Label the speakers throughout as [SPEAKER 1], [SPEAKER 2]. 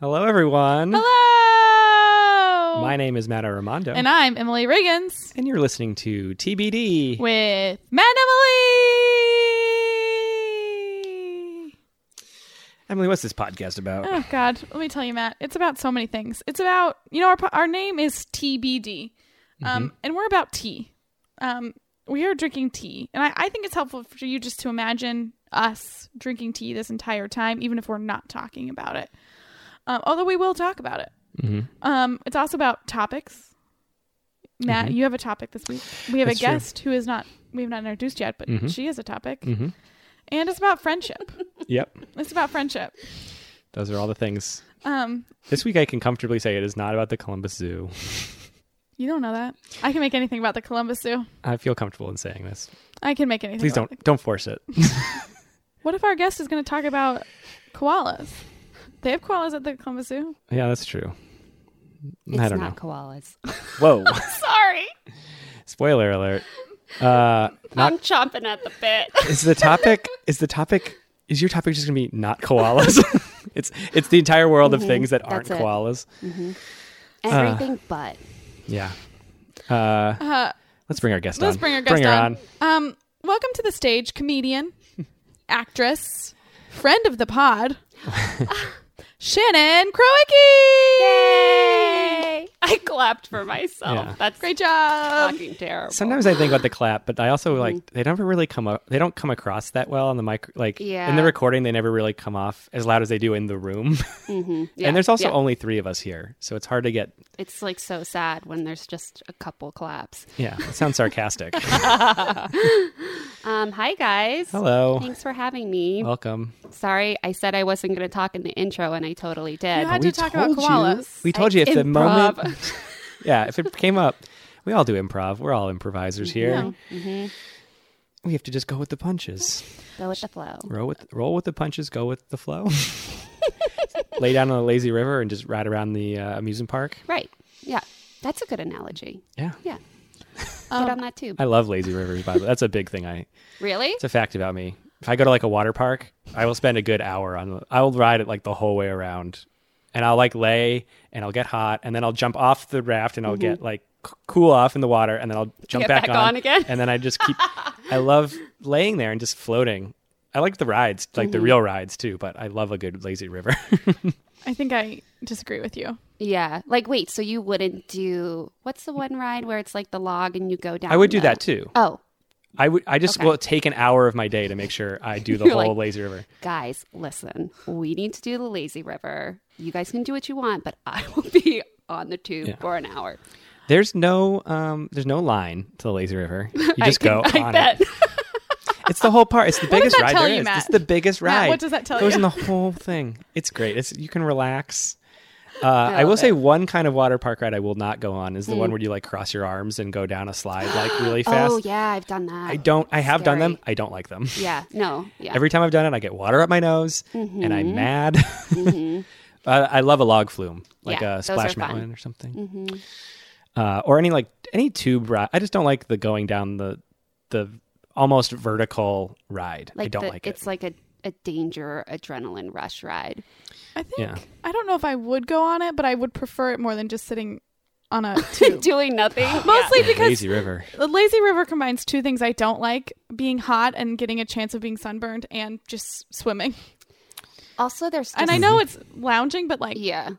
[SPEAKER 1] Hello, everyone.
[SPEAKER 2] Hello.
[SPEAKER 1] My name is Matt Armando,
[SPEAKER 2] and I'm Emily Riggins
[SPEAKER 1] and you're listening to TBD.
[SPEAKER 2] with Matt and Emily.
[SPEAKER 1] Emily, what's this podcast about?
[SPEAKER 2] Oh God, let me tell you, Matt. It's about so many things. It's about you know our po- our name is TBD,
[SPEAKER 1] Mm-hmm.
[SPEAKER 2] um, and we're about tea. Um, we are drinking tea, and I, I think it's helpful for you just to imagine us drinking tea this entire time, even if we're not talking about it. Um, although we will talk about it.
[SPEAKER 1] Mhm.
[SPEAKER 2] Um, it's also about topics. Matt, you have a topic this week. We have
[SPEAKER 1] Mm-hmm. That's
[SPEAKER 2] a
[SPEAKER 1] true. Mm-hmm.
[SPEAKER 2] guest who is not we have not introduced yet, but she has a topic,
[SPEAKER 1] Mhm.
[SPEAKER 2] and it's about friendship.
[SPEAKER 1] Yep,
[SPEAKER 2] it's about friendship.
[SPEAKER 1] those are all the things.
[SPEAKER 2] Um,
[SPEAKER 1] This week, I can comfortably say it is not about the Columbus Zoo.
[SPEAKER 2] You don't know that. I can make anything about the Columbus Zoo.
[SPEAKER 1] I feel comfortable in saying this.
[SPEAKER 2] I can make anything.
[SPEAKER 1] Please
[SPEAKER 2] about
[SPEAKER 1] don't don't force it.
[SPEAKER 2] it. What if our guest is going to talk about koalas? They have koalas at the Columbus Zoo.
[SPEAKER 1] Yeah, that's true.
[SPEAKER 3] It's
[SPEAKER 1] I don't
[SPEAKER 3] not koalas.
[SPEAKER 1] know. Whoa!
[SPEAKER 2] Sorry,
[SPEAKER 1] Spoiler alert. Uh, not
[SPEAKER 3] I'm chomping at the bit.
[SPEAKER 1] is the topic. Is the topic. Is your topic just gonna be not koalas? it's it's the entire world of
[SPEAKER 2] Mm-hmm.
[SPEAKER 3] Mhm,
[SPEAKER 1] things that aren't
[SPEAKER 3] that's it.
[SPEAKER 1] koalas.
[SPEAKER 3] Everything
[SPEAKER 1] Uh.
[SPEAKER 3] but.
[SPEAKER 1] Yeah. Uh,
[SPEAKER 2] Uh,
[SPEAKER 1] let's bring our guest
[SPEAKER 2] let's
[SPEAKER 1] on.
[SPEAKER 2] bring our guest
[SPEAKER 1] her
[SPEAKER 2] on. Um, welcome to the stage, comedian, actress, friend of the pod, Shannon Kroenke.
[SPEAKER 3] Yay! I clapped for myself.
[SPEAKER 1] Yeah.
[SPEAKER 3] That's
[SPEAKER 2] Great job.
[SPEAKER 3] fucking terrible.
[SPEAKER 1] Sometimes I think about the clap, but I
[SPEAKER 2] Mm-hmm.
[SPEAKER 1] also like they never really come up. They don't come across that well on the mic. Like in the
[SPEAKER 3] Yeah.
[SPEAKER 1] recording, they never really come off as loud as they do in the room.
[SPEAKER 3] Yeah,
[SPEAKER 1] and there's also
[SPEAKER 3] yeah.
[SPEAKER 1] only three of us here, so it's hard to get.
[SPEAKER 3] it's like so sad when there's just a couple claps.
[SPEAKER 1] Yeah, it sounds sarcastic.
[SPEAKER 3] Um, hi guys.
[SPEAKER 1] Hello,
[SPEAKER 3] Thanks for having me.
[SPEAKER 1] welcome.
[SPEAKER 3] Sorry, I said I wasn't going to talk in the intro, and I totally did.
[SPEAKER 2] You had to talk about
[SPEAKER 1] told you.
[SPEAKER 2] koalas.
[SPEAKER 1] We told you if the
[SPEAKER 3] Improv.
[SPEAKER 1] moment. yeah, if it came up, we all do improv. We're all improvisers here. We have to just go with the punches.
[SPEAKER 3] Go with the flow.
[SPEAKER 1] Roll with roll with the punches. Go with the flow. Lay down on a lazy river and just ride around the uh, amusement park.
[SPEAKER 3] Right. Yeah. That's a good analogy.
[SPEAKER 1] Yeah.
[SPEAKER 3] Yeah. Get on that tube.
[SPEAKER 1] I love lazy rivers. By the way, that's a big thing. I
[SPEAKER 3] really?
[SPEAKER 1] it's a fact about me. If I go to like a water park, I will spend a good hour on. I will ride it like the whole way around, and I'll like lay and I'll get hot, and then I'll jump off the raft and I'll get like c- cool off in the water, and then I'll jump
[SPEAKER 3] Mm-hmm. Get back on again?
[SPEAKER 1] and then I just keep. I love laying there and just floating. I like the rides, like
[SPEAKER 3] Mm-hmm.
[SPEAKER 1] the real rides too, but I love a good lazy river.
[SPEAKER 2] I think I disagree with you.
[SPEAKER 3] Yeah. Like, wait, so you wouldn't do what's the one ride where it's like the log and you go down?
[SPEAKER 1] I would do
[SPEAKER 3] the-
[SPEAKER 1] that too.
[SPEAKER 3] Oh,
[SPEAKER 1] I would. I just
[SPEAKER 3] Okay.
[SPEAKER 1] will take an hour of my day to make sure I do the
[SPEAKER 3] You're
[SPEAKER 1] whole
[SPEAKER 3] like-
[SPEAKER 1] lazy river.
[SPEAKER 3] guys, listen, we need to do the lazy river. You guys can do what you want, but I will be on the tube
[SPEAKER 1] Yeah.
[SPEAKER 3] for an hour.
[SPEAKER 1] There's no um there's no line to the lazy river. You
[SPEAKER 3] I
[SPEAKER 1] just go
[SPEAKER 3] can- I
[SPEAKER 1] on
[SPEAKER 3] bet.
[SPEAKER 1] it. It's the whole part. It's the
[SPEAKER 2] does
[SPEAKER 1] biggest
[SPEAKER 2] that
[SPEAKER 1] ride
[SPEAKER 2] tell
[SPEAKER 1] there
[SPEAKER 2] you,
[SPEAKER 1] is.
[SPEAKER 2] Matt?
[SPEAKER 1] It's the biggest
[SPEAKER 2] Matt,
[SPEAKER 1] ride.
[SPEAKER 2] what does that tell
[SPEAKER 1] It goes
[SPEAKER 2] you?
[SPEAKER 1] in the whole thing. It's great. It's you can relax. Uh, I,
[SPEAKER 3] love
[SPEAKER 1] will say
[SPEAKER 3] it.
[SPEAKER 1] one kind of water park ride I will not go on is the
[SPEAKER 2] Mm.
[SPEAKER 1] one where you like cross your arms and go down a slide like really fast.
[SPEAKER 3] Oh yeah, I've done that.
[SPEAKER 1] I don't. I have done them.
[SPEAKER 3] Scary.
[SPEAKER 1] I don't like them.
[SPEAKER 3] Yeah. No. Yeah. Mm-hmm.
[SPEAKER 1] Every time I've done it, I get water up my nose and I'm mad. uh, I love a log flume, like
[SPEAKER 3] Yeah,
[SPEAKER 1] a
[SPEAKER 3] those are
[SPEAKER 1] splash
[SPEAKER 3] fun. Mm-hmm.
[SPEAKER 1] mountain or something, uh, or any like any tube ride. I just don't like the going down the the almost vertical ride.
[SPEAKER 3] like
[SPEAKER 1] I don't
[SPEAKER 3] the-
[SPEAKER 1] like
[SPEAKER 3] it's
[SPEAKER 1] it.
[SPEAKER 3] like a, a danger adrenaline rush ride.
[SPEAKER 2] I think
[SPEAKER 1] Yeah.
[SPEAKER 2] I don't know if I would go on it, but I would prefer it more than just sitting on a tube.
[SPEAKER 3] Doing nothing.
[SPEAKER 2] Mostly
[SPEAKER 1] The
[SPEAKER 2] because
[SPEAKER 1] lazy river.
[SPEAKER 2] The lazy river combines two things I don't like being hot and getting a chance of being sunburned and just swimming.
[SPEAKER 3] Yeah. Also, there's
[SPEAKER 2] And I
[SPEAKER 3] just-
[SPEAKER 2] know it's lounging, but like,
[SPEAKER 3] Mm-hmm. Yeah.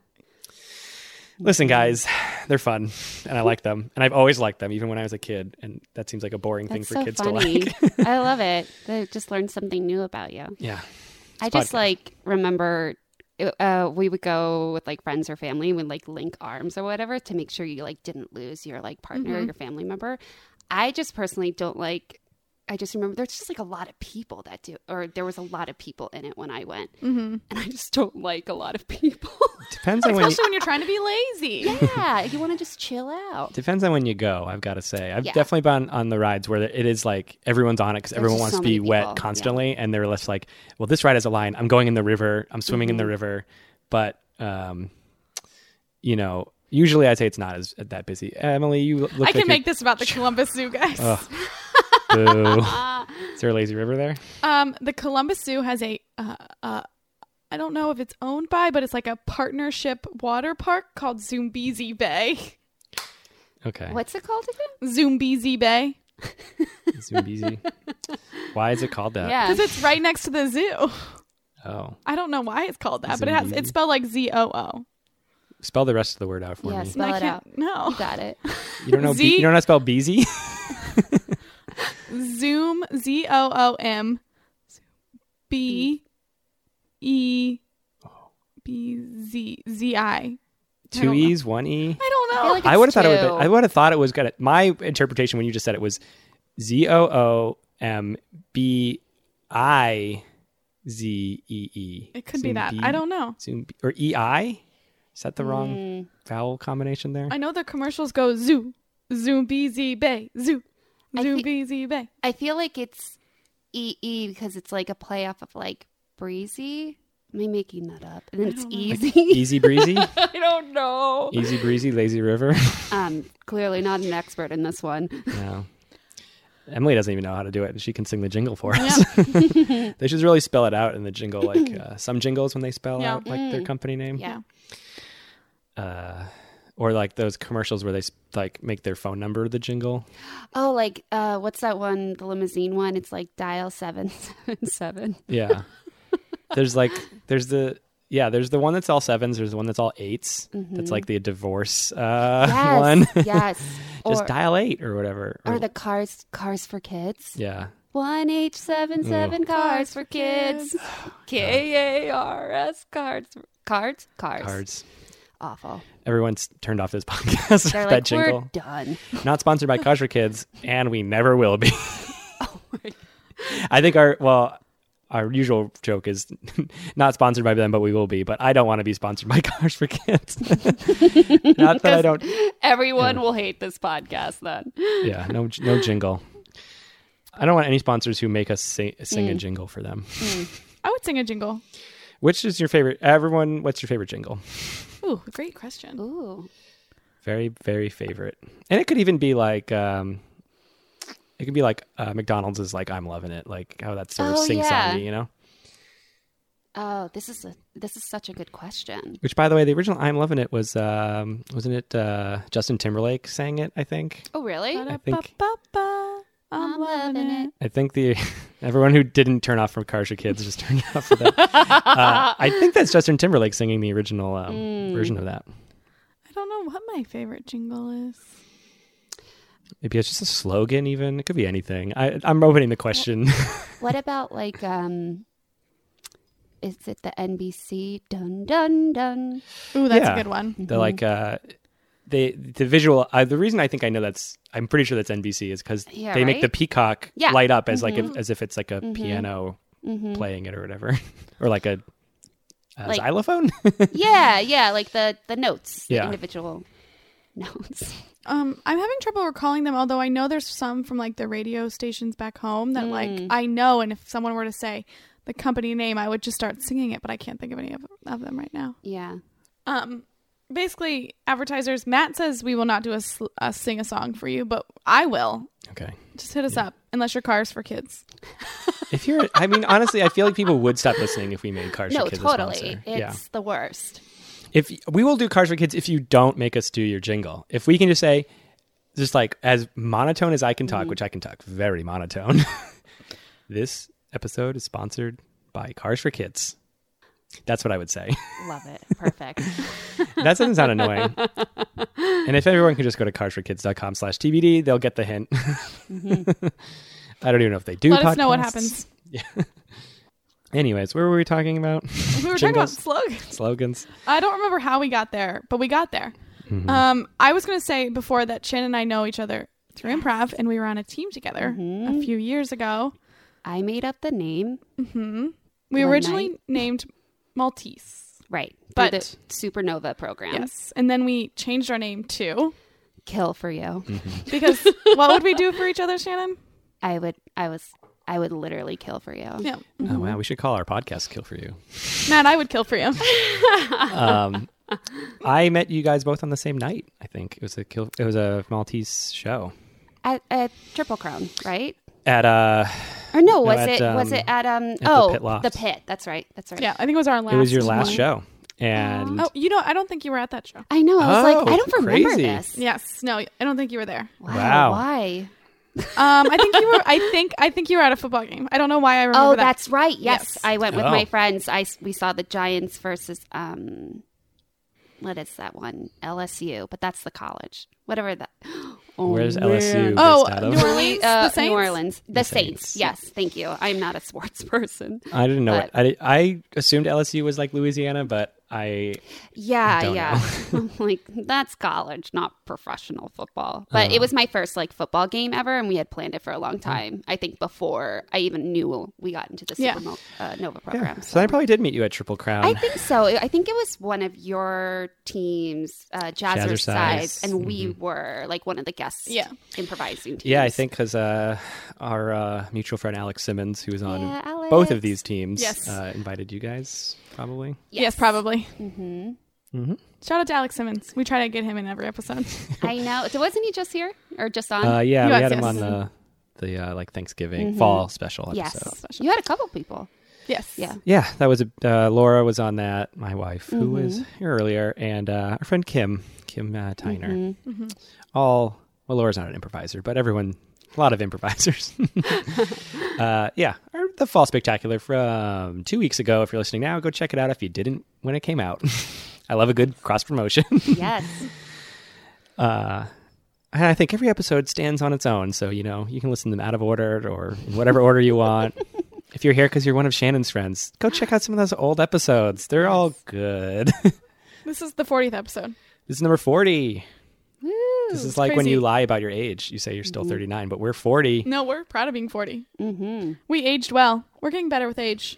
[SPEAKER 1] Listen,
[SPEAKER 3] Mm-hmm.
[SPEAKER 1] guys, they're fun and I like them, and I've always liked them, even when I was a kid. And that seems like a boring thing
[SPEAKER 3] That's
[SPEAKER 1] for
[SPEAKER 3] so
[SPEAKER 1] kids to
[SPEAKER 3] funny.
[SPEAKER 1] like.
[SPEAKER 3] I love it. I just learned something new about you.
[SPEAKER 1] yeah,
[SPEAKER 3] I just
[SPEAKER 1] podcast.
[SPEAKER 3] like remember uh, we would go with like friends or family and would like link arms or whatever to make sure you like didn't lose your like partner or your family member. I just personally don't like. I just remember there's just like a lot of people that do, or there was a lot of people in it when I went, mm-hmm. and I just don't like a lot of people.
[SPEAKER 1] depends on when. You,
[SPEAKER 2] especially when you're trying to be lazy.
[SPEAKER 3] yeah, you want to just chill out.
[SPEAKER 1] Depends on when you go. I've got to say, I've
[SPEAKER 3] Yeah.
[SPEAKER 1] definitely been on the rides where it is like everyone's on it because everyone
[SPEAKER 3] just
[SPEAKER 1] wants
[SPEAKER 3] so
[SPEAKER 1] to be
[SPEAKER 3] many people.
[SPEAKER 1] wet
[SPEAKER 3] Yeah.
[SPEAKER 1] constantly, and they're less like, "Well, this ride has a line. I'm going in the river. I'm swimming in the
[SPEAKER 3] Mm-hmm.
[SPEAKER 1] river." But, um, you know, usually I say it's not as that busy. Emily, you look.
[SPEAKER 2] I
[SPEAKER 1] like
[SPEAKER 2] can
[SPEAKER 1] you-
[SPEAKER 2] make this about the Columbus Zoo, guys.
[SPEAKER 1] Boo. is there a lazy river there?
[SPEAKER 2] Um, the Columbus Zoo has a uh, uh, I don't know if it's owned by, but it's like a partnership water park called Zumbizi Bay.
[SPEAKER 1] Okay.
[SPEAKER 3] What's it called again?
[SPEAKER 2] Zumbizi Bay.
[SPEAKER 1] Zumbizi. Why is it called that?
[SPEAKER 3] Yeah.
[SPEAKER 2] Because it's right next to the zoo.
[SPEAKER 1] Oh,
[SPEAKER 2] I don't know why it's called that, but it has it's spelled like Z O O.
[SPEAKER 1] spell the rest of the word out for
[SPEAKER 3] Yeah,
[SPEAKER 1] me.
[SPEAKER 3] spell it out.
[SPEAKER 2] No.
[SPEAKER 3] You got it.
[SPEAKER 1] You don't know.
[SPEAKER 2] Z-
[SPEAKER 1] Be- you don't know how to spell beezy.
[SPEAKER 2] Zoom Z O O M B E B Z Z I. I
[SPEAKER 1] Two
[SPEAKER 2] don't know.
[SPEAKER 1] e's, one e.
[SPEAKER 2] I don't
[SPEAKER 3] I feel
[SPEAKER 2] know.
[SPEAKER 3] like
[SPEAKER 1] I would have thought it would.
[SPEAKER 3] two.
[SPEAKER 1] I would have thought it was gonna. My interpretation when you just said it was Z O O M B I Z E E.
[SPEAKER 2] it could be that. I don't know.
[SPEAKER 1] Zoom or E I. Is that the wrong
[SPEAKER 3] Mm.
[SPEAKER 1] vowel combination there?
[SPEAKER 2] I know the commercials go zoo, zoom BZ bay, zoo,
[SPEAKER 3] I
[SPEAKER 2] zoom
[SPEAKER 3] thi-
[SPEAKER 2] BZ bay.
[SPEAKER 3] I feel like it's EE because it's like a play off of like breezy. Am I making that up? And then
[SPEAKER 2] I
[SPEAKER 3] it's
[SPEAKER 2] don't know.
[SPEAKER 3] easy.
[SPEAKER 1] Easy breezy,
[SPEAKER 2] E I don't know.
[SPEAKER 1] easy breezy, lazy river.
[SPEAKER 3] um, clearly not an expert in this one.
[SPEAKER 1] No. Emily doesn't even know how to do it, and she can sing the jingle for us. they should really spell it out in the jingle, like uh, some jingles when they spell
[SPEAKER 2] Yeah. Mm.
[SPEAKER 1] out like their company name,
[SPEAKER 3] Yeah.
[SPEAKER 1] uh, or like those commercials where they s- like make their phone number the jingle.
[SPEAKER 3] Oh, like uh, what's that one? The limousine one. It's like dial seven seven seven.
[SPEAKER 1] Yeah, there's like there's the yeah there's the one that's all sevens. There's the one that's all 8s That's like the divorce uh,
[SPEAKER 3] Mm-hmm. Yes,
[SPEAKER 1] one.
[SPEAKER 3] yes.
[SPEAKER 1] Just
[SPEAKER 3] or,
[SPEAKER 1] dial eight or whatever.
[SPEAKER 3] or the cars cars for kids.
[SPEAKER 1] yeah.
[SPEAKER 3] One H seven seven cars for kids. K A R S cards cards cards.
[SPEAKER 1] Cards.
[SPEAKER 3] Awful.
[SPEAKER 1] Everyone's turned off this podcast.
[SPEAKER 3] They're
[SPEAKER 1] that
[SPEAKER 3] like
[SPEAKER 1] jingle.
[SPEAKER 3] we're done.
[SPEAKER 1] not sponsored by Kosher Kids, and we never will be. I think our well, our usual joke is not sponsored by them, but we will be. But I don't want to be sponsored by Kosher Kids. not that I don't.
[SPEAKER 3] Everyone will hate this podcast then.
[SPEAKER 1] Yeah, no, j- no jingle. I don't want any sponsors who make us sing, sing
[SPEAKER 3] Mm.
[SPEAKER 1] a jingle for them.
[SPEAKER 2] I would sing a jingle.
[SPEAKER 1] Which is your favorite? Everyone, what's your favorite jingle?
[SPEAKER 2] Ooh, great question.
[SPEAKER 3] Ooh.
[SPEAKER 1] Very, very favorite. And it could even be like. um it could be like uh, McDonald's is like I'm loving it, like how that's sort of
[SPEAKER 3] Oh,
[SPEAKER 1] sing
[SPEAKER 3] yeah.
[SPEAKER 1] songy, you know.
[SPEAKER 3] Oh, this is a this is such a good question.
[SPEAKER 1] Which, by the way, the original "I'm Loving It" was um, wasn't it uh, Justin Timberlake sang it? I think.
[SPEAKER 3] Oh, really?
[SPEAKER 1] think-
[SPEAKER 2] Ba-da-ba-ba-ba, I'm,
[SPEAKER 3] I'm
[SPEAKER 2] loving,
[SPEAKER 3] loving
[SPEAKER 2] it.
[SPEAKER 3] it.
[SPEAKER 1] I think the everyone who didn't turn off from Cars or Kids just turned off. For that. uh, I think that's Justin Timberlake singing the original um, version of that.
[SPEAKER 2] I don't know what my favorite jingle is.
[SPEAKER 1] Maybe it's just a slogan. Even it could be anything. I, I'm opening the question.
[SPEAKER 3] What about like um is it the NBC dun dun dun?
[SPEAKER 2] Ooh, that's
[SPEAKER 1] Yeah.
[SPEAKER 2] a good one.
[SPEAKER 3] Mm-hmm.
[SPEAKER 1] the like uh, the the visual. Uh, the reason I think I know that's I'm pretty sure that's NBC is because
[SPEAKER 3] Yeah,
[SPEAKER 1] they make
[SPEAKER 3] right?
[SPEAKER 1] the peacock
[SPEAKER 3] Yeah. Mm-hmm.
[SPEAKER 1] light up as like a, as if it's like a piano playing it or whatever, or like a. A
[SPEAKER 3] Like-
[SPEAKER 1] xylophone?
[SPEAKER 3] yeah, yeah, like the the notes, the
[SPEAKER 1] Yeah.
[SPEAKER 3] individual notes.
[SPEAKER 2] Um, I'm having trouble recalling them, although I know there's some from like the radio stations back home that
[SPEAKER 1] Hmm.
[SPEAKER 2] like I know, and if someone were to say the company name, I would just start singing it, but I can't think of any of, of them right now.
[SPEAKER 3] Yeah.
[SPEAKER 2] Um, basically, advertisers. Matt says we will not do a, sl- a sing a song for you, but I will.
[SPEAKER 1] okay.
[SPEAKER 2] Just hit us up, unless your car's for kids.
[SPEAKER 1] If you're, I mean, honestly, I feel like people would stop listening if we made Cars
[SPEAKER 3] No,
[SPEAKER 1] for Kids a
[SPEAKER 3] totally.
[SPEAKER 1] sponsor.
[SPEAKER 3] It's
[SPEAKER 1] Yeah.
[SPEAKER 3] the worst.
[SPEAKER 1] If we will do Cars for Kids if you don't make us do your jingle. If we can just say, just like as monotone as I can
[SPEAKER 2] Mm-hmm.
[SPEAKER 1] talk, which I can talk very monotone. this episode is sponsored by Cars for Kids. That's what I would say.
[SPEAKER 3] Love it. Perfect.
[SPEAKER 1] That doesn't sound annoying. and if everyone can just go to carsforkids.com slash TBD, they'll get the hint. I don't even know if they do
[SPEAKER 2] Mm-hmm. Let us know what
[SPEAKER 1] podcasts.
[SPEAKER 2] happens.
[SPEAKER 1] Anyways, where were we talking about?
[SPEAKER 2] We were
[SPEAKER 1] Jingles.
[SPEAKER 2] talking about slogans.
[SPEAKER 1] Slogans.
[SPEAKER 2] I don't remember how we got there, but we got there.
[SPEAKER 1] Mm-hmm.
[SPEAKER 2] Um, I was going to say before that Shannon and I know each other through improv, and we were on a team together
[SPEAKER 3] Mm-hmm.
[SPEAKER 2] a few years ago.
[SPEAKER 3] I made up the name.
[SPEAKER 2] We
[SPEAKER 3] One
[SPEAKER 2] originally named Maltese,
[SPEAKER 3] Right. through
[SPEAKER 2] But-
[SPEAKER 3] the Supernova program.
[SPEAKER 2] yes, and then we changed our name too
[SPEAKER 3] Kill for you.
[SPEAKER 1] Mm.
[SPEAKER 2] because what would we do for each other, Shannon?
[SPEAKER 3] I would I was I would literally kill for you.
[SPEAKER 2] Yeah,
[SPEAKER 1] Oh wow, we should call our podcast "Kill for You."
[SPEAKER 2] Matt, I would kill for you.
[SPEAKER 1] Um, I met you guys both on the same night. I think it was a kill. It was a Maltese show
[SPEAKER 3] At, at Triple Crown, right?
[SPEAKER 1] at uh
[SPEAKER 3] Or no, was
[SPEAKER 1] at,
[SPEAKER 3] it was
[SPEAKER 1] um,
[SPEAKER 3] it at um
[SPEAKER 1] the
[SPEAKER 3] oh
[SPEAKER 1] Pit Loft.
[SPEAKER 3] the pit? That's right. That's right.
[SPEAKER 2] Yeah, I think it was our last.
[SPEAKER 1] it was your last
[SPEAKER 2] one.
[SPEAKER 1] show. And
[SPEAKER 2] Oh, you know, I don't think you were at that show.
[SPEAKER 3] I know. I was like,
[SPEAKER 1] Oh,
[SPEAKER 3] I don't remember
[SPEAKER 1] crazy.
[SPEAKER 3] this.
[SPEAKER 2] Yes, no, I don't think you were there.
[SPEAKER 3] Wow.
[SPEAKER 1] Wow.
[SPEAKER 3] Why?
[SPEAKER 2] Um, I think you were. I think I think you were at a football game. I don't know why I remember
[SPEAKER 3] oh,
[SPEAKER 2] that.
[SPEAKER 3] that's right. Yes,
[SPEAKER 2] Yes.
[SPEAKER 3] I went with
[SPEAKER 1] Oh.
[SPEAKER 3] my friends. I s- we saw the Giants versus um, what is that one? LSU, but that's the college. Whatever that. Oh,
[SPEAKER 1] Where's
[SPEAKER 3] man.
[SPEAKER 1] LSU?
[SPEAKER 2] Oh,
[SPEAKER 1] based out
[SPEAKER 2] New
[SPEAKER 1] of?
[SPEAKER 2] Orleans,
[SPEAKER 3] Uh,
[SPEAKER 2] the Saints.
[SPEAKER 3] New Orleans, the, Saints.
[SPEAKER 1] Saints.
[SPEAKER 3] Yes, thank you. I'm not a sports person.
[SPEAKER 1] I didn't know
[SPEAKER 3] but-
[SPEAKER 1] what I, I assumed LSU was like Louisiana, but I
[SPEAKER 3] Yeah,
[SPEAKER 1] Don't
[SPEAKER 3] yeah. I'm like that's college, not professional football.
[SPEAKER 1] Uh-huh.
[SPEAKER 3] But it was my first like football game ever, and we had planned it for a long time. I think before I even knew we got into the
[SPEAKER 2] Yeah.
[SPEAKER 3] Super Mo- uh, Nova program.
[SPEAKER 1] yeah. So I probably did meet you at Triple Crown.
[SPEAKER 3] I think so. I think it was one of your team's uh, jazzercise,
[SPEAKER 1] Jazzercise. Mm-hmm.
[SPEAKER 3] and we were like one of the guests.
[SPEAKER 2] Yeah.
[SPEAKER 3] improvising teams.
[SPEAKER 1] yeah, I think because uh, our uh, mutual friend Alex Simmons, who was on
[SPEAKER 3] Yeah,
[SPEAKER 1] both of
[SPEAKER 3] Alex.
[SPEAKER 1] these teams,
[SPEAKER 2] Yes.
[SPEAKER 1] uh, invited you guys probably.
[SPEAKER 2] yes. probably.
[SPEAKER 3] hmm
[SPEAKER 2] Shout out to Alex Simmons. We try to get him in every episode.
[SPEAKER 3] I know. So wasn't he just here or just on?
[SPEAKER 1] Uh, yeah, we
[SPEAKER 2] Yes,
[SPEAKER 1] had him
[SPEAKER 2] yes.
[SPEAKER 1] on the the uh, like Thanksgiving fall special
[SPEAKER 3] Mm-hmm. yes,
[SPEAKER 1] episode.
[SPEAKER 2] Special.
[SPEAKER 3] you had a couple people.
[SPEAKER 2] Yes.
[SPEAKER 3] Yeah.
[SPEAKER 1] Yeah, that was a, uh, Laura was on that. My wife, who was here earlier, and uh, our friend Kim, Kim uh, Tyner. All well, Laura's not an improviser, but everyone, a lot of improvisers. uh, yeah, our, the Fall Spectacular from two weeks ago. If you're listening now, go check it out. If you didn't when it came out, I love a good cross promotion.
[SPEAKER 3] Yes,
[SPEAKER 1] And I think every episode stands on its own. So, you know, you can listen to them out of order or in whatever order you want. if you're here because you're one of Shannon's friends, go check out some of those old episodes. They're all good. this
[SPEAKER 2] This is the 40th episode.
[SPEAKER 1] is number 40. this is like when
[SPEAKER 2] crazy.
[SPEAKER 1] you lie about your age. You say you're still 39, but we're 40.
[SPEAKER 2] No, we're proud of being 40. Mm-hmm. We aged well. We're getting better with age.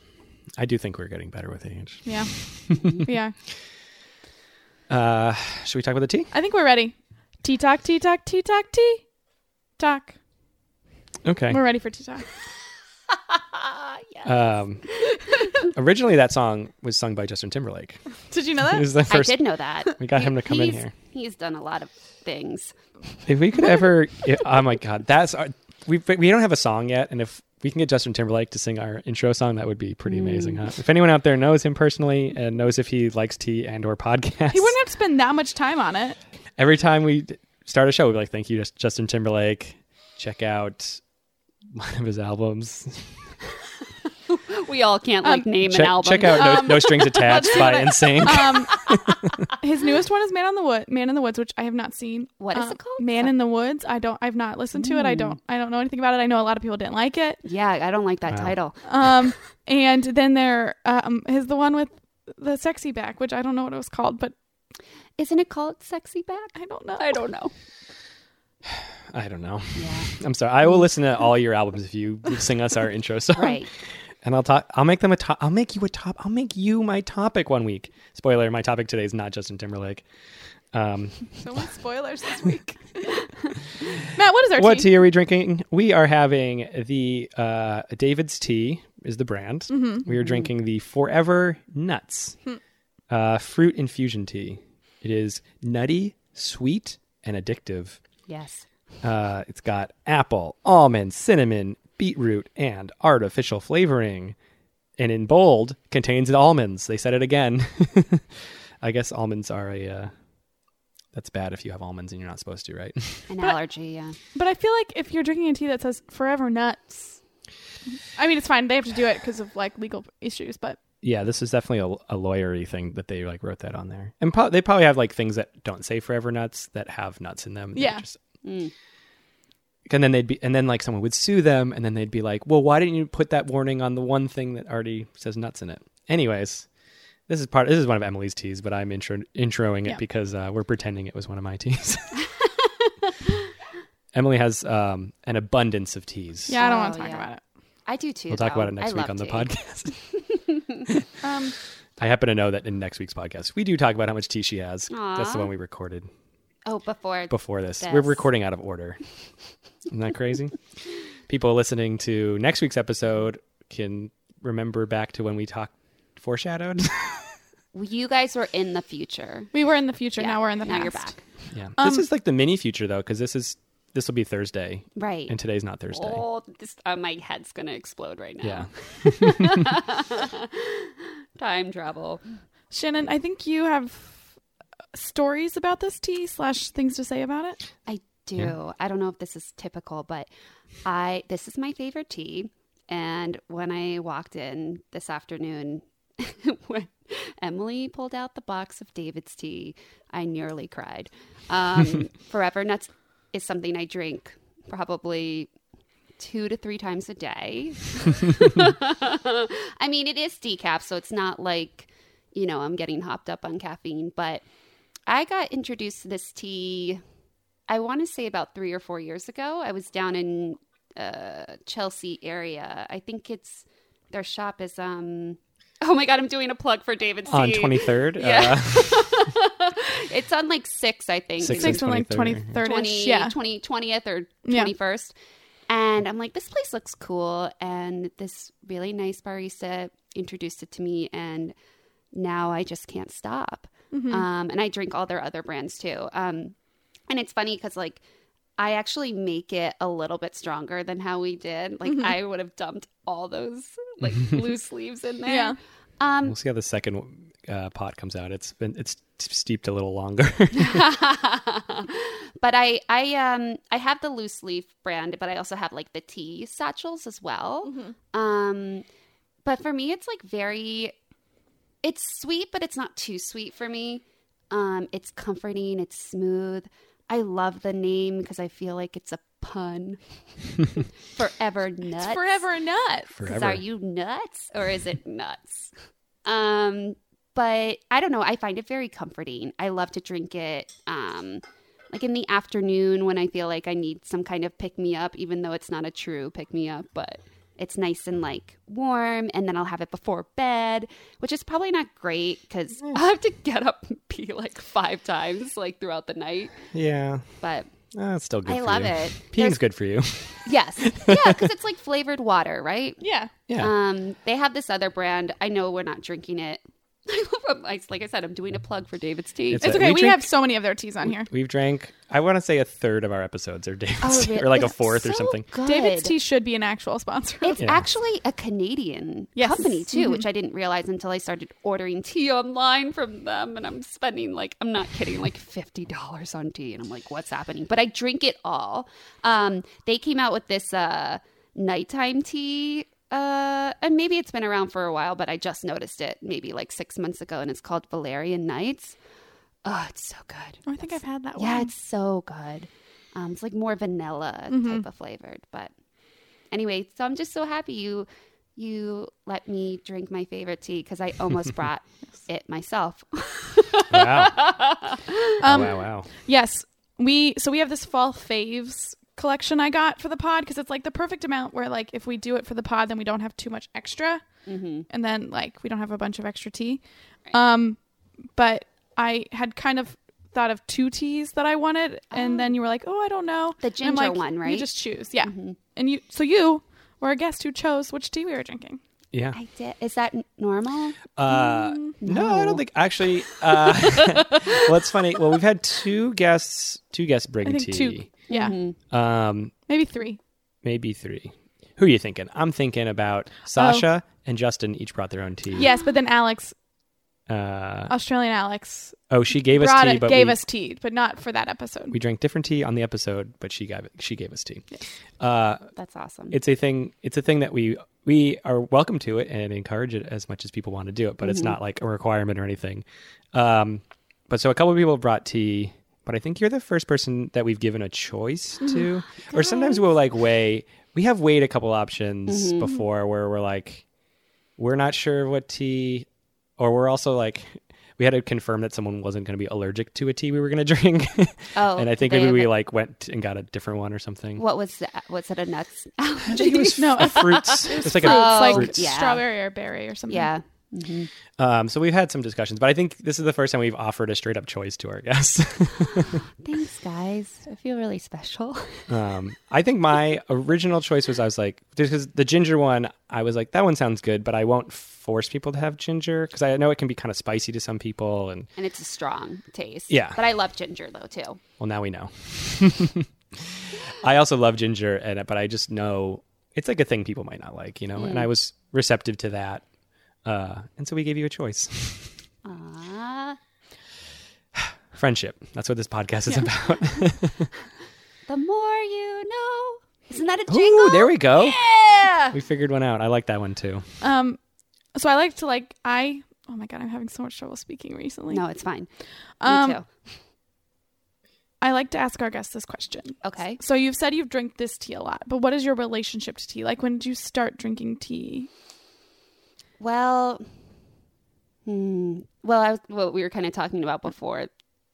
[SPEAKER 1] I do think we're getting better with age.
[SPEAKER 2] Yeah. we are.
[SPEAKER 1] Uh, should we talk about the tea?
[SPEAKER 2] I think we're ready. Tea talk, tea talk, tea talk, tea talk.
[SPEAKER 1] Okay.
[SPEAKER 2] We're ready for tea talk.
[SPEAKER 1] Um, originally, that song was sung by Justin Timberlake.
[SPEAKER 2] Did you know
[SPEAKER 1] It
[SPEAKER 2] that?
[SPEAKER 1] was the first.
[SPEAKER 3] I did know that.
[SPEAKER 1] We got him to come in
[SPEAKER 3] He's-
[SPEAKER 1] here.
[SPEAKER 3] He's done a lot of things.
[SPEAKER 1] If we could ever, if, oh my god, that's our, we we don't have a song yet, and if we can get Justin Timberlake to sing our intro song, that would be pretty amazing.
[SPEAKER 3] Mm.
[SPEAKER 1] Huh? If anyone out there knows him personally and knows if he likes tea and or podcasts,
[SPEAKER 2] He wouldn't have to spend that much time on it.
[SPEAKER 1] every time we d- start a show, we're like, "Thank you, Jus- Justin Timberlake. Check out one of his albums.
[SPEAKER 3] We all can't like
[SPEAKER 1] Um,
[SPEAKER 3] name
[SPEAKER 1] Check,
[SPEAKER 3] an album.
[SPEAKER 1] check out no, no Strings Attached by Insane.
[SPEAKER 2] Um, his newest one is Man on the Wood, Man in the Woods, which I have not seen.
[SPEAKER 3] What is
[SPEAKER 2] Um,
[SPEAKER 3] it called? Mm.
[SPEAKER 2] Man in the Woods. I don't. I've not listened to it. I don't. I don't know anything about it. I know a lot of people didn't like it.
[SPEAKER 3] Yeah, I don't like that
[SPEAKER 1] Wow.
[SPEAKER 3] title.
[SPEAKER 2] Um, and then there um is the one with the sexy back, which I don't know what it was called, but
[SPEAKER 3] Isn't it called Sexy Back?
[SPEAKER 2] I don't know.
[SPEAKER 3] I don't know.
[SPEAKER 1] I don't know.
[SPEAKER 3] Yeah.
[SPEAKER 1] I'm sorry. I will listen to all your albums if you sing us our intro song.
[SPEAKER 3] Right.
[SPEAKER 1] And I'll talk. I'll make them a top. I'll make you a top. I'll make you my topic one week. Spoiler: My topic today is not Justin Timberlake. Um,
[SPEAKER 2] So many spoilers this week. Matt, what is our
[SPEAKER 1] what
[SPEAKER 2] tea?
[SPEAKER 1] tea are we drinking? We are having the uh, David's Tea is the brand. We are drinking the Forever Nuts uh, fruit infusion tea. It is nutty, sweet, and addictive.
[SPEAKER 3] Yes.
[SPEAKER 1] Uh, it's got apple, almond, cinnamon, beetroot, and artificial flavoring. And in bold contains almonds. They said it again. I guess almonds are a. Uh, that's bad if you have almonds and you're not supposed to, right?
[SPEAKER 3] An allergy. Yeah.
[SPEAKER 2] But I feel like if you're drinking a tea that says "Forever Nuts," I mean, it's fine. They have to do it because of like legal issues, but
[SPEAKER 1] yeah, this is definitely a, a lawyery thing that they like wrote that on there. And pro- they probably have like things that don't say forever nuts that have nuts in them. that
[SPEAKER 2] Yeah. Mm.
[SPEAKER 1] just- And then they'd be, and then like someone would sue them, and then they'd be like, "Well, why didn't you put that warning on the one thing that already says nuts in it?" Anyways, this is part. This is one of Emily's teas, but I'm intro, introing it
[SPEAKER 2] Yeah.
[SPEAKER 1] because uh, we're pretending it was one of my teas. Emily has um, an abundance of teas.
[SPEAKER 2] yeah, I don't
[SPEAKER 3] Oh,
[SPEAKER 2] want to talk
[SPEAKER 3] yeah.
[SPEAKER 2] about it.
[SPEAKER 3] I do too.
[SPEAKER 1] we'll talk
[SPEAKER 3] though.
[SPEAKER 1] about it next
[SPEAKER 3] oh, I
[SPEAKER 1] week
[SPEAKER 3] love
[SPEAKER 1] on the
[SPEAKER 3] tea.
[SPEAKER 1] podcast.
[SPEAKER 2] Um,
[SPEAKER 1] I happen to know that in next week's podcast, we do talk about how much tea she has.
[SPEAKER 3] Aw.
[SPEAKER 1] That's the one we recorded
[SPEAKER 3] Oh, before.
[SPEAKER 1] before this. We're
[SPEAKER 3] This.
[SPEAKER 1] recording out of order. Isn't that crazy? People listening to next week's episode can remember back to when we talked foreshadowed.
[SPEAKER 3] You guys were in the future.
[SPEAKER 2] we were in the future.
[SPEAKER 3] Yeah.
[SPEAKER 2] Now we're in the
[SPEAKER 3] now
[SPEAKER 2] past.
[SPEAKER 3] you're back.
[SPEAKER 1] yeah. this is like the mini future, though, because this is this will be Thursday,
[SPEAKER 3] Right.
[SPEAKER 1] and today's not Thursday.
[SPEAKER 3] Oh, this, uh, my head's gonna explode right
[SPEAKER 1] Yeah.
[SPEAKER 3] now. Time travel.
[SPEAKER 2] Shannon, I think you have uh, stories about this tea slash things to say about it.
[SPEAKER 3] I do. I don't know if this is typical, but I this is my favorite tea. And when I walked in this afternoon, when Emily pulled out the box of David's tea, I nearly cried. Um, Forever Nuts is something I drink probably two to three times a day. I mean, it is decaf, so it's not like, you know, I'm getting hopped up on caffeine, but I got introduced to this tea, I want to say about three or four years ago. I was down in uh, Chelsea area. I think it's their shop is, um, oh my God, I'm doing a plug for David's tea.
[SPEAKER 1] On uh, twenty third,
[SPEAKER 3] Yeah. it's on like six, I think.
[SPEAKER 1] Six
[SPEAKER 2] Six
[SPEAKER 1] Sixth
[SPEAKER 2] and like
[SPEAKER 1] and
[SPEAKER 2] twenty
[SPEAKER 1] 23rd.
[SPEAKER 2] third
[SPEAKER 3] 20,
[SPEAKER 2] Yeah.
[SPEAKER 3] 20 20th or
[SPEAKER 2] Yeah.
[SPEAKER 3] 21st. And I'm like, this place looks cool. And this really nice barista introduced it to me. And now I just can't stop.
[SPEAKER 2] Mm-hmm.
[SPEAKER 3] Um, and I drink all their other brands too. Um, and it's funny because, like, I actually make it a little bit stronger than how we did. Like,
[SPEAKER 2] Mm-hmm.
[SPEAKER 3] I would have dumped all those, like, loose leaves in there.
[SPEAKER 2] Yeah.
[SPEAKER 3] Um,
[SPEAKER 1] we'll see how the second uh, pot comes out. It's been it's steeped a little longer.
[SPEAKER 3] but I I um I have the loose leaf brand, but I also have like the tea satchels as well. Um but for me it's like very it's sweet, but it's not too sweet for me. Um it's comforting, it's smooth. I love the name because I feel like it's a pun. Forever nuts.
[SPEAKER 2] Forever nut.
[SPEAKER 3] Because
[SPEAKER 1] Forever.
[SPEAKER 3] are you nuts or is it nuts? um, but I don't know. I find it very comforting. I love to drink it. Um, like in the afternoon when I feel like I need some kind of pick me up, even though it's not a true pick me up, but it's nice and like warm. And then I'll have it before bed, which is probably not great because I'll have to get up and pee like five times like throughout the night.
[SPEAKER 1] yeah,
[SPEAKER 3] But
[SPEAKER 1] uh, it's still good.
[SPEAKER 3] I
[SPEAKER 1] for
[SPEAKER 3] love
[SPEAKER 1] you.
[SPEAKER 3] it.
[SPEAKER 1] Peeing's
[SPEAKER 3] There's-
[SPEAKER 1] good for you.
[SPEAKER 3] yes. Yeah, because it's like flavored water, right?
[SPEAKER 2] Yeah.
[SPEAKER 1] Yeah.
[SPEAKER 3] Um, they have this other brand. I know we're not drinking it. I love- I- like I said, I'm doing a plug for David's Tea.
[SPEAKER 1] It's
[SPEAKER 2] It's
[SPEAKER 1] Uh,
[SPEAKER 2] okay.
[SPEAKER 1] we
[SPEAKER 2] We,
[SPEAKER 1] drink-
[SPEAKER 2] have so many of their teas on here.
[SPEAKER 1] We've drank. I want to say a third of our episodes are David's, tea,
[SPEAKER 3] really?
[SPEAKER 1] or like a
[SPEAKER 3] Oh, It's
[SPEAKER 1] fourth or
[SPEAKER 3] so
[SPEAKER 1] something.
[SPEAKER 3] good.
[SPEAKER 2] David's tea should be an actual sponsor.
[SPEAKER 3] It's
[SPEAKER 1] Yeah.
[SPEAKER 3] actually a Canadian
[SPEAKER 2] Yes.
[SPEAKER 3] company too, which I didn't realize until I started ordering tea online from them. And I'm spending like, I'm not kidding, like $50 on tea. And I'm like, what's happening? But I drink it all. Um, they came out with this uh, nighttime tea. Uh, and maybe it's been around for a while, but I just noticed it maybe like six months ago. And it's called Valerian Nights. Oh, it's so good.
[SPEAKER 2] oh, I think I've had that one.
[SPEAKER 3] Yeah, it's so good. Um, it's like more vanilla
[SPEAKER 1] Mm-hmm.
[SPEAKER 3] type of flavored, but anyway, so I'm just so happy you you let me drink my favorite tea because I almost brought it myself.
[SPEAKER 1] Wow.
[SPEAKER 2] Um,
[SPEAKER 3] Oh,
[SPEAKER 1] wow. Wow.
[SPEAKER 2] Yes, we so we have this fall faves collection I got for the pod because it's like the perfect amount where like if we do it for the pod, then we don't have too much extra,
[SPEAKER 3] Mm-hmm.
[SPEAKER 2] and then like we don't have a bunch of extra tea. Um, but I had kind of thought of two teas that I wanted, and then you were like, "Oh, I don't know."
[SPEAKER 3] The
[SPEAKER 2] And I'm
[SPEAKER 3] ginger
[SPEAKER 2] like,
[SPEAKER 3] one,
[SPEAKER 2] You
[SPEAKER 3] right? Mm-hmm.
[SPEAKER 2] just choose, yeah. And you, so you were a guest who chose which tea we were drinking.
[SPEAKER 1] Yeah.
[SPEAKER 3] I did. Is that n- normal?
[SPEAKER 1] Uh, no, I don't think actually. Uh, well, it's funny. Well, we've had two guests, two guests bring
[SPEAKER 2] I think two,
[SPEAKER 1] tea.
[SPEAKER 2] yeah,
[SPEAKER 3] Mm-hmm.
[SPEAKER 1] Um,
[SPEAKER 2] maybe three.
[SPEAKER 1] maybe three. Who are you thinking? I'm thinking about Sasha and Justin. Each brought their own tea.
[SPEAKER 2] Yes, but then Alex,
[SPEAKER 1] Uh,
[SPEAKER 2] Australian Alex,
[SPEAKER 1] oh, she gave us
[SPEAKER 2] brought
[SPEAKER 1] tea,
[SPEAKER 2] it,
[SPEAKER 1] but
[SPEAKER 2] gave
[SPEAKER 1] we,
[SPEAKER 2] us tea, but not for that episode.
[SPEAKER 1] we drank different tea on the episode. But she gave it. She gave us tea. Uh,
[SPEAKER 3] That's awesome.
[SPEAKER 1] it's a thing it's a thing that we we are welcome to it and encourage it as much as people want to do it but it's not like a requirement or anything um but so a couple of people brought tea but i think you're the first person that we've given a choice to or sometimes we'll like weigh we have weighed a couple options before where we're like we're not sure what tea or we're also like we had to confirm that someone wasn't going to be allergic to a tea we were going to drink
[SPEAKER 3] Oh,
[SPEAKER 1] and i think
[SPEAKER 3] they
[SPEAKER 1] maybe we
[SPEAKER 3] haven't-
[SPEAKER 1] like went and got a different one or something
[SPEAKER 3] what was that? Was it a nuts?
[SPEAKER 1] I think it was
[SPEAKER 2] No.
[SPEAKER 1] a fruits. It's like
[SPEAKER 2] fruits,
[SPEAKER 1] a Oh.
[SPEAKER 2] like
[SPEAKER 1] fruits.
[SPEAKER 3] yeah.
[SPEAKER 2] strawberry or berry or something.
[SPEAKER 3] yeah.
[SPEAKER 1] Um, so we've had some discussions, but I think this is the first time we've offered a straight up choice to our guests.
[SPEAKER 3] Thanks, guys. I feel really special.
[SPEAKER 1] um, I think my original choice was I was like, because the ginger one, I was like, that one sounds good, but I won't force people to have ginger because I know it can be kind of spicy to some people. And
[SPEAKER 3] And it's a strong taste.
[SPEAKER 1] Yeah.
[SPEAKER 3] But I love ginger though too.
[SPEAKER 1] well, now we know. I also love ginger, and but I just know it's like a thing people might not like, you know.
[SPEAKER 2] Mm.
[SPEAKER 1] And I was receptive to that, uh, and so we gave you a choice.
[SPEAKER 3] Aw.
[SPEAKER 1] Friendship. That's what this podcast is about.
[SPEAKER 3] The more you know. Isn't that a jingle?
[SPEAKER 1] Ooh, there we go.
[SPEAKER 3] Yeah.
[SPEAKER 1] We figured one out. I like that one too.
[SPEAKER 2] Um, so I like to like I. Oh my god, I'm having so much trouble speaking recently.
[SPEAKER 3] No, it's fine. Me
[SPEAKER 2] Um,
[SPEAKER 3] too.
[SPEAKER 2] I like to ask our guests this question.
[SPEAKER 3] Okay.
[SPEAKER 2] So you've said you've drank this tea a lot, but what is your relationship to tea? Like, when did you start drinking tea?
[SPEAKER 3] Well, hmm, well, I was, what we were kind of talking about before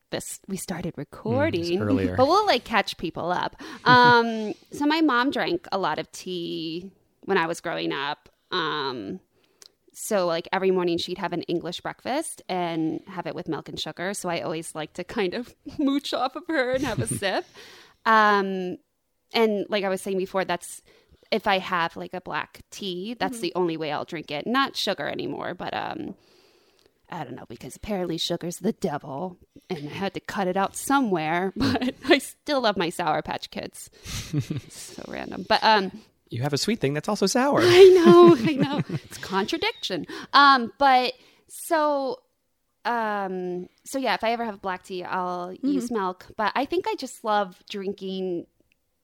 [SPEAKER 3] this we started recording
[SPEAKER 1] earlier.
[SPEAKER 3] but we'll like catch people up. Um, so my mom drank a lot of tea when I was growing up. Um, so like every morning she'd have an English breakfast and have it with milk and sugar. So I always like to kind of mooch off of her and have a sip. Um, and like I was saying before, that's if I have like a black tea, that's the only way I'll drink it. Not sugar anymore, but um I don't know because apparently sugar's the devil and I had to cut it out somewhere, but I still love my sour patch kids. so random. But um
[SPEAKER 1] You have a sweet thing that's also sour.
[SPEAKER 3] I know, I know. It's contradiction. Um, but so um so yeah, if I ever have black tea, I'll use milk. But I think I just love drinking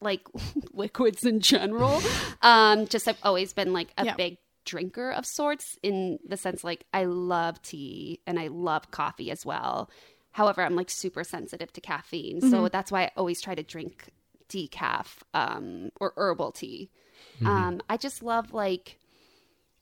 [SPEAKER 3] like liquids in general. Um just I've always been like a
[SPEAKER 2] Yeah.
[SPEAKER 3] big drinker of sorts in the sense like I love tea and I love coffee as well. However, I'm like super sensitive to caffeine.
[SPEAKER 2] Mm-hmm.
[SPEAKER 3] So that's why I always try to drink decaf um or herbal tea um, I just love like,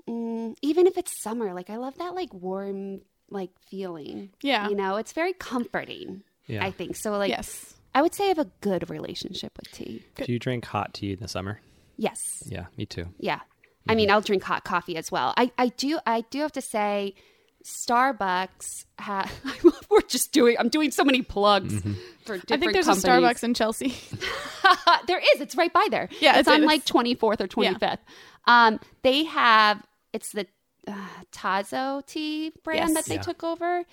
[SPEAKER 3] mm, even if it's summer, like I love that like warm like feeling.
[SPEAKER 2] Yeah.
[SPEAKER 3] you know, it's very comforting.
[SPEAKER 1] Yeah.
[SPEAKER 3] I think so. Like,
[SPEAKER 2] yes.
[SPEAKER 3] I would say I have a good relationship with tea.
[SPEAKER 1] Do you drink hot tea in the summer?
[SPEAKER 3] Yes.
[SPEAKER 1] Yeah, me too.
[SPEAKER 3] Yeah. I mean, I'll drink hot coffee as well. I, I do I do have to say Starbucks ha- I love we're just doing I'm doing so many plugs for different
[SPEAKER 2] I think there's
[SPEAKER 3] companies.
[SPEAKER 2] a Starbucks in Chelsea.
[SPEAKER 3] there is. It's right by there.
[SPEAKER 2] Yeah, it's-
[SPEAKER 3] it's, on
[SPEAKER 2] it's-
[SPEAKER 3] like 24th or 25th. Um, they have it's the uh, Tazo tea brand
[SPEAKER 2] Yes.
[SPEAKER 3] that they
[SPEAKER 1] Yeah.
[SPEAKER 3] took over.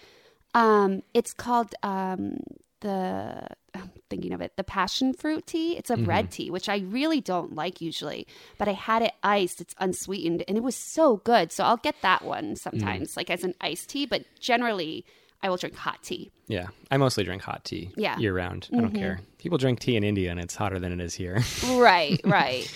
[SPEAKER 3] Um, it's called um the I'm thinking of it the passion fruit tea. It's a red tea, which I really don't like usually, but I had it iced. It's unsweetened, and it was so good. So I'll get that one sometimes, like as an iced tea. But generally, I will drink hot tea.
[SPEAKER 1] Yeah, I mostly drink hot tea.
[SPEAKER 3] Yeah. Mm-hmm.
[SPEAKER 1] year round. I don't care. People drink tea in India, and it's hotter than it is here.
[SPEAKER 3] Right, right.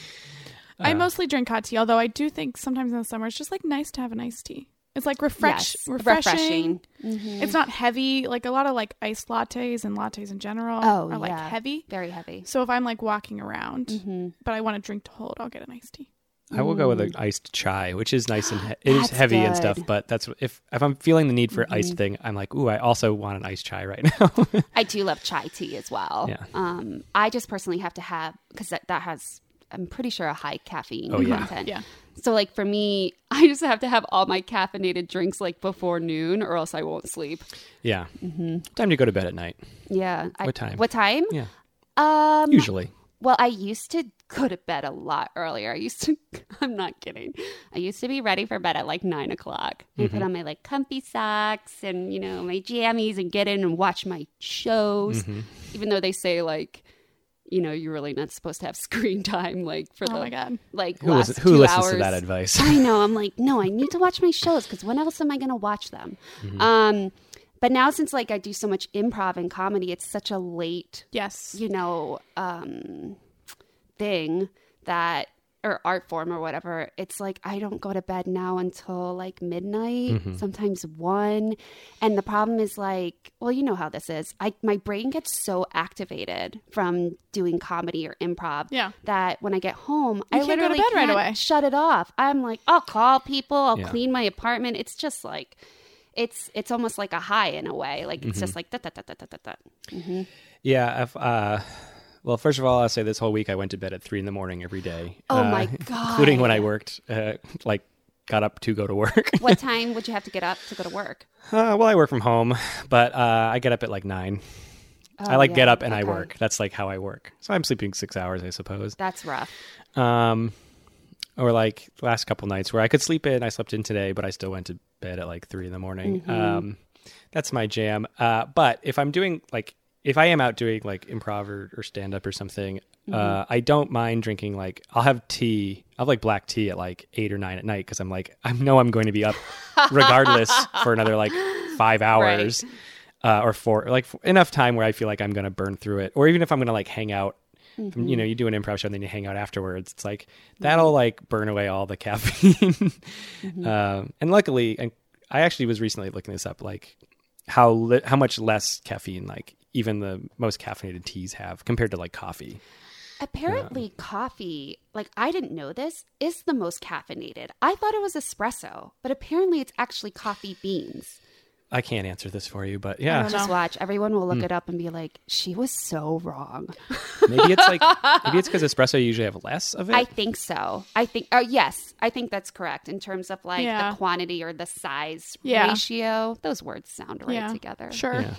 [SPEAKER 1] Uh.
[SPEAKER 2] I mostly drink hot tea, although I do think sometimes in the summer it's just like nice to have an iced tea. It's like refresh,
[SPEAKER 3] Yes,
[SPEAKER 2] refreshing.
[SPEAKER 3] refreshing. Mm-hmm.
[SPEAKER 2] It's not heavy. Like a lot of like iced lattes and lattes in general
[SPEAKER 3] Oh,
[SPEAKER 2] are like
[SPEAKER 3] yeah. Mm-hmm.
[SPEAKER 2] heavy.
[SPEAKER 3] Very heavy.
[SPEAKER 2] So if I'm like walking around, but I want a drink to hold, I'll get an iced tea.
[SPEAKER 1] I will go with an iced chai, which is nice and he- it is
[SPEAKER 3] Mm. That's
[SPEAKER 1] heavy and
[SPEAKER 3] good. Mm-hmm.
[SPEAKER 1] stuff. But that's if if I'm feeling the need for iced thing, I'm like, ooh, I also want an iced chai right now.
[SPEAKER 3] I do love chai tea as well.
[SPEAKER 1] Yeah.
[SPEAKER 3] Um, I just personally have to have because that, that has I'm pretty sure a high caffeine
[SPEAKER 1] Oh, yeah.
[SPEAKER 3] content.
[SPEAKER 2] Yeah.
[SPEAKER 3] So like for me, I just have to have all my caffeinated drinks like before noon, or else I won't sleep.
[SPEAKER 1] yeah, time to go to bed at night.
[SPEAKER 3] Yeah. I-
[SPEAKER 1] What time?
[SPEAKER 3] What time?
[SPEAKER 1] Yeah,
[SPEAKER 3] Um.
[SPEAKER 1] usually.
[SPEAKER 3] Well, I used to go to bed a lot earlier. I used to, I'm not kidding. I used to be ready for bed at like nine o'clock. I
[SPEAKER 1] Mm-hmm.
[SPEAKER 3] put on my like comfy socks and, you know, my jammies and get in and watch my shows,
[SPEAKER 1] Mm-hmm.
[SPEAKER 3] even though they say like, you know, you're really not supposed to have screen time like for
[SPEAKER 2] Oh
[SPEAKER 3] the
[SPEAKER 2] my god.
[SPEAKER 3] like
[SPEAKER 1] Who,
[SPEAKER 3] last
[SPEAKER 1] listen, who
[SPEAKER 3] two
[SPEAKER 1] listens
[SPEAKER 3] hours.
[SPEAKER 1] to that advice?
[SPEAKER 3] I know. I'm like, no, I need to watch my shows because when else am I going to watch them?
[SPEAKER 1] Mm-hmm.
[SPEAKER 3] Um, but now since like I do so much improv and comedy, it's such a late
[SPEAKER 2] Yes.
[SPEAKER 3] you know um thing that or art form or whatever it's like i don't go to bed now until like midnight
[SPEAKER 1] Mm-hmm.
[SPEAKER 3] sometimes one and the problem is like well you know how this is i my brain gets so activated from doing comedy or improv
[SPEAKER 2] Yeah.
[SPEAKER 3] that when i get home i
[SPEAKER 2] can't go to
[SPEAKER 3] literally
[SPEAKER 2] bed right
[SPEAKER 3] can't
[SPEAKER 2] away.
[SPEAKER 3] shut it off i'm like i'll call people i'll
[SPEAKER 1] Yeah.
[SPEAKER 3] clean my apartment it's just like it's it's almost like a high in a way like
[SPEAKER 1] Mm-hmm.
[SPEAKER 3] it's just like da, da, da, da, da, da, da.
[SPEAKER 1] Yeah. If, uh, well, first of all, I'll say this whole week I went to bed at three in the morning every day.
[SPEAKER 3] Oh
[SPEAKER 1] uh,
[SPEAKER 3] my
[SPEAKER 1] Including when I
[SPEAKER 3] God.
[SPEAKER 1] worked, uh, like got up to go to work.
[SPEAKER 3] what time would you have to get up to go to work?
[SPEAKER 1] Uh, well, I work from home, but uh, I get up at like nine. I like
[SPEAKER 3] Oh, yeah.
[SPEAKER 1] get up and I
[SPEAKER 3] Okay.
[SPEAKER 1] work. That's like how I work. So I'm sleeping six hours, I suppose.
[SPEAKER 3] That's rough.
[SPEAKER 1] Um, or like the last couple nights where I could sleep in. I slept in today, but I still went to bed at like three in the morning.
[SPEAKER 3] Mm-hmm.
[SPEAKER 1] Um, that's my jam. Uh, but if I'm doing like if I am out doing like improv or, or stand up or something, Uh, I don't mind drinking like I'll have tea. I'll have like black tea at like eight or nine at night because I'm like I know I'm going to be up regardless for another like five hours uh, or four like f- enough time where I feel like I'm going to burn through it. Or even if I'm going to like hang out, if I'm- you know, you do an improv show and then you hang out afterwards. It's like that'll like burn away all the caffeine. um, and luckily, and I actually was recently looking this up, like how li- how much less caffeine like even the most caffeinated teas have compared to like coffee.
[SPEAKER 3] Apparently, coffee, like I didn't know this, is the most caffeinated. I thought it was espresso, but apparently it's actually coffee beans.
[SPEAKER 1] I can't answer this for you, but
[SPEAKER 2] I
[SPEAKER 1] yeah,
[SPEAKER 2] don't
[SPEAKER 3] Just
[SPEAKER 2] know. Hmm.
[SPEAKER 3] watch. Everyone will look it up and be like, she was so wrong.
[SPEAKER 1] maybe it's like maybe it's because espresso usually have less of it.
[SPEAKER 3] I think so. I think, oh, yes, I think that's correct in terms of like
[SPEAKER 2] Yeah.
[SPEAKER 3] the quantity or the size
[SPEAKER 2] Yeah.
[SPEAKER 3] ratio. Those words sound right
[SPEAKER 2] Yeah.
[SPEAKER 3] together.
[SPEAKER 2] Sure.
[SPEAKER 1] Yeah.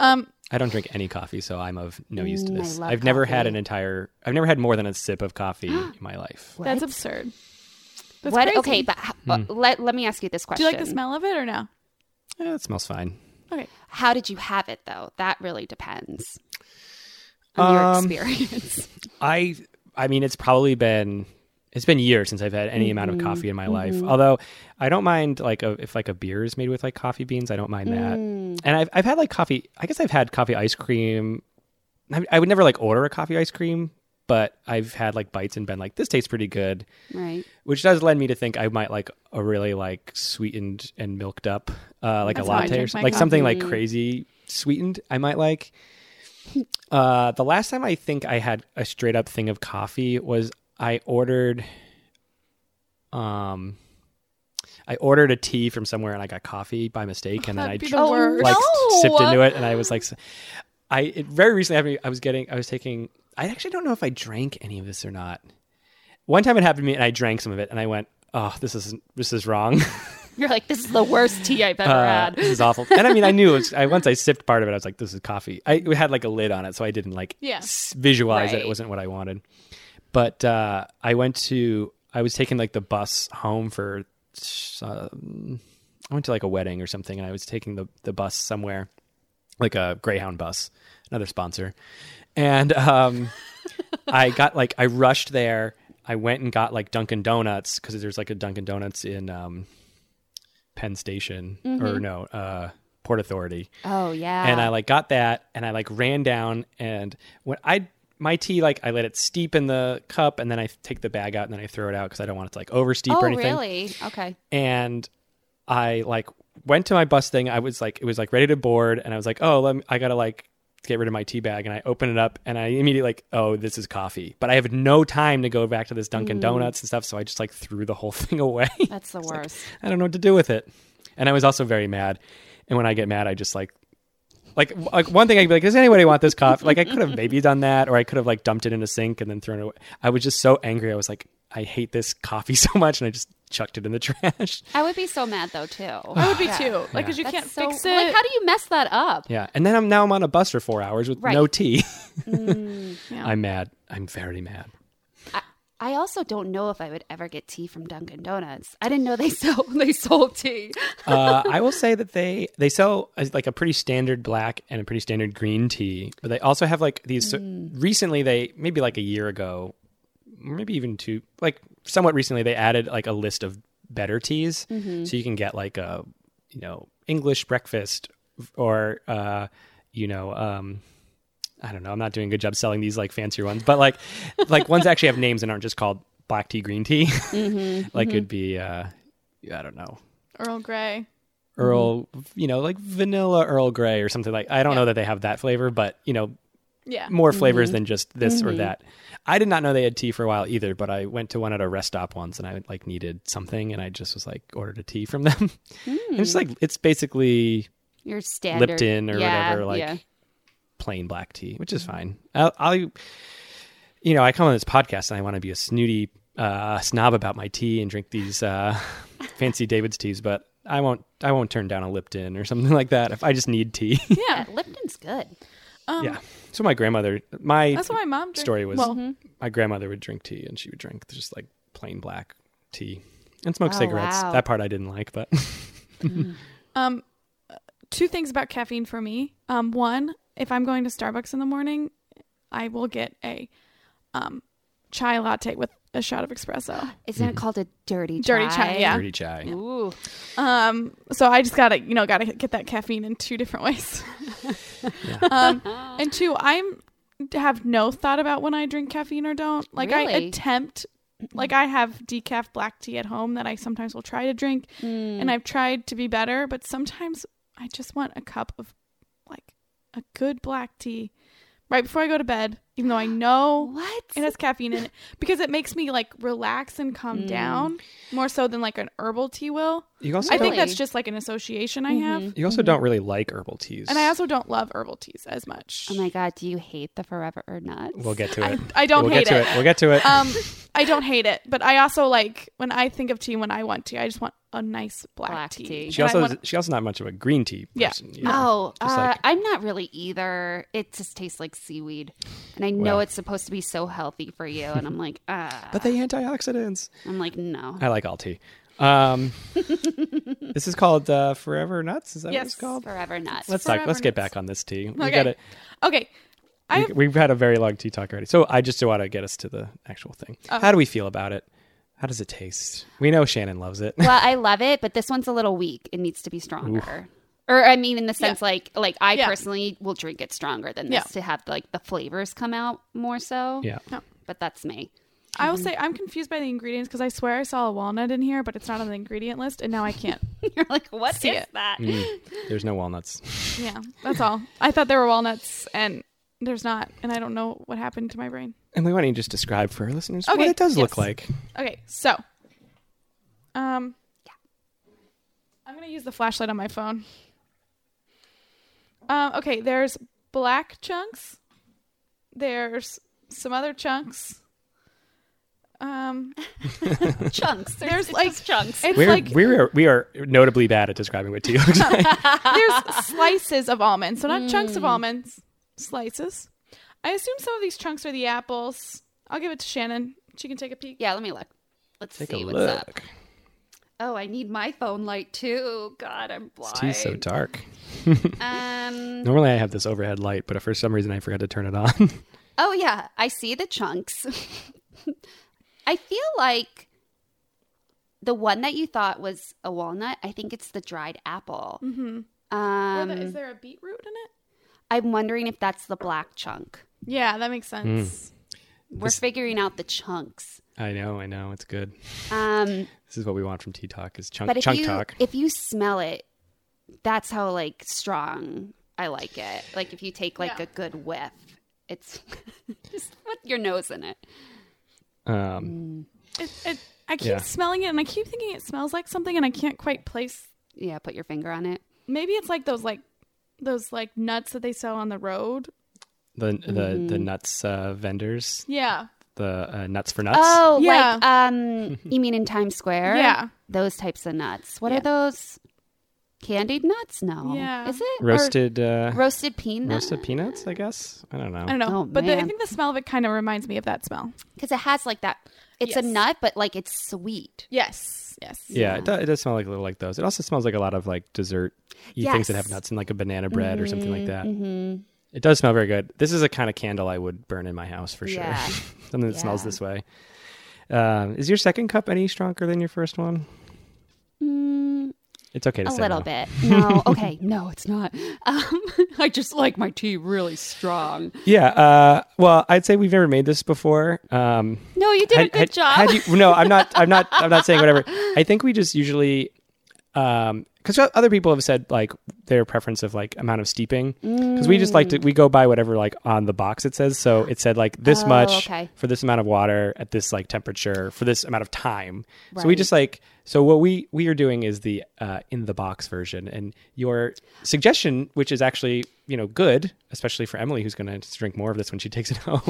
[SPEAKER 2] Um,
[SPEAKER 1] I don't drink any coffee, so I'm of no use to
[SPEAKER 3] Mm, I
[SPEAKER 1] this.
[SPEAKER 3] love
[SPEAKER 1] I've never had
[SPEAKER 3] coffee.
[SPEAKER 1] an entire. I've never had more than a sip of coffee in my life.
[SPEAKER 3] What?
[SPEAKER 2] that's absurd. That's
[SPEAKER 3] what?
[SPEAKER 2] crazy. Hmm.
[SPEAKER 3] Okay, but h- uh, let, let me ask you this
[SPEAKER 2] do
[SPEAKER 3] question.
[SPEAKER 2] you like the smell of it or no?
[SPEAKER 1] Yeah, Eh, it smells fine.
[SPEAKER 2] Okay.
[SPEAKER 3] How did you have it though? That really depends on
[SPEAKER 1] Um,
[SPEAKER 3] your experience.
[SPEAKER 1] I I mean it's probably been it's been years since I've had any amount of coffee in my life. Although I don't mind like a, if like a beer is made with like coffee beans, I don't mind that. And I've I've had like coffee. I guess I've had coffee ice cream. I, I would never like order a coffee ice cream, but I've had like bites and been like this tastes pretty good,
[SPEAKER 3] right.
[SPEAKER 1] which does lend me to think I might like a really like sweetened and milked up uh, like
[SPEAKER 2] That's
[SPEAKER 1] a
[SPEAKER 2] how I
[SPEAKER 1] latte or
[SPEAKER 2] drink
[SPEAKER 1] something
[SPEAKER 2] my
[SPEAKER 1] like something like
[SPEAKER 3] coffee.
[SPEAKER 1] crazy sweetened. I might like. Uh, the last time I think I had a straight up thing of coffee was I ordered, um, I ordered a tea from somewhere and I got coffee by mistake and then I
[SPEAKER 2] That'd be
[SPEAKER 1] tr-
[SPEAKER 2] the
[SPEAKER 3] Oh,
[SPEAKER 2] worst.
[SPEAKER 1] like
[SPEAKER 3] No!
[SPEAKER 1] sipped into it and I was like, s- I it very recently happened. to me. I was getting, I was taking. I actually don't know if I drank any of this or not. One time it happened to me and I drank some of it and I went, oh, this is this is wrong.
[SPEAKER 3] You're like, this is the worst tea I've ever
[SPEAKER 1] Uh,
[SPEAKER 3] had.
[SPEAKER 1] this is awful. And I mean, I knew it was, I once I sipped part of it, I was like, this is coffee. I it had like a lid on it, so I didn't like
[SPEAKER 2] Yeah.
[SPEAKER 1] s- visualize that
[SPEAKER 3] Right.
[SPEAKER 1] it wasn't what I wanted. But uh, I went to, I was taking like the bus home for, uh, I went to like a wedding or something, and I was taking the, the bus somewhere, like a Greyhound bus, another sponsor. And um, I got like, I rushed there. I went and got like Dunkin' Donuts because there's like a Dunkin' Donuts in um, Penn Station or no, uh, Port Authority
[SPEAKER 3] Oh yeah.
[SPEAKER 1] and I like got that and I like ran down and when I my tea like I let it steep in the cup and then I take the bag out and then I throw it out because I don't want it to like oversteep
[SPEAKER 3] oh
[SPEAKER 1] or anything.
[SPEAKER 3] really? Okay.
[SPEAKER 1] And I like went to my bus thing. I was like it was like ready to board and I was like oh let me, I gotta like get rid of my tea bag and I open it up and I immediately like oh this is coffee but I have no time to go back to this
[SPEAKER 3] Mm.
[SPEAKER 1] Dunkin' Donuts and stuff so I just like threw the whole thing away.
[SPEAKER 3] That's the worst.
[SPEAKER 1] I don't know what to do with it. And I was also very mad. And when I get mad, I just like, like, like one thing I'd be like, does anybody want this coffee? Like I could have maybe done that, or I could have like dumped it in a sink and then thrown it away. I was just so angry. I was like, I hate this coffee so much, and I just chucked it in the trash.
[SPEAKER 3] I would be so mad though too.
[SPEAKER 2] I would be
[SPEAKER 3] Yeah.
[SPEAKER 2] too. Like, cause you
[SPEAKER 3] That's
[SPEAKER 2] can't
[SPEAKER 3] so-
[SPEAKER 2] fix it.
[SPEAKER 3] Like, how do you mess that up?
[SPEAKER 1] Yeah. And then I'm now I'm on a bus for four hours with no
[SPEAKER 3] Right.
[SPEAKER 1] tea.
[SPEAKER 2] Yeah.
[SPEAKER 1] I'm mad. I'm very mad.
[SPEAKER 3] I also don't know if I would ever get tea from Dunkin' Donuts. I didn't know they sold they sold tea.
[SPEAKER 1] Uh, I will say that they they sell uh, like a pretty standard black and a pretty standard green tea, but they also have like these. so- recently, they maybe like a year ago, maybe even two, like somewhat recently, they added like a list of better teas, so you can get like a you know English breakfast or uh, you know. Um, I don't know. I'm not doing a good job selling these like fancier ones, but like, like ones that actually have names and aren't just called black tea, green tea. like it'd be, uh, I don't know,
[SPEAKER 2] Earl Grey.
[SPEAKER 1] Earl, you know, like vanilla Earl Grey or something like. I don't know that they have that flavor, but you know,
[SPEAKER 2] Yeah.
[SPEAKER 1] more flavors than just this or that. I did not know they had tea for a while either, but I went to one at a rest stop once and I like needed something and I just was like ordered a tea from them. And it's like it's basically
[SPEAKER 3] Your standard
[SPEAKER 1] Lipton or
[SPEAKER 3] Yeah,
[SPEAKER 1] whatever, like
[SPEAKER 3] yeah.
[SPEAKER 1] plain black tea, which is fine. I'll, I'll, you know, I come on this podcast and I want to be a snooty uh, snob about my tea and drink these uh, fancy David's teas, but I won't. I won't turn down a Lipton or something like that if I just need tea.
[SPEAKER 3] Yeah, Uh, Lipton's good.
[SPEAKER 1] yeah. So my grandmother, my
[SPEAKER 2] Um, That's what my mom drank.
[SPEAKER 1] story was,
[SPEAKER 2] Well,
[SPEAKER 1] my grandmother would drink tea and she would drink just like plain black tea and smoke
[SPEAKER 3] Oh,
[SPEAKER 1] cigarettes.
[SPEAKER 3] wow.
[SPEAKER 1] That part I didn't like, but
[SPEAKER 2] Um, two things about caffeine for me. Um, one, if I'm going to Starbucks in the morning, I will get a um, chai latte with a shot of espresso.
[SPEAKER 3] Isn't
[SPEAKER 1] Mm-hmm.
[SPEAKER 3] it called a dirty chai?
[SPEAKER 2] Dirty chai, yeah.
[SPEAKER 1] Dirty chai.
[SPEAKER 3] Ooh.
[SPEAKER 2] Um, so I just gotta, you know, gotta get that caffeine in two different ways. um, and two, I'm have no thought about when I drink caffeine or don't. Like I
[SPEAKER 3] Really?
[SPEAKER 2] attempt, like I have decaf black tea at home that I sometimes will try to drink,
[SPEAKER 3] Hmm.
[SPEAKER 2] and I've tried to be better, but sometimes I just want a cup of like a good black tea right before I go to bed, even though I know
[SPEAKER 3] What?
[SPEAKER 2] it has caffeine in it because it makes me like relax and calm
[SPEAKER 3] Hmm.
[SPEAKER 2] down more so than like an herbal tea will.
[SPEAKER 1] You also
[SPEAKER 2] I
[SPEAKER 1] don't,
[SPEAKER 2] think that's
[SPEAKER 3] Really?
[SPEAKER 2] just like an association I
[SPEAKER 3] Mm-hmm.
[SPEAKER 2] have.
[SPEAKER 1] you also don't really like herbal teas.
[SPEAKER 2] And I also don't love herbal teas as much.
[SPEAKER 3] Oh my god, do you hate the forever or nuts?
[SPEAKER 1] we'll get to
[SPEAKER 2] I,
[SPEAKER 1] it.
[SPEAKER 2] I don't
[SPEAKER 1] we'll
[SPEAKER 2] hate
[SPEAKER 1] get to it. We'll get to it.
[SPEAKER 2] Um I don't hate it, but I also like when I think of tea when I want tea, I just want a nice black,
[SPEAKER 3] Black
[SPEAKER 2] tea.
[SPEAKER 3] tea.
[SPEAKER 1] she
[SPEAKER 2] And I
[SPEAKER 1] also
[SPEAKER 2] want-
[SPEAKER 1] she also not much of a green tea
[SPEAKER 2] Yeah.
[SPEAKER 1] person. Yeah.
[SPEAKER 3] Oh,
[SPEAKER 1] Just
[SPEAKER 3] uh,
[SPEAKER 1] like-
[SPEAKER 3] I'm not really either. It just tastes like seaweed, and I know
[SPEAKER 1] Well.
[SPEAKER 3] it's supposed to be so healthy for you, and I'm like, ah,
[SPEAKER 1] But they antioxidants.
[SPEAKER 3] I'm like, no.
[SPEAKER 1] I like all tea. Um, this is called uh, Forever Nuts. Is that what
[SPEAKER 2] Yes.
[SPEAKER 1] it's called?
[SPEAKER 3] Forever nuts.
[SPEAKER 1] Let's
[SPEAKER 2] Forever
[SPEAKER 1] talk. Let's get
[SPEAKER 2] Nuts.
[SPEAKER 1] back on this tea. We
[SPEAKER 2] Okay.
[SPEAKER 1] got it.
[SPEAKER 2] Okay. I have,
[SPEAKER 1] We've had a very long tea talk already. So I just want to get us to the actual thing.
[SPEAKER 3] Oh.
[SPEAKER 1] How do we feel about it? How does it taste? We know Shannon loves it.
[SPEAKER 3] well, I love it, but this one's a little weak. It needs to be stronger. Or I mean, in the sense like like I
[SPEAKER 2] Yeah.
[SPEAKER 3] personally will drink it stronger than this
[SPEAKER 2] Yeah.
[SPEAKER 3] to have like the flavors come out more so.
[SPEAKER 1] yeah.
[SPEAKER 3] But that's me.
[SPEAKER 2] I
[SPEAKER 3] Mm-hmm.
[SPEAKER 2] will say I'm confused by the ingredients because I swear I saw a walnut in here, but it's not on the ingredient list, and now I can't.
[SPEAKER 3] You're like, what is
[SPEAKER 2] See it.
[SPEAKER 3] that?
[SPEAKER 1] Mm. There's no walnuts.
[SPEAKER 2] Yeah, that's all. I thought there were walnuts, and there's not, and I don't know what happened to my brain.
[SPEAKER 1] And we want you to just describe for our listeners what
[SPEAKER 2] Okay,
[SPEAKER 1] it does look
[SPEAKER 2] yes.
[SPEAKER 1] like.
[SPEAKER 2] Okay, so, um, I'm gonna use the flashlight on my phone. Um, okay, there's black chunks. There's some other chunks. Um,
[SPEAKER 3] chunks. There's,
[SPEAKER 2] There's,
[SPEAKER 3] it's
[SPEAKER 2] like-
[SPEAKER 3] just chunks.
[SPEAKER 2] it's
[SPEAKER 1] We're,
[SPEAKER 2] like
[SPEAKER 1] we are we are notably bad at describing what tea looks like.
[SPEAKER 2] there's slices of almonds, so not chunks of almonds, slices. I assume some of these chunks are the apples. I'll give it to Shannon. She can take a peek.
[SPEAKER 3] Yeah, let me look. Let's
[SPEAKER 1] Take a
[SPEAKER 3] see what's up.
[SPEAKER 1] look.
[SPEAKER 3] Oh, I need my phone light too. God, I'm blind.
[SPEAKER 1] This tea's so dark.
[SPEAKER 3] um.
[SPEAKER 1] Normally I have this overhead light, but for some reason I forgot to turn it on.
[SPEAKER 3] Oh yeah, I see the chunks. I feel like the one that you thought was a walnut. I think it's the dried apple.
[SPEAKER 2] Mm-hmm.
[SPEAKER 3] Um,
[SPEAKER 2] is there a beetroot in it?
[SPEAKER 3] I'm wondering if that's the black chunk.
[SPEAKER 2] Yeah, that makes sense.
[SPEAKER 3] We're figuring out the chunks.
[SPEAKER 1] I know, I know, it's good.
[SPEAKER 3] Um,
[SPEAKER 1] This is what we want from tea talk is chunk
[SPEAKER 3] but if
[SPEAKER 1] chunk
[SPEAKER 3] you
[SPEAKER 1] talk.
[SPEAKER 3] if you smell it, that's how like strong I like it. Like if you take like
[SPEAKER 2] Yeah.
[SPEAKER 3] a good whiff, it's just put your nose in it.
[SPEAKER 1] Um,
[SPEAKER 2] It, it, I keep
[SPEAKER 1] Yeah.
[SPEAKER 2] smelling it, and I keep thinking it smells like something, and I can't quite place.
[SPEAKER 3] Yeah, put your finger on it.
[SPEAKER 2] Maybe it's like those like those like nuts that they sell on the road.
[SPEAKER 1] the the the
[SPEAKER 3] Mm-hmm.
[SPEAKER 1] nuts uh, vendors,
[SPEAKER 2] Yeah,
[SPEAKER 1] the uh, nuts for nuts.
[SPEAKER 3] Oh,
[SPEAKER 2] Yeah.
[SPEAKER 3] like um, you mean in Times Square?
[SPEAKER 2] Yeah.
[SPEAKER 3] those types of nuts. What
[SPEAKER 2] Yeah.
[SPEAKER 3] are those? Candied nuts? No.
[SPEAKER 2] Yeah.
[SPEAKER 3] Is it
[SPEAKER 1] roasted uh,
[SPEAKER 3] Or roasted peanuts?
[SPEAKER 1] roasted peanuts, I guess. I don't know.
[SPEAKER 2] I don't know,
[SPEAKER 3] Oh,
[SPEAKER 2] but the, I
[SPEAKER 3] man.
[SPEAKER 2] think the smell of it kind of reminds me of that smell.
[SPEAKER 3] Because it has like that. It's
[SPEAKER 2] Yes.
[SPEAKER 3] a nut, but like it's sweet.
[SPEAKER 2] Yes, yes.
[SPEAKER 1] Yeah, it, do, it does smell like a little like those. It also smells like a lot of like dessert things that have
[SPEAKER 3] Yes.
[SPEAKER 1] nuts in like a banana bread or something like that.
[SPEAKER 3] Mm-hmm.
[SPEAKER 1] It does smell very good. This is a kind of candle I would burn in my house for sure.
[SPEAKER 3] Yeah.
[SPEAKER 1] something that smells
[SPEAKER 3] Yeah.
[SPEAKER 1] this way. Um, is your second cup any stronger than your first one?
[SPEAKER 3] Mm,
[SPEAKER 1] It's okay to
[SPEAKER 3] a
[SPEAKER 1] say
[SPEAKER 3] little
[SPEAKER 1] no.
[SPEAKER 3] bit. No. Okay. No, it's not. Um, I just like my tea really strong.
[SPEAKER 1] Yeah. Uh, well, I'd say we've never made this before. Um,
[SPEAKER 3] No, you did a
[SPEAKER 1] had-
[SPEAKER 3] good
[SPEAKER 1] had-
[SPEAKER 3] job.
[SPEAKER 1] had you- no, I'm not. I'm not. I'm not saying whatever. I think we just usually, um, because other people have said like their preference of like amount of steeping. Because we just like to we go by whatever like on the box it says. So it said like this
[SPEAKER 3] Oh,
[SPEAKER 1] much
[SPEAKER 3] okay.
[SPEAKER 1] for this amount of water at this like temperature for this amount of time. So we
[SPEAKER 3] Right.
[SPEAKER 1] just like so what we we are doing is the uh, in the box version. And your suggestion, which is actually you know good, especially for Emily who's going to drink more of this when she takes it home.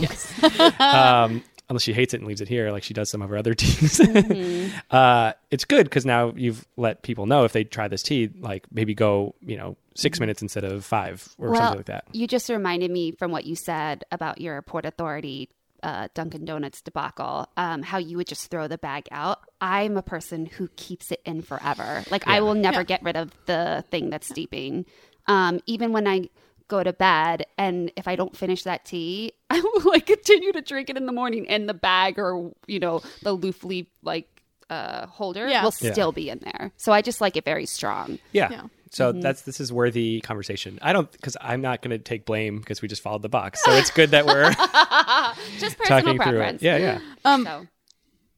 [SPEAKER 1] um, unless she hates it and leaves it here, like she does some of her other teas.
[SPEAKER 2] Mm-hmm.
[SPEAKER 1] uh, it's good because now you've let people know if they try this tea, like maybe go, you know,
[SPEAKER 2] Mm-hmm.
[SPEAKER 1] six minutes instead of five or something like that.
[SPEAKER 3] You just reminded me from what you said about your Port Authority uh, Dunkin' Donuts debacle, um, how you would just throw the bag out. I'm a person who keeps it in forever. Like I will never get rid of the thing that's steeping. Um, even when I go to bed and if I don't finish that tea, I will like continue to drink it in the morning and the bag or you know, the loofah leaf like uh holder
[SPEAKER 2] Yeah.
[SPEAKER 3] will
[SPEAKER 1] Yeah.
[SPEAKER 3] still be in there. So I just like it very strong.
[SPEAKER 1] Yeah.
[SPEAKER 2] Yeah. Mm-hmm.
[SPEAKER 1] So that's this is worthy conversation. I don't because I'm not going to take blame because we just followed the box. So it's good that we're
[SPEAKER 3] Just personal
[SPEAKER 1] talking through
[SPEAKER 3] preference.
[SPEAKER 1] it. Yeah, yeah.
[SPEAKER 2] Um,
[SPEAKER 3] So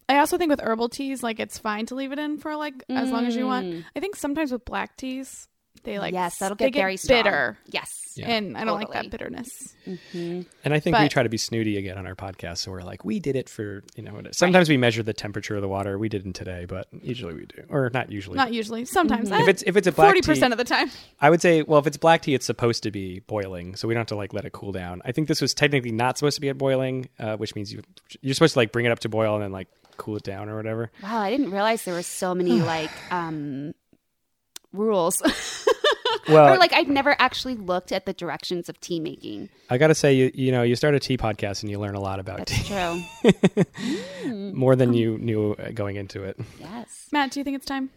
[SPEAKER 2] I also think with herbal teas, like it's fine to leave it in for like as long as you want. I think sometimes with black teas, they like
[SPEAKER 3] Mm. yes, that'll
[SPEAKER 2] they
[SPEAKER 3] get very strong.
[SPEAKER 2] bitter,
[SPEAKER 3] Yes.
[SPEAKER 1] Yeah.
[SPEAKER 2] and I don't like
[SPEAKER 3] Totally.
[SPEAKER 2] that bitterness.
[SPEAKER 1] And I think we
[SPEAKER 2] But-
[SPEAKER 1] try to be snooty again on our podcast. So we're like, we did it for you know. Sometimes we measure the temperature of the water. We didn't today, but usually we do, or not usually.
[SPEAKER 2] Not usually. Sometimes
[SPEAKER 1] Mm-hmm.
[SPEAKER 2] Uh,
[SPEAKER 1] if it's if it's a black
[SPEAKER 2] forty
[SPEAKER 1] tea,
[SPEAKER 2] percent of the time.
[SPEAKER 1] I would say, well, if it's black tea, it's supposed to be boiling, so we don't have to like let it cool down. I think this was technically not supposed to be at boiling, uh, which means you you're supposed to like bring it up to boil and then like cool it down or whatever.
[SPEAKER 3] Wow, I didn't realize there were so many like um rules.
[SPEAKER 1] Uh, Well,
[SPEAKER 3] or like I've never actually looked at the directions of tea making.
[SPEAKER 1] I gotta say, you you know, you start a tea podcast and you learn a lot about tea,
[SPEAKER 3] That's true.
[SPEAKER 1] more
[SPEAKER 2] Um,
[SPEAKER 1] than you knew uh, going into it.
[SPEAKER 3] yes.
[SPEAKER 2] Matt, do you think it's time?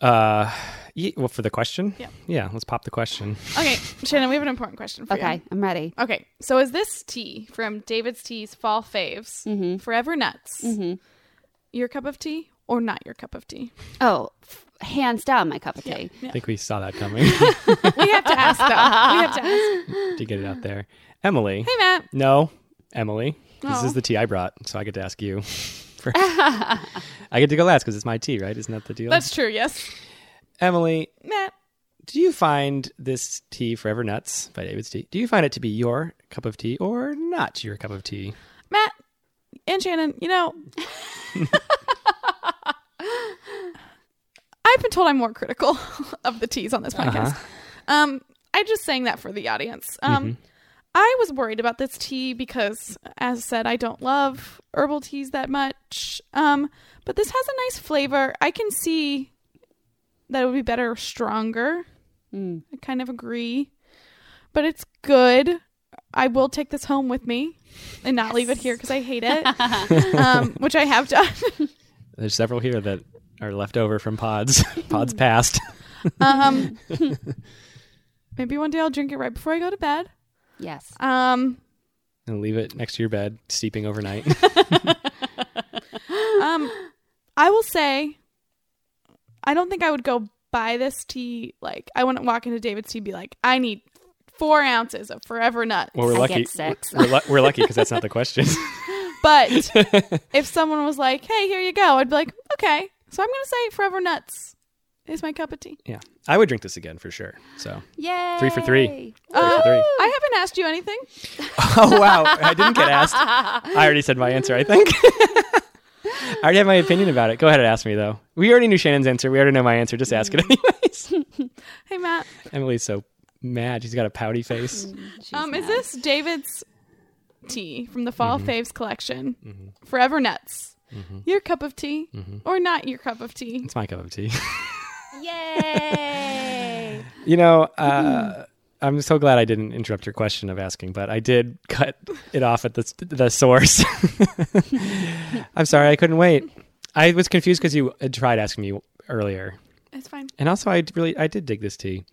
[SPEAKER 1] Uh, ye- well, for the question,
[SPEAKER 2] Yeah.
[SPEAKER 1] yeah, let's pop the question.
[SPEAKER 2] Okay, Shannon, we have an important question for you.
[SPEAKER 3] Okay, I'm ready.
[SPEAKER 2] Okay, so is this tea from David's Tea's Fall Faves, Forever Nuts, your cup of tea or not your cup of tea?
[SPEAKER 3] Oh, f- hands down my cup of tea.
[SPEAKER 1] I think we saw that coming
[SPEAKER 2] We have to ask, though. We have to ask.
[SPEAKER 1] to get it out there. Emily,
[SPEAKER 2] Hey, Matt.
[SPEAKER 1] no, Emily, this
[SPEAKER 2] Oh.
[SPEAKER 1] is the tea I brought, so I get to ask you. first. I get to go last because it's my tea, right? Isn't that the deal?
[SPEAKER 2] That's true, yes.
[SPEAKER 1] Emily,
[SPEAKER 2] Matt,
[SPEAKER 1] do you find this tea, Forever Nuts by David's Tea, do you find it to be your cup of tea or not your cup of tea?
[SPEAKER 2] Matt, and Shannon, you know, I've been told I'm more critical of the teas on this podcast. Um, I'm just saying that for the audience. Um, I was worried about this tea because, as said, I don't love herbal teas that much. Um, but this has a nice flavor. I can see that it would be better stronger. I kind of agree, but it's good. I will take this home with me and not leave it here because I hate it, um, which I have done.
[SPEAKER 1] There's several here that are left over from pods, pods past.
[SPEAKER 2] Um, maybe one day I'll drink it right before I go to bed.
[SPEAKER 3] Yes.
[SPEAKER 2] Um,
[SPEAKER 1] and leave it next to your bed, steeping overnight.
[SPEAKER 2] um, I will say, I don't think I would go buy this tea. Like, I wouldn't walk into David's tea and be like, I need four ounces of Forever Nuts.
[SPEAKER 1] Well, we're
[SPEAKER 3] I
[SPEAKER 1] lucky.
[SPEAKER 3] get six.
[SPEAKER 1] We're, lu- we're lucky because that's not the question.
[SPEAKER 2] But if someone was like, hey, here you go, I'd be like, okay. So I'm going to say Forever Nuts is my cup of tea.
[SPEAKER 1] yeah, I would drink this again for sure. So
[SPEAKER 3] Yay.
[SPEAKER 1] Three for three.
[SPEAKER 2] Uh,
[SPEAKER 1] three.
[SPEAKER 2] I haven't asked you anything.
[SPEAKER 1] Oh wow, I didn't get asked. I already said my answer. I think. I already have my opinion about it. Go ahead and ask me though. We already knew Shannon's answer. We already know my answer. Just ask it anyways.
[SPEAKER 2] Hey, Matt.
[SPEAKER 1] Emily's so mad. She's got a pouty face.
[SPEAKER 3] She's
[SPEAKER 2] Um, is
[SPEAKER 3] mad.
[SPEAKER 2] this David's tea from the Fall Faves collection? Forever Nuts. Your cup of tea or not your cup of tea?
[SPEAKER 1] It's my cup of tea.
[SPEAKER 3] Yay.
[SPEAKER 1] You know, uh, I'm so glad I didn't interrupt your question of asking, but I did cut it off at the the source. I'm sorry, I couldn't wait. I was confused because you had tried asking me earlier,
[SPEAKER 2] It's fine.
[SPEAKER 1] and also I really I did dig this tea.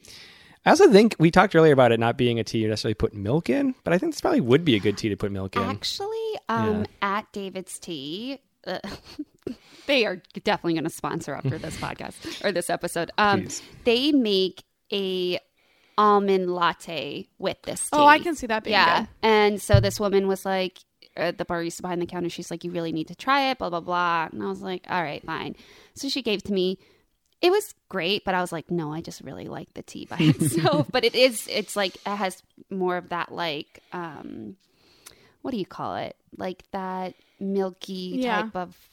[SPEAKER 1] I also think we talked earlier about it not being a tea you necessarily put milk in, but I think this probably would be a good tea to put milk in.
[SPEAKER 3] Actually, um, at David's Tea, uh, they are definitely going to sponsor after this podcast or this episode. Um,
[SPEAKER 1] Please.
[SPEAKER 3] they make a almond latte with this. Tea.
[SPEAKER 2] Oh, I can see that being
[SPEAKER 3] Yeah,
[SPEAKER 2] good.
[SPEAKER 3] and so this woman was like, uh, the barista behind the counter. She's like, "You really need to try it." Blah blah blah. And I was like, "All right, fine." So she gave it to me. It was great, but I was like, "No, I just really like the tea by itself." but it is, it's like it has more of that like. um what do you call it? Like that milky
[SPEAKER 2] Yeah.
[SPEAKER 3] type of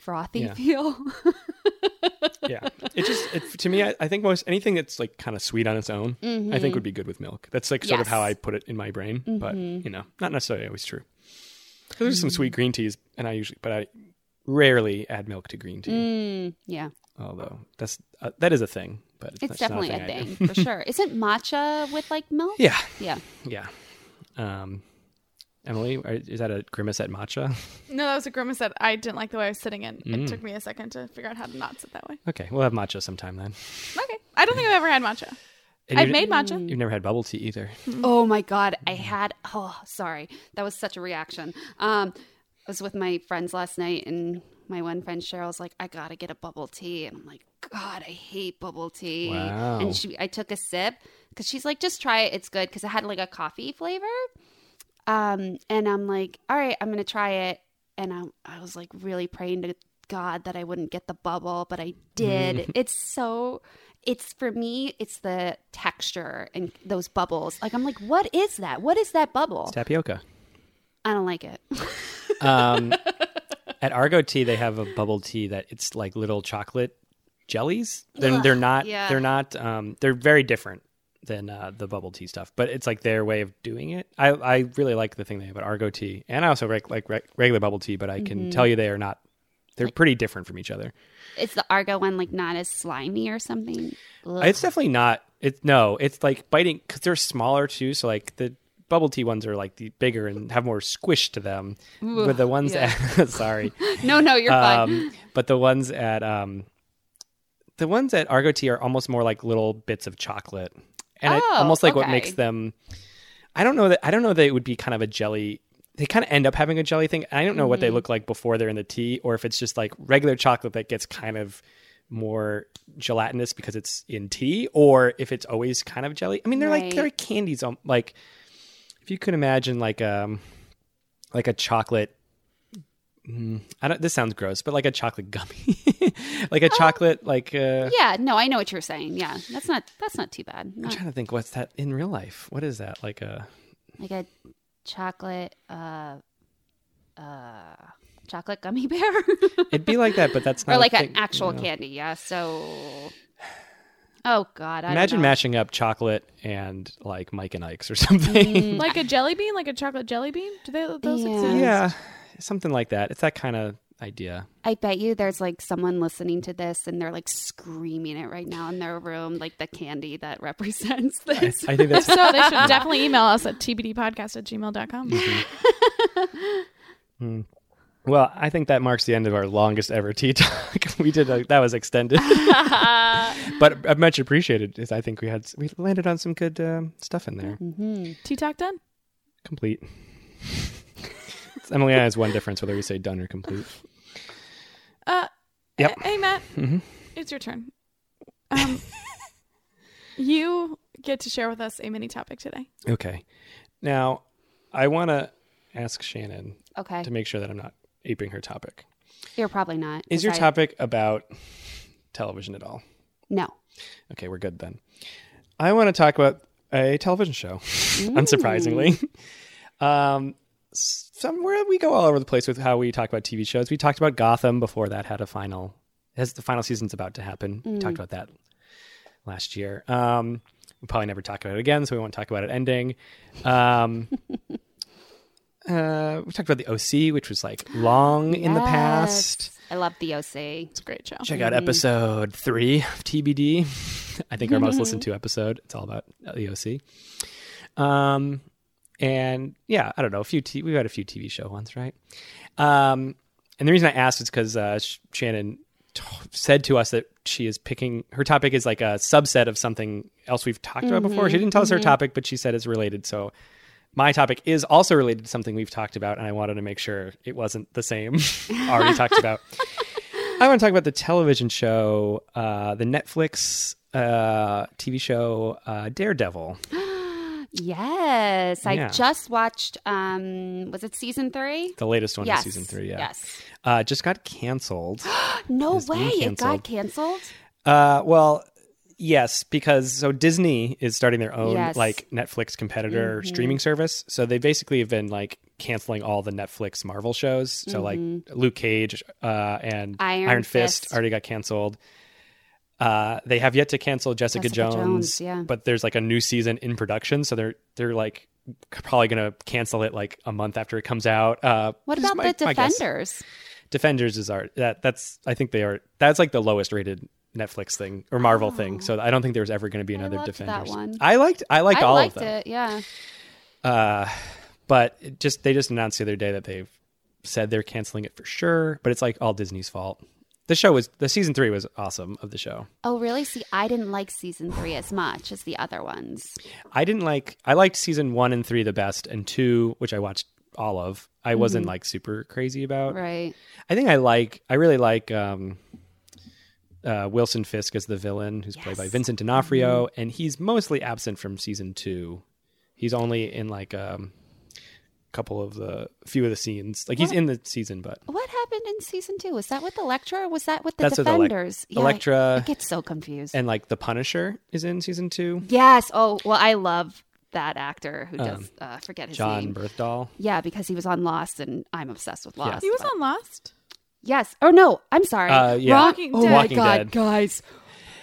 [SPEAKER 3] frothy
[SPEAKER 1] Yeah.
[SPEAKER 3] feel.
[SPEAKER 1] yeah, it just it, to me, I, I think most anything that's like kind of sweet on its own, I think would be good with milk. That's like sort of how
[SPEAKER 3] Mm-hmm. Yes. Mm-hmm.
[SPEAKER 1] I put it in my brain, but you know, not necessarily always true. 'Cause There's some sweet green teas, and I usually, but I rarely add milk to green tea.
[SPEAKER 3] Mm, yeah,
[SPEAKER 1] Although that's uh, that is a thing, but it's,
[SPEAKER 3] it's
[SPEAKER 1] that's
[SPEAKER 3] definitely
[SPEAKER 1] not
[SPEAKER 3] a
[SPEAKER 1] I do.
[SPEAKER 3] thing, for sure. Isn't matcha with like milk?
[SPEAKER 1] Yeah,
[SPEAKER 3] Yeah.
[SPEAKER 1] yeah. Um, Emily, are, is that a grimace at matcha?
[SPEAKER 2] No, that was a grimace that I didn't like the way I was sitting in. It took me a second to figure out how to not sit that way.
[SPEAKER 1] okay, we'll have matcha sometime then.
[SPEAKER 2] Okay. I don't think I've ever had matcha.
[SPEAKER 1] And
[SPEAKER 2] I've
[SPEAKER 1] you've-
[SPEAKER 2] made matcha.
[SPEAKER 1] You've never had bubble tea either.
[SPEAKER 3] Oh my god, I had oh sorry. That was such a reaction. Um I was with my friends last night and my one friend Cheryl's like, I gotta get a bubble tea and I'm like, God, I hate bubble tea.
[SPEAKER 1] Wow.
[SPEAKER 3] And she I took a sip because she's like, just try it, it's good because it had like a coffee flavor. Um and I'm like, all right, I'm gonna try it. And I, I was like really praying to God that I wouldn't get the bubble, but I
[SPEAKER 1] Mm.
[SPEAKER 3] did. it's so it's for me it's the texture and those bubbles like i'm like what is that what is that bubble
[SPEAKER 1] It's tapioca.
[SPEAKER 3] i don't like it
[SPEAKER 1] Um, at Argo Tea, they have a bubble tea that it's like little chocolate jellies. Then they're not.
[SPEAKER 3] yeah.
[SPEAKER 1] They're not. Um, they're very different than uh, the bubble tea stuff, but it's like their way of doing it. I, I really like the thing they have at Argo Tea, and I also like like reg- regular bubble tea. But I can
[SPEAKER 3] Mm-hmm.
[SPEAKER 1] tell you they are not. They're pretty different from each other.
[SPEAKER 3] it's the argo one like not as slimy or something Ugh.
[SPEAKER 1] It's definitely not. It's no. It's like biting because they're smaller too. So like the bubble tea ones are like the bigger and have more squish to them. but the ones that sorry,
[SPEAKER 3] no no you're fine
[SPEAKER 1] um, but the ones at um, the ones at Argo Tea are almost more like little bits of chocolate, and it,
[SPEAKER 3] Oh,
[SPEAKER 1] almost like what
[SPEAKER 3] okay.
[SPEAKER 1] makes them. I don't know that I don't know that it would be kind of a jelly. They kind of end up having a jelly thing. I don't know
[SPEAKER 3] Mm-hmm.
[SPEAKER 1] what they look like before they're in the tea, or if it's just like regular chocolate that gets kind of more gelatinous because it's in tea, or if it's always kind of jelly. I mean, they're like
[SPEAKER 3] Right.
[SPEAKER 1] they're like candies. um, Like if you could imagine like um like a chocolate Mm, I don't. This sounds gross, but like a chocolate gummy, like a chocolate, like uh,
[SPEAKER 3] Oh, yeah no i know what you're saying yeah that's not that's not too bad
[SPEAKER 1] I'm
[SPEAKER 3] Not-
[SPEAKER 1] trying to think. What's that in real life? What is that? Like a
[SPEAKER 3] like a chocolate uh uh chocolate gummy bear
[SPEAKER 1] It'd be like that, but that's not.
[SPEAKER 3] or like
[SPEAKER 1] a
[SPEAKER 3] an
[SPEAKER 1] thing,
[SPEAKER 3] actual
[SPEAKER 1] you know.
[SPEAKER 3] candy yeah so oh god I
[SPEAKER 1] Imagine
[SPEAKER 3] don't know.
[SPEAKER 1] mashing up chocolate and like Mike and Ike's or
[SPEAKER 3] Mm.
[SPEAKER 1] something.
[SPEAKER 2] Like a jelly bean, like a chocolate jelly bean. Do they, those
[SPEAKER 3] Yeah.
[SPEAKER 2] exist?
[SPEAKER 1] yeah, something like that. It's that kind of idea.
[SPEAKER 3] I bet you there's like someone listening to this and they're like screaming it right now in their room, like the candy that represents this.
[SPEAKER 1] I think that's.
[SPEAKER 2] So they should definitely email us at tbdpodcast at gmail.com.
[SPEAKER 1] Well, I think that marks the end of our longest ever tea talk. We did a, that was extended, but uh, much appreciated. Is I think we had s- we landed on some good um, stuff in there.
[SPEAKER 2] Tea talk done?
[SPEAKER 1] complete. Emily and I has one difference whether we say done or complete.
[SPEAKER 2] Uh,
[SPEAKER 1] Yep. Mm-hmm.
[SPEAKER 2] Hey, Matt. It's your turn. Um, you get to share with us a mini topic today.
[SPEAKER 1] Okay. Now, I want to ask Shannon
[SPEAKER 3] okay.
[SPEAKER 1] to make sure that I'm not aping her topic.
[SPEAKER 3] You're probably not.
[SPEAKER 1] Is
[SPEAKER 3] 'cause
[SPEAKER 1] your
[SPEAKER 3] I-
[SPEAKER 1] topic about television at all?
[SPEAKER 3] No.
[SPEAKER 1] Okay, we're good then. I want to talk about a television show, unsurprisingly. um, s- somewhere we go all over the place with how we talk about TV shows. We talked about Gotham before that had a final, as the final season's about to happen. We talked about that last year. Um, we'll probably never talk about it again, so we won't talk about it ending. Um, uh, we talked about the OC, which was like long in the past.
[SPEAKER 3] Yes. I love the OC.
[SPEAKER 2] It's a great show.
[SPEAKER 1] Check out episode three of TBD. I think our most listened to episode. It's all about the OC. Um, and yeah, I don't know. A few t- we've had a few TV show ones, right? Um, and the reason I asked is because uh, Sh- Shannon t- said to us that she is picking her topic is like a subset of something else we've talked about before. She didn't tell us her topic, but she said it's related. So my topic is also related to something we've talked about, and I wanted to make sure it wasn't the same already talked about. I want to talk about the television show, uh, the Netflix uh, TV show uh, Daredevil.
[SPEAKER 3] Yes. I
[SPEAKER 1] Yeah.
[SPEAKER 3] just watched, um, was it season three?
[SPEAKER 1] The latest one
[SPEAKER 3] yes.
[SPEAKER 1] of season three, yeah.
[SPEAKER 3] Yes.
[SPEAKER 1] Uh, just got canceled.
[SPEAKER 3] No
[SPEAKER 1] It's been
[SPEAKER 3] way. It got canceled.
[SPEAKER 1] Uh, well, yes, because so Disney is starting their own
[SPEAKER 3] Yes. Mm-hmm.
[SPEAKER 1] like Netflix competitor streaming service. So they basically have been like canceling all the Netflix Marvel shows. So like Luke Cage uh, and
[SPEAKER 3] Mm-hmm. Iron Fist.
[SPEAKER 1] already got canceled. Uh, they have yet to cancel Jessica,
[SPEAKER 3] Jessica
[SPEAKER 1] Jones,
[SPEAKER 3] Jones, yeah.
[SPEAKER 1] but there's like a new season in production, so they're they're like probably gonna cancel it like a month after it comes out. Uh,
[SPEAKER 3] What
[SPEAKER 1] which is
[SPEAKER 3] about
[SPEAKER 1] my-
[SPEAKER 3] the
[SPEAKER 1] my guess.
[SPEAKER 3] Defenders?
[SPEAKER 1] Defenders is our that that's I think they are that's like the lowest rated Netflix thing or Marvel thing. So I don't think there's ever going to be another
[SPEAKER 3] Oh. loved that
[SPEAKER 1] Defenders.
[SPEAKER 3] one.
[SPEAKER 1] I liked I liked
[SPEAKER 3] I
[SPEAKER 1] all
[SPEAKER 3] liked
[SPEAKER 1] of them, Uh,
[SPEAKER 3] it. Yeah.
[SPEAKER 1] but it just they just announced the other day that they've said they're canceling it for sure. But it's like all Disney's fault. the show was the season three was awesome of the show.
[SPEAKER 3] Oh, really? See, I didn't like season three as much as the other ones.
[SPEAKER 1] I didn't like I liked season one and three the best, and two, which I watched all of. I wasn't
[SPEAKER 3] Mm-hmm.
[SPEAKER 1] like super crazy about.
[SPEAKER 3] Right.
[SPEAKER 1] I think I like I really like um uh, Wilson Fisk as the villain, who's played by
[SPEAKER 3] Yes. Mm-hmm.
[SPEAKER 1] Vincent D'Onofrio, and he's mostly absent from season two. He's only in like um, a couple of the few of the scenes. Like he's in the season, but
[SPEAKER 3] What happened in season two? Was that with Electra or was that with the
[SPEAKER 1] That's with Elec-
[SPEAKER 3] Defenders? Yeah, I-
[SPEAKER 1] Elektra.
[SPEAKER 3] I, get so confused.
[SPEAKER 1] and like the Punisher is in season two.
[SPEAKER 3] yes. Oh, well, I love that actor who does, uh, forget his
[SPEAKER 1] Um, John
[SPEAKER 3] name.
[SPEAKER 1] Berthdahl.
[SPEAKER 3] Yeah, because he was on Lost and I'm obsessed with Lost.
[SPEAKER 2] He was
[SPEAKER 3] but-
[SPEAKER 2] on Lost.
[SPEAKER 3] Yes. Oh, no. I'm sorry.
[SPEAKER 1] Uh, yeah.
[SPEAKER 3] Wrong-
[SPEAKER 2] Walking
[SPEAKER 3] oh,
[SPEAKER 2] Dead.
[SPEAKER 3] my
[SPEAKER 1] Walking
[SPEAKER 3] God.
[SPEAKER 1] Dead.
[SPEAKER 3] Guys,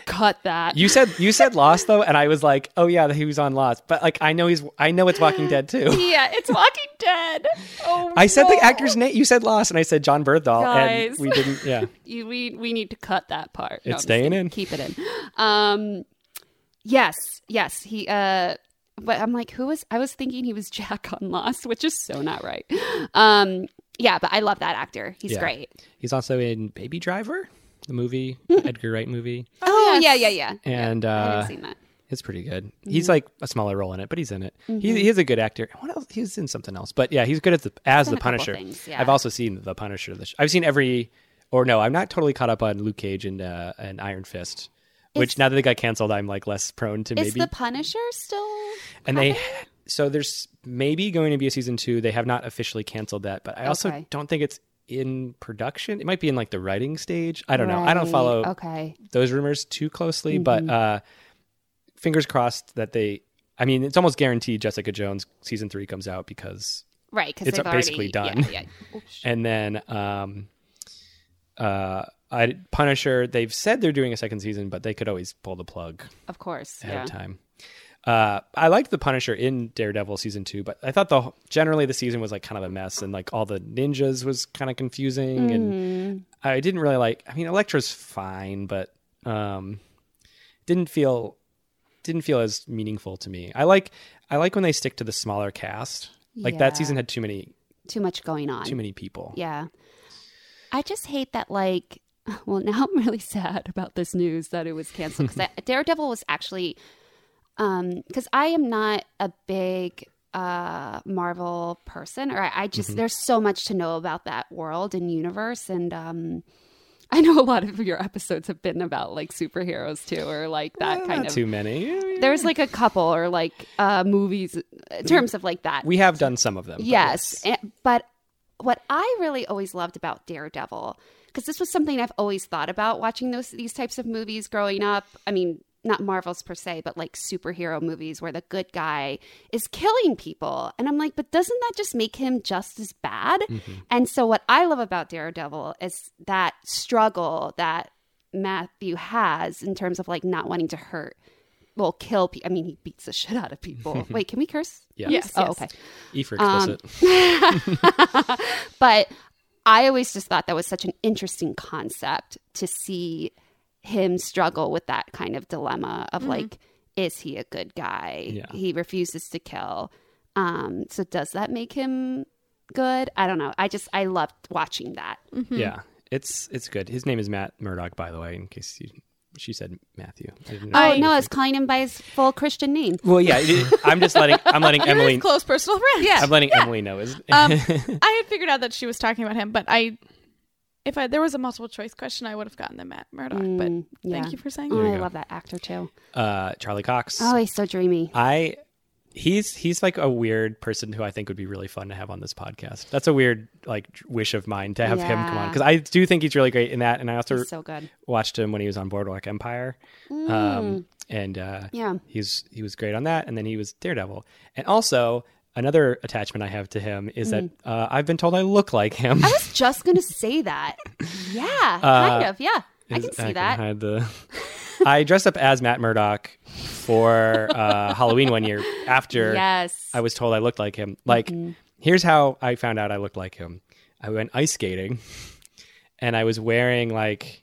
[SPEAKER 3] cut that.
[SPEAKER 1] You said you said Lost though, and I was like, oh yeah, he was on Lost, but like I know he's I know it's Walking Dead too.
[SPEAKER 2] Yeah, it's Walking Dead. Oh,
[SPEAKER 1] I said
[SPEAKER 2] no.
[SPEAKER 1] the actor's name. You said Lost, and I said John Berthdahl, and
[SPEAKER 3] Guys.
[SPEAKER 1] we didn't. Yeah,
[SPEAKER 3] you, we we need to cut that part.
[SPEAKER 1] It's
[SPEAKER 3] I'm just
[SPEAKER 1] staying
[SPEAKER 3] kidding.
[SPEAKER 1] in.
[SPEAKER 3] Keep it in. Um, yes, yes. He. Uh, but I'm like, who was? I was thinking he was Jack on Lost, which is so not right. Um, yeah, but I love that actor. He's
[SPEAKER 1] Yeah.
[SPEAKER 3] great.
[SPEAKER 1] he's also in Baby Driver, the movie Edgar Wright movie,
[SPEAKER 3] Oh
[SPEAKER 2] yes.
[SPEAKER 3] yeah, yeah, yeah.
[SPEAKER 1] and
[SPEAKER 3] I haven't
[SPEAKER 1] uh,
[SPEAKER 3] seen Mm-hmm. that.
[SPEAKER 1] It's pretty good. He's like a smaller role in it, but he's in it. He, he's a good actor. What else? He's in something else, but yeah, he's good at the as
[SPEAKER 3] Mm-hmm. He's
[SPEAKER 1] the
[SPEAKER 3] in a couple
[SPEAKER 1] Punisher.
[SPEAKER 3] things, yeah.
[SPEAKER 1] I've also seen the Punisher. The sh- I've seen every, or no, I'm not totally caught up on Luke Cage and uh, and Iron Fist. Which
[SPEAKER 3] Is-
[SPEAKER 1] now that they got canceled, I'm like less prone to
[SPEAKER 3] Is
[SPEAKER 1] maybe.
[SPEAKER 3] the Punisher still?
[SPEAKER 1] and they, so there's maybe going to be a season two. They have not officially canceled that, but I also
[SPEAKER 3] Okay.
[SPEAKER 1] don't think it's in production. It might be in like the writing stage. I don't know. I don't follow
[SPEAKER 3] Right, Okay. Mm-hmm.
[SPEAKER 1] those rumors too closely, but uh, fingers crossed that they. I mean, it's almost guaranteed Jessica Jones season three comes out because,
[SPEAKER 3] Right, because
[SPEAKER 1] It's
[SPEAKER 3] they've
[SPEAKER 1] basically
[SPEAKER 3] already-
[SPEAKER 1] done.
[SPEAKER 3] Yeah, yeah. Oops.
[SPEAKER 1] and then um, uh, I Punisher. They've said they're doing a second season, but they could always pull the plug
[SPEAKER 3] Of course.
[SPEAKER 1] ahead
[SPEAKER 3] Yeah.
[SPEAKER 1] of time. Uh, I liked the Punisher in Daredevil season two, but I thought the whole- generally the season was like kind of a mess, and like all the ninjas was kind of confusing,
[SPEAKER 3] Mm-hmm.
[SPEAKER 1] and I didn't really like. I mean, Elektra's fine, but um, didn't feel didn't feel as meaningful to me. I like I like when they stick to the smaller cast. Like
[SPEAKER 3] Yeah.
[SPEAKER 1] that season had too many
[SPEAKER 3] Too much going on.
[SPEAKER 1] too many people.
[SPEAKER 3] Yeah. I just hate that, like, well, now I'm really sad about this news that it was canceled because Daredevil was actually, because I am not a big uh Marvel person, or I, I just,
[SPEAKER 1] Mm-hmm.
[SPEAKER 3] there's so much to know about that world and universe. And, um, I know a lot of your episodes have been about like superheroes too, or like that
[SPEAKER 1] Eh,
[SPEAKER 3] kind
[SPEAKER 1] not
[SPEAKER 3] of.
[SPEAKER 1] too many.
[SPEAKER 3] There's like a couple, or like uh movies
[SPEAKER 1] Mm-hmm.
[SPEAKER 3] in terms of like that.
[SPEAKER 1] We have done some of them. but
[SPEAKER 3] Yes. And, but what I really always loved about Daredevil, because this was something I've always thought about watching those these types of movies growing up. I mean, not Marvels per se, but like superhero movies where the good guy is killing people. And I'm like, but doesn't that just make him just as bad? And so what I love about Daredevil is that struggle that Matthew has in terms of like not wanting to hurt well, kill people. I mean, he beats the shit out of people. Wait, can we curse?
[SPEAKER 1] Yeah.
[SPEAKER 2] Yes,
[SPEAKER 3] Oh,
[SPEAKER 2] yes.
[SPEAKER 3] okay.
[SPEAKER 1] E for
[SPEAKER 3] Um,
[SPEAKER 1] explicit.
[SPEAKER 3] but I always just thought that was such an interesting concept to see him struggle with that kind of dilemma of like, is he a good guy?
[SPEAKER 1] Mm-hmm. Yeah.
[SPEAKER 3] He refuses to kill. Um, so does that make him good? I don't know. I just I loved watching that.
[SPEAKER 1] Yeah, it's it's good. His name is Matt Murdock, by the way. In case you, she said Matthew. I didn't
[SPEAKER 3] Oh
[SPEAKER 1] know.
[SPEAKER 3] no, I was calling him by his full Christian name.
[SPEAKER 1] Well, yeah, it- I'm just letting I'm letting Emily
[SPEAKER 2] Close personal friend. Yeah.
[SPEAKER 1] I'm letting Emily know. Is
[SPEAKER 2] Um, I had figured out that she was talking about him, but I, if I there was a multiple choice question, I would have gotten the Matt Murdock. but
[SPEAKER 3] Mm, yeah.
[SPEAKER 2] thank you for saying
[SPEAKER 3] Oh,
[SPEAKER 2] that.
[SPEAKER 3] I love that actor too.
[SPEAKER 1] uh, Charlie Cox?
[SPEAKER 3] Oh, he's so dreamy.
[SPEAKER 1] I he's he's like a weird person who I think would be really fun to have on this podcast. That's a weird like wish of mine to have him come on
[SPEAKER 3] Yeah.
[SPEAKER 1] because I do think he's really great in that, and I also
[SPEAKER 3] He's so good.
[SPEAKER 1] watched him when he was on Boardwalk Empire. Um, and uh,
[SPEAKER 3] Mm. Yeah.
[SPEAKER 1] he's he was great on that, and then he was Daredevil, and also another attachment I have to him is that uh, I've been told I look like him.
[SPEAKER 3] Mm. I was just gonna say that. Yeah, kind of. Yeah, I
[SPEAKER 1] Uh, Is-
[SPEAKER 3] can see that.
[SPEAKER 1] hide the- I dressed up as Matt Murdock for uh, Halloween one year after
[SPEAKER 3] Yes.
[SPEAKER 1] I was told I looked like him. Like,
[SPEAKER 3] Mm-hmm.
[SPEAKER 1] here's how I found out I looked like him. I went ice skating, and I was wearing like.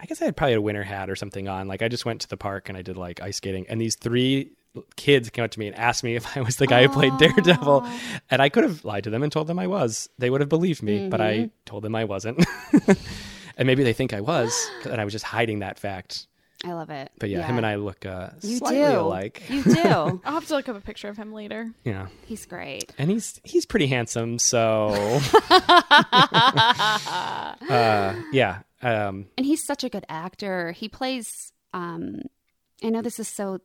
[SPEAKER 1] I guess I had probably a winter hat or something on. Like I just went to the park and I did like ice skating, and these three kids came up to me and asked me if I was the guy who played Daredevil,
[SPEAKER 3] Oh.
[SPEAKER 1] and
[SPEAKER 3] Mm-hmm.
[SPEAKER 1] I could have lied to them and told them I was. They would have believed me, but I told them I wasn't. and and maybe they think I was, and I was just hiding that fact.
[SPEAKER 3] I love it.
[SPEAKER 1] But yeah, him and I look uh,
[SPEAKER 3] You
[SPEAKER 1] slightly
[SPEAKER 3] do.
[SPEAKER 1] alike.
[SPEAKER 3] You do.
[SPEAKER 2] I'll have to look up a picture of him later.
[SPEAKER 1] Yeah,
[SPEAKER 3] He's great.
[SPEAKER 1] and he's he's pretty handsome. So
[SPEAKER 3] and
[SPEAKER 1] uh, yeah, um,
[SPEAKER 3] he's such a good actor. He plays um I know this is so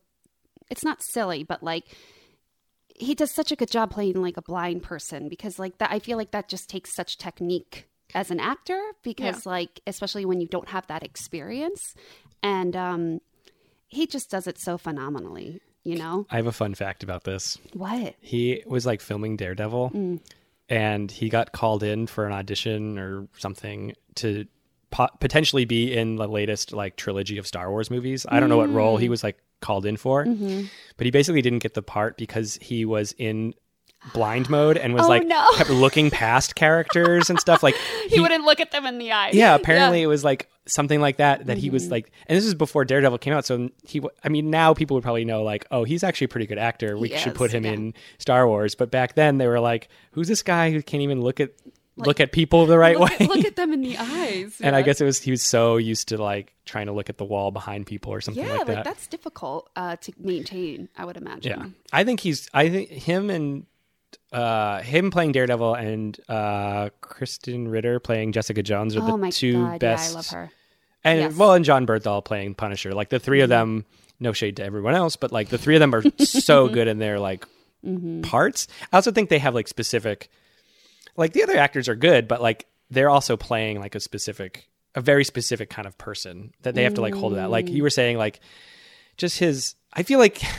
[SPEAKER 3] it's not silly, but like he does such a good job playing like a blind person because like that I feel like that just takes such technique as an actor because like especially when you don't have that experience and um he just does it so phenomenally, you know?
[SPEAKER 1] I have a fun fact about this.
[SPEAKER 3] What?
[SPEAKER 1] He was like filming Daredevil,
[SPEAKER 3] Mm.
[SPEAKER 1] and he got called in for an audition or something to po- potentially be in the latest like trilogy of Star Wars movies. I don't know
[SPEAKER 3] Mm.
[SPEAKER 1] what role he was like called in for,
[SPEAKER 3] Mm-hmm.
[SPEAKER 1] but he basically didn't get the part because he was in blind mode and was
[SPEAKER 3] Oh,
[SPEAKER 1] like
[SPEAKER 3] no.
[SPEAKER 1] kept looking past characters and stuff like
[SPEAKER 3] He, wouldn't look at them in the eye.
[SPEAKER 1] yeah apparently it was like something like that that he
[SPEAKER 3] Mm-hmm.
[SPEAKER 1] was like and this is before daredevil came out so he w- i mean now people would probably know like oh he's actually a pretty good actor we
[SPEAKER 3] He
[SPEAKER 1] should
[SPEAKER 3] is,
[SPEAKER 1] put him
[SPEAKER 3] yeah.
[SPEAKER 1] in star wars but back then they were like who's this guy who can't even look at look at people the right
[SPEAKER 3] look,
[SPEAKER 1] way
[SPEAKER 3] At, look at them in the eyes.
[SPEAKER 1] and i
[SPEAKER 3] yeah.
[SPEAKER 1] guess it was he was so used to like trying to look at the wall behind people or something
[SPEAKER 3] yeah,
[SPEAKER 1] like
[SPEAKER 3] like,
[SPEAKER 1] that
[SPEAKER 3] that's difficult uh, to maintain. I would imagine.
[SPEAKER 1] yeah i think he's i think him and uh him playing daredevil and uh kristen ritter playing jessica jones are
[SPEAKER 3] Oh
[SPEAKER 1] the
[SPEAKER 3] my
[SPEAKER 1] two
[SPEAKER 3] god!
[SPEAKER 1] best
[SPEAKER 3] Yeah, I love her.
[SPEAKER 1] and
[SPEAKER 3] Yes.
[SPEAKER 1] well, and John Berthal playing Punisher. Like the three of them, no shade to everyone else, but like the three of them are so good in their like parts. I also think they have like specific, like the other actors are good, but like they're also playing like a specific, a very specific kind of person that they have to like hold it out. Like you were saying, like just his. I feel like.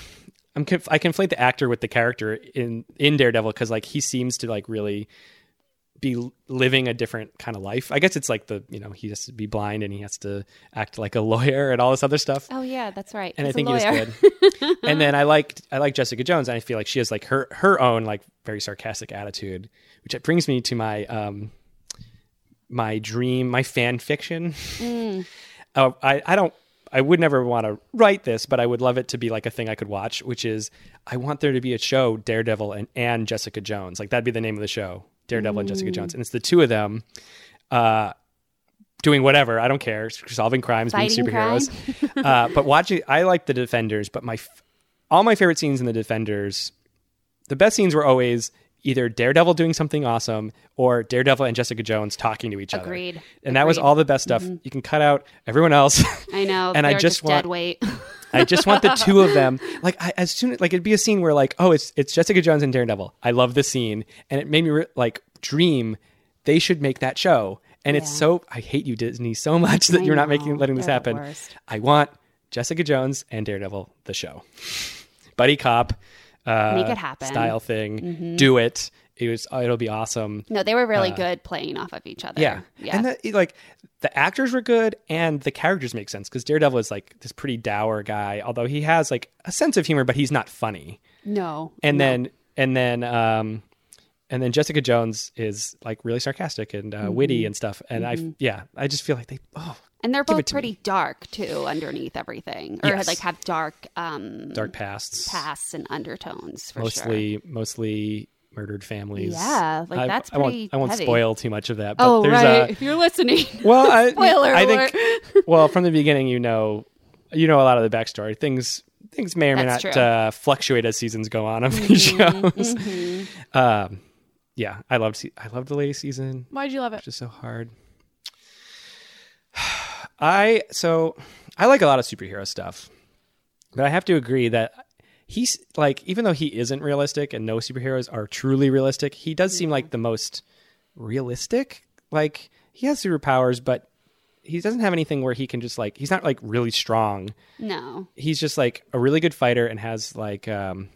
[SPEAKER 1] I'm conf- I conflate the actor with the character in in Daredevil because like he seems to like really be l- living a different kind of life. I guess it's like the you know he has to be blind and he has to act like a lawyer and all this other stuff.
[SPEAKER 3] Oh yeah, that's right.
[SPEAKER 1] and I
[SPEAKER 3] He's a
[SPEAKER 1] think he was
[SPEAKER 3] lawyer.
[SPEAKER 1] good. and then I liked I like Jessica Jones and I feel like she has like her her own like very sarcastic attitude, which brings me to my um my dream my fan fiction. Uh, I I don't. I would never want to write this, but I would love it to be like a thing I could watch, which is I want there to be a show, Daredevil and, and Jessica Jones. Like that'd be the name of the show, Daredevil and Jessica Jones. And it's the two of them uh, doing whatever. I don't care. Solving crimes, being
[SPEAKER 3] Fighting
[SPEAKER 1] superheroes. uh, but watching, I like the Defenders, but my f- all my favorite scenes in the Defenders, the best scenes were always either Daredevil doing something awesome or Daredevil and Jessica Jones talking to each other.
[SPEAKER 3] Agreed.
[SPEAKER 1] And that was
[SPEAKER 3] Agreed. Mm-hmm.
[SPEAKER 1] all the best stuff. You can cut out everyone else.
[SPEAKER 3] I know.
[SPEAKER 1] And I
[SPEAKER 3] they're
[SPEAKER 1] just want-
[SPEAKER 3] dead weight.
[SPEAKER 1] I just want the two of them. Like I, as soon as like it'd be a scene where like oh it's it's Jessica Jones and Daredevil. I love this scene, and it made me re- like dream they should make that show. And it's
[SPEAKER 3] Yeah.
[SPEAKER 1] so I hate you Disney so much that
[SPEAKER 3] I
[SPEAKER 1] you're not
[SPEAKER 3] know.
[SPEAKER 1] making letting this
[SPEAKER 3] They're the
[SPEAKER 1] happen.
[SPEAKER 3] worst.
[SPEAKER 1] I want Jessica Jones and Daredevil the show, buddy cop, uh,
[SPEAKER 3] Make it happen. Mm-hmm.
[SPEAKER 1] style thing. Do it. It was it'll be awesome.
[SPEAKER 3] no, they were really good playing off of each other.
[SPEAKER 1] uh, Yeah.
[SPEAKER 3] yeah.
[SPEAKER 1] And the, like the actors were good and the characters make sense because Daredevil is like this pretty dour guy, although he has like a sense of humor, but he's not funny.
[SPEAKER 3] no.
[SPEAKER 1] And then, and then, um, and then Jessica Jones is like really sarcastic and uh,
[SPEAKER 3] Mm-hmm.
[SPEAKER 1] witty and stuff. And I, yeah, I just feel like they, oh,
[SPEAKER 3] and they're
[SPEAKER 1] give
[SPEAKER 3] both
[SPEAKER 1] it to me.
[SPEAKER 3] pretty dark too underneath everything, or
[SPEAKER 1] Yes.
[SPEAKER 3] like have dark um
[SPEAKER 1] dark pasts,
[SPEAKER 3] pasts and undertones for sure.
[SPEAKER 1] mostly, mostly murdered families.
[SPEAKER 3] Yeah, like, that's
[SPEAKER 1] I won't,
[SPEAKER 3] pretty
[SPEAKER 1] I won't
[SPEAKER 3] heavy.
[SPEAKER 1] spoil too much of that. But
[SPEAKER 3] Oh
[SPEAKER 1] there's uh,
[SPEAKER 3] right,
[SPEAKER 1] a,
[SPEAKER 3] if you're listening.
[SPEAKER 1] Well, I,
[SPEAKER 3] Spoiler
[SPEAKER 1] I
[SPEAKER 3] alert.
[SPEAKER 1] think well from the beginning, you know, you know a lot of the backstory. Things things may or may
[SPEAKER 3] That's
[SPEAKER 1] not
[SPEAKER 3] true. Mm-hmm.
[SPEAKER 1] uh, fluctuate as seasons go on of these shows. Um, yeah, I loved se- I loved the latest season.
[SPEAKER 2] Why'd you love it?
[SPEAKER 1] Just so hard. I so I like a lot of superhero stuff, but I have to agree that he's like even though he isn't realistic and no superheroes are truly realistic, he does seem like the most realistic. Like he has superpowers, but he doesn't have anything where he can just like he's not like really strong.
[SPEAKER 3] no.
[SPEAKER 1] He's just like a really good fighter and has like um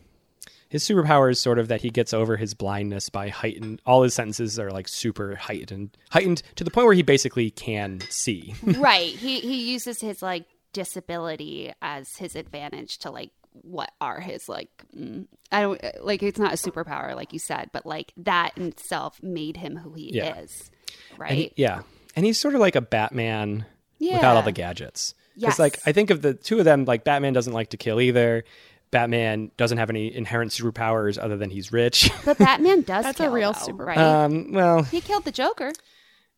[SPEAKER 1] his superpower is sort of that he gets over his blindness by heightened all his sentences are like super heightened heightened to the point where he basically can see.
[SPEAKER 3] right he he uses his like disability as his advantage to like what are his like mm, i don't like it's not a superpower like you said but like that in itself made him who he
[SPEAKER 1] Yeah.
[SPEAKER 3] is
[SPEAKER 1] And he-
[SPEAKER 3] right
[SPEAKER 1] yeah. And he's sort of like a Batman without all
[SPEAKER 3] Yeah.
[SPEAKER 1] the gadgets. Because
[SPEAKER 3] Yes.
[SPEAKER 1] like I think of the two of them, like Batman doesn't like to kill either. Batman doesn't have any inherent superpowers other than he's rich.
[SPEAKER 3] but batman does
[SPEAKER 2] That's a
[SPEAKER 3] kill,
[SPEAKER 2] real
[SPEAKER 1] Uh,
[SPEAKER 3] though,
[SPEAKER 2] super-
[SPEAKER 3] right
[SPEAKER 1] um, well,
[SPEAKER 3] he killed the joker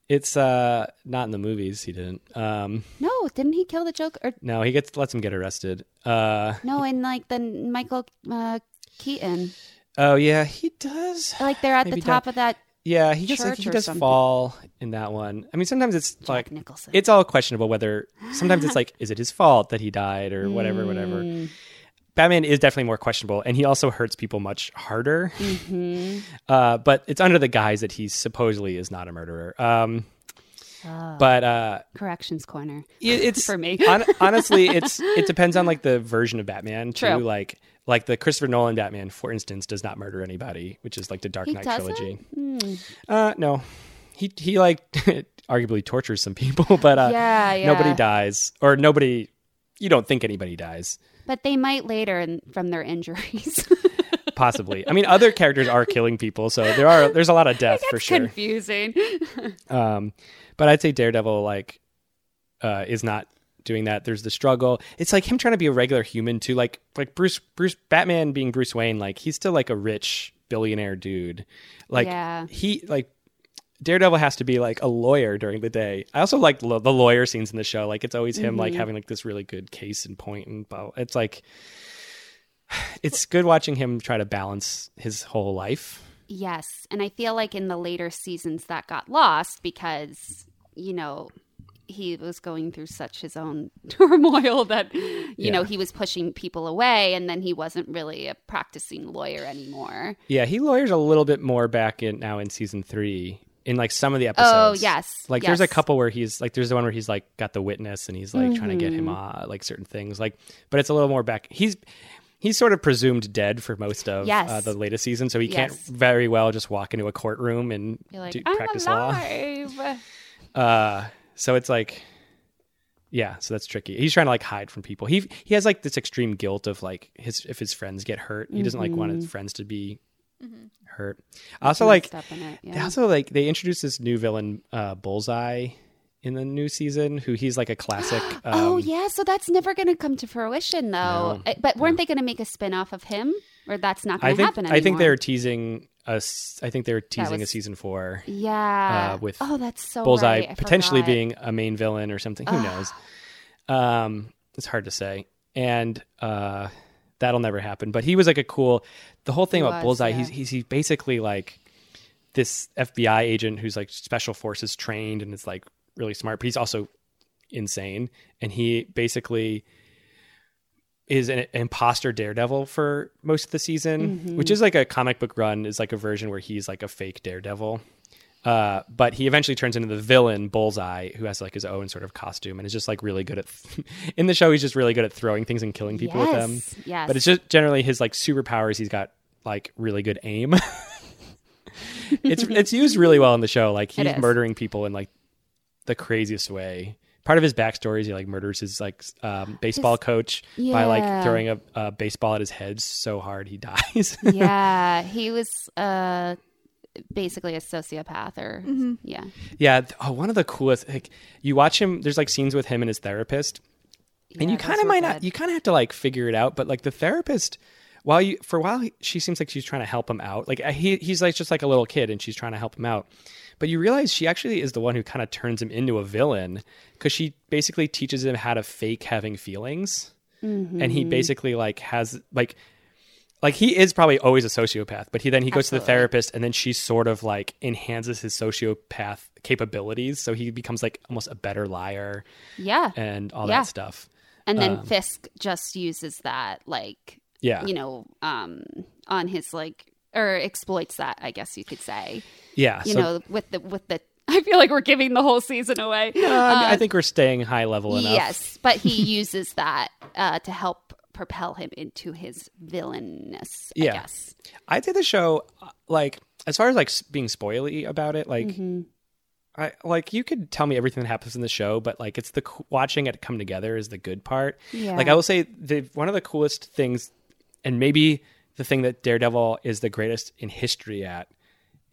[SPEAKER 1] It's uh not in the movies. He didn't. Um,
[SPEAKER 3] No, didn't he kill the Joker? Or
[SPEAKER 1] no, he gets lets him get arrested. Uh,
[SPEAKER 3] no, in like the Michael uh, Keaton,
[SPEAKER 1] oh yeah, he does.
[SPEAKER 3] like they're at
[SPEAKER 1] Maybe
[SPEAKER 3] the top of that.
[SPEAKER 1] Yeah, he just like,
[SPEAKER 3] church
[SPEAKER 1] he
[SPEAKER 3] or
[SPEAKER 1] does
[SPEAKER 3] something.
[SPEAKER 1] fall in that one. I mean, sometimes it's like
[SPEAKER 3] Nicholson.
[SPEAKER 1] it's all questionable whether. Sometimes it's like, is it his fault that he died or whatever,
[SPEAKER 3] Mm.
[SPEAKER 1] whatever. Batman is definitely more questionable, and he also hurts people much harder.
[SPEAKER 3] Mm-hmm.
[SPEAKER 1] Uh, but it's under the guise that he supposedly is not a murderer. Um,
[SPEAKER 3] Ah.
[SPEAKER 1] but uh,
[SPEAKER 3] Corrections corner.
[SPEAKER 1] it- it's
[SPEAKER 3] For me.
[SPEAKER 1] hon- honestly, it's it depends on like the version of Batman too.
[SPEAKER 3] True.
[SPEAKER 1] Like like the Christopher Nolan Batman, for instance, does not murder anybody, which is like the Dark
[SPEAKER 3] He
[SPEAKER 1] Knight
[SPEAKER 3] doesn't? Hmm.
[SPEAKER 1] trilogy. Uh, no, he he like arguably tortures some people, but uh,
[SPEAKER 3] Yeah,
[SPEAKER 1] nobody
[SPEAKER 3] yeah.
[SPEAKER 1] dies or nobody. You don't think anybody dies,
[SPEAKER 3] But they might later in, from their injuries.
[SPEAKER 1] possibly. I mean, other characters are killing people, so there are there's a lot of death for sure.
[SPEAKER 3] Confusing.
[SPEAKER 1] Um, but I'd say Daredevil like uh, is not doing that. There's the struggle. It's like him trying to be a regular human too. Like like Bruce Bruce Batman being Bruce Wayne. Like he's still like a rich billionaire dude. Like
[SPEAKER 3] Yeah.
[SPEAKER 1] he like Daredevil has to be like a lawyer during the day. I also like lo- the lawyer scenes in the show. Like it's always him like having like this really good case in point and blah. It's like it's good watching him try to balance his whole life.
[SPEAKER 3] Yes, and I feel like in the later seasons that got lost because you know he was going through such his own turmoil that you know
[SPEAKER 1] Yeah.
[SPEAKER 3] he was pushing people away and then he wasn't really a practicing lawyer anymore.
[SPEAKER 1] Yeah, he lawyers a little bit more back in now in season three. In like some of the episodes.
[SPEAKER 3] Oh, yes,
[SPEAKER 1] Like there's a
[SPEAKER 3] yes.
[SPEAKER 1] couple where he's like there's the one where he's like got the witness and he's like trying to get him
[SPEAKER 3] Mm-hmm.
[SPEAKER 1] uh, like certain things. Like but it's a little more back he's he's sort of presumed dead for most of
[SPEAKER 3] Yes.
[SPEAKER 1] uh, the latest season, so he can't
[SPEAKER 3] Yes.
[SPEAKER 1] very well just walk into a courtroom and
[SPEAKER 3] You're like
[SPEAKER 1] do,
[SPEAKER 3] I'm
[SPEAKER 1] practice
[SPEAKER 3] alive.
[SPEAKER 1] law. Uh so it's like yeah, so that's tricky. He's trying to like hide from people. He he has like this extreme guilt of like his if his friends get hurt, he doesn't like want
[SPEAKER 3] Mm-hmm.
[SPEAKER 1] his friends to be hurt. I also like
[SPEAKER 3] Messed up in it,
[SPEAKER 1] they
[SPEAKER 3] yeah.
[SPEAKER 1] also like they introduced this new villain, uh, Bullseye, in the new season. Who he's like a classic. Um,
[SPEAKER 3] oh yeah, so that's never going to come to fruition though. Uh, But weren't they going to make a spin-off of him or that's not
[SPEAKER 1] I
[SPEAKER 3] going to
[SPEAKER 1] think
[SPEAKER 3] happen anymore?
[SPEAKER 1] I think they were teasing us. I think they were teasing a
[SPEAKER 3] was-
[SPEAKER 1] season four.
[SPEAKER 3] yeah.
[SPEAKER 1] uh, with
[SPEAKER 3] oh, that's so
[SPEAKER 1] Bullseye
[SPEAKER 3] right. I
[SPEAKER 1] potentially
[SPEAKER 3] forgot.
[SPEAKER 1] being a main villain or something. Who knows? Um, it's hard to say. And uh, that'll never happen. But he was like a cool. The whole thing
[SPEAKER 3] He
[SPEAKER 1] about
[SPEAKER 3] was,
[SPEAKER 1] Bullseye,
[SPEAKER 3] yeah.
[SPEAKER 1] he's he's he's basically like this FBI agent who's like special forces trained and is like really smart, but he's also insane. And he basically is an imposter daredevil for most of the season, which is like a comic book run is like a version where he's like a fake daredevil. Uh, but he eventually turns into the villain Bullseye, who has like his own sort of costume and is just like really good at. in the show, he's just really good at throwing things and killing people with them.
[SPEAKER 3] Yes, yes.
[SPEAKER 1] But it's just generally his like superpowers. He's got like really good aim. it's it's used really well in the show. Like
[SPEAKER 3] It
[SPEAKER 1] he's
[SPEAKER 3] is.
[SPEAKER 1] murdering people in like the craziest way. Part of his backstory is he like murders his like s- um, baseball coach by
[SPEAKER 3] Yeah.
[SPEAKER 1] like throwing a, a baseball at his head so hard he dies.
[SPEAKER 3] yeah, he was uh basically a sociopath or yeah.
[SPEAKER 1] Yeah, th- oh, one of the coolest. Like, you watch him. There's like scenes with him and his therapist, and
[SPEAKER 3] Yeah,
[SPEAKER 1] you
[SPEAKER 3] those
[SPEAKER 1] kind of
[SPEAKER 3] were
[SPEAKER 1] might not.
[SPEAKER 3] good.
[SPEAKER 1] You kind of have to like figure it out. But like the therapist, while you for a while, he, she seems like she's trying to help him out. Like uh, he he's like just like a little kid, and she's trying to help him out. But you realize she actually is the one who kind of turns him into a villain because she basically teaches him how to fake having feelings,
[SPEAKER 3] Mm-hmm.
[SPEAKER 1] and he basically like has like like he is probably always a sociopath, but he then he goes to the therapist and then she sort of like enhances his sociopath capabilities, so he becomes like almost a better liar
[SPEAKER 3] Yeah. And,
[SPEAKER 1] and all
[SPEAKER 3] Yeah.
[SPEAKER 1] that stuff.
[SPEAKER 3] then Fisk just uses that like
[SPEAKER 1] um, Yeah.
[SPEAKER 3] you know, um on his like or exploits that, I guess you could say.
[SPEAKER 1] yeah.
[SPEAKER 3] You
[SPEAKER 1] so
[SPEAKER 3] know, with the with the I feel like we're giving the whole season away. Uh,
[SPEAKER 1] I, mean, I think we're staying high level enough.
[SPEAKER 3] Yes, but he uses that uh to help propel him into his villainness,
[SPEAKER 1] Yeah.
[SPEAKER 3] I guess.
[SPEAKER 1] I'd say the show, uh, like as far as like s- being spoily about it, like
[SPEAKER 3] Mm-hmm.
[SPEAKER 1] I like you could tell me everything that happens in the show, but like it's the c- watching it come together is the good part.
[SPEAKER 3] Yeah.
[SPEAKER 1] Like I will say, the one of the coolest things, and maybe the thing that Daredevil is the greatest in history at,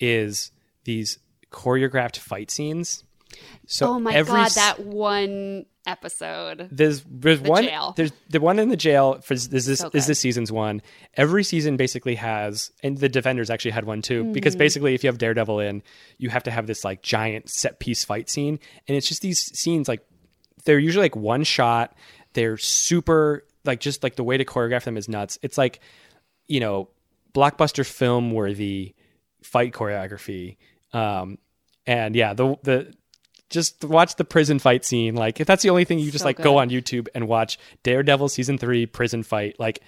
[SPEAKER 1] is these choreographed fight scenes. So
[SPEAKER 3] oh my
[SPEAKER 1] every
[SPEAKER 3] god,
[SPEAKER 1] s-
[SPEAKER 3] that one episode.
[SPEAKER 1] there's there's
[SPEAKER 3] The
[SPEAKER 1] one
[SPEAKER 3] jail.
[SPEAKER 1] there's the one in the jail for is this
[SPEAKER 3] So
[SPEAKER 1] is
[SPEAKER 3] good.
[SPEAKER 1] this season's one. Every season basically has and the defenders actually had one too
[SPEAKER 3] Mm.
[SPEAKER 1] because basically if you have Daredevil in, you have to have this like giant set piece fight scene and it's just these scenes like they're usually like one shot. They're super like just like the way to choreograph them is nuts. It's like you know blockbuster film worthy fight choreography. Um and yeah, the the just watch the prison fight scene. Like if that's the only thing you just
[SPEAKER 3] So
[SPEAKER 1] like
[SPEAKER 3] good.
[SPEAKER 1] go on YouTube and watch Daredevil season 3 prison fight. Like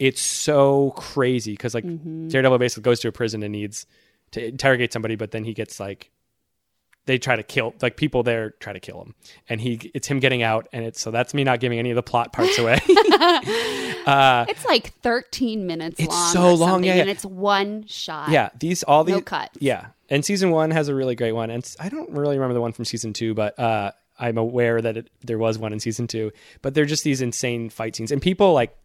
[SPEAKER 1] it's so crazy cuz like
[SPEAKER 3] Mm-hmm.
[SPEAKER 1] Daredevil basically goes to a prison and needs to interrogate somebody but then he gets like they try to kill like people there try to kill him and he it's him getting out and it's so that's me not giving any of the plot parts away
[SPEAKER 3] It's like 13 minutes
[SPEAKER 1] It's
[SPEAKER 3] long.
[SPEAKER 1] so
[SPEAKER 3] or
[SPEAKER 1] long,
[SPEAKER 3] something,
[SPEAKER 1] yeah, yeah.
[SPEAKER 3] and it's one shot.
[SPEAKER 1] yeah these all these
[SPEAKER 3] No cuts.
[SPEAKER 1] yeah and season one has a really great one and s- i don't really remember the one from season two but uh i'm aware that it, there was one in season two but they're just these insane fight scenes and people like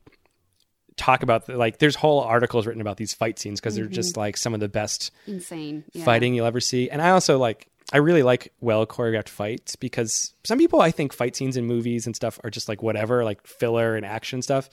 [SPEAKER 1] talk about the, like there's whole articles written about these fight scenes because they're
[SPEAKER 3] Mm-hmm.
[SPEAKER 1] just like some of the best
[SPEAKER 3] insane. Yeah.
[SPEAKER 1] fighting you'll ever see. And I also like I really like well choreographed fights because some people I think fight scenes in movies and stuff are just like whatever, like filler and action stuff.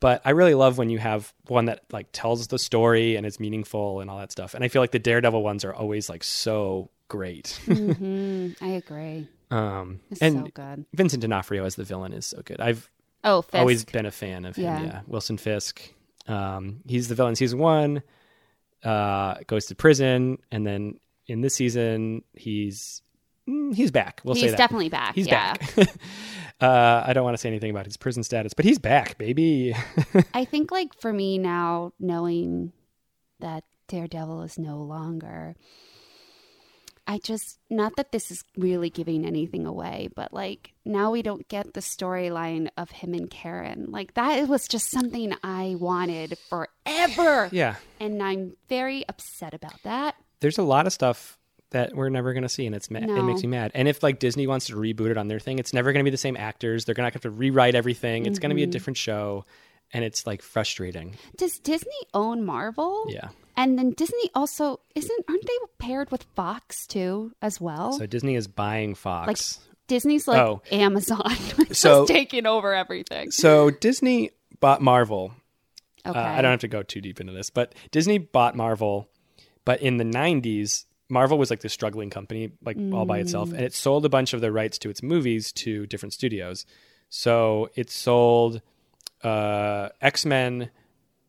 [SPEAKER 1] But I really love when you have one that like tells the story and is meaningful and all that stuff. And I feel like the Daredevil ones are always like so great.
[SPEAKER 3] Mhm. I agree.
[SPEAKER 1] um
[SPEAKER 3] It's
[SPEAKER 1] and
[SPEAKER 3] so good.
[SPEAKER 1] Vincent D'Onofrio as the villain is so good. I've
[SPEAKER 3] Oh, Fisk.
[SPEAKER 1] always been a fan of him.
[SPEAKER 3] Yeah.
[SPEAKER 1] Yeah. Wilson Fisk. Um, he's the villain in season one, uh, goes to prison. And then in this season, he's, mm, he's back. We'll say
[SPEAKER 3] He's
[SPEAKER 1] that.
[SPEAKER 3] definitely back.
[SPEAKER 1] He's
[SPEAKER 3] yeah.
[SPEAKER 1] back. uh, I don't want to say anything about his prison status, but he's back, baby.
[SPEAKER 3] I think, like, for me now, knowing that Daredevil is no longer, I just, not that this is really giving anything away, but like, now we don't get the storyline of him and Karen. Like, that was just something I wanted forever.
[SPEAKER 1] yeah.
[SPEAKER 3] And I'm very upset about that.
[SPEAKER 1] There's a lot of stuff that we're never going to see and it's ma- it
[SPEAKER 3] No.
[SPEAKER 1] makes me mad. And if like Disney wants to reboot it on their thing, it's never going to be the same actors. They're going to have to rewrite everything. It's going to be a
[SPEAKER 3] Mm-hmm.
[SPEAKER 1] different show and it's like frustrating.
[SPEAKER 3] Does Disney own Marvel?
[SPEAKER 1] Yeah.
[SPEAKER 3] And then Disney also isn't aren't they paired with Fox too as well?
[SPEAKER 1] So Disney is buying Fox.
[SPEAKER 3] like Disney's like
[SPEAKER 1] Oh.
[SPEAKER 3] Amazon, which
[SPEAKER 1] So-
[SPEAKER 3] is taking over everything.
[SPEAKER 1] So Disney bought Marvel.
[SPEAKER 3] Okay.
[SPEAKER 1] Uh, I don't have to go too deep into this, but Disney bought Marvel. But in the 90s, Marvel was like this struggling company, like all by itself, and it sold a bunch of the rights to its movies to different studios. So it sold uh, X Men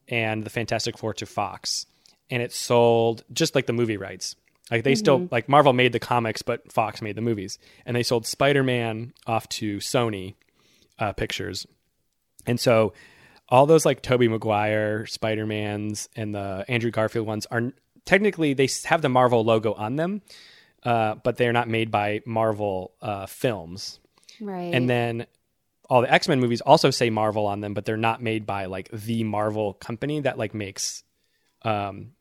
[SPEAKER 1] and the Fantastic Four to Fox, and it sold just like the movie rights. Like they still like Marvel made the comics, but Fox made the movies, and they sold Spider Man off to Sony uh, Pictures, and so all those like Toby Maguire Spider Mans and the Andrew Garfield ones are technically they s- have the Marvel logo on them, uh, but they are not made by Marvel uh, films.
[SPEAKER 3] right.
[SPEAKER 1] And then all the X Men movies also say Marvel on them, but they're not made by like the Marvel company that like makes, um,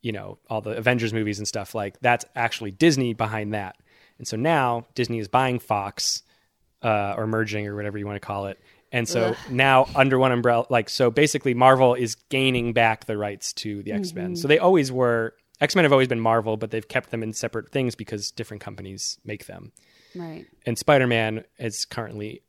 [SPEAKER 1] you know, all the Avengers movies and stuff. Like that's actually Disney behind that. And so now Disney is buying Fox, uh, or merging or whatever you want to call it. And so now under one umbrella, like so basically Marvel is gaining back the rights to the X Men. So they always were. X Men have always been Marvel, but they've kept them in separate things because different companies make them
[SPEAKER 3] right.
[SPEAKER 1] and Spider-Man is currently,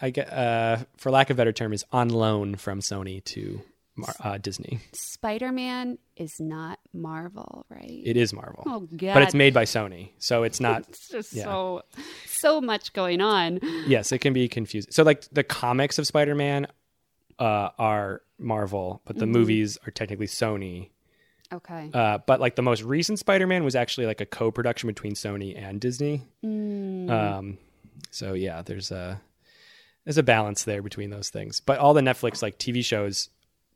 [SPEAKER 1] I gue- uh, for lack of a better term, is on loan from Sony to Mar- uh, Disney.
[SPEAKER 3] Spider Man is not Marvel, right?
[SPEAKER 1] It is Marvel,
[SPEAKER 3] oh god.
[SPEAKER 1] but it's made by Sony, so it's not.
[SPEAKER 3] It's just
[SPEAKER 1] yeah.
[SPEAKER 3] so so much going on.
[SPEAKER 1] yes, it can be confusing. So like the comics of Spider-Man uh, are Marvel, but
[SPEAKER 3] Mm-hmm.
[SPEAKER 1] the movies are technically Sony.
[SPEAKER 3] Okay.
[SPEAKER 1] Uh, but like the most recent Spider-Man was actually like a co-production between Sony and Disney.
[SPEAKER 3] Hmm.
[SPEAKER 1] Um, so yeah, there's a there's a balance there between those things. But all the Netflix like TV shows,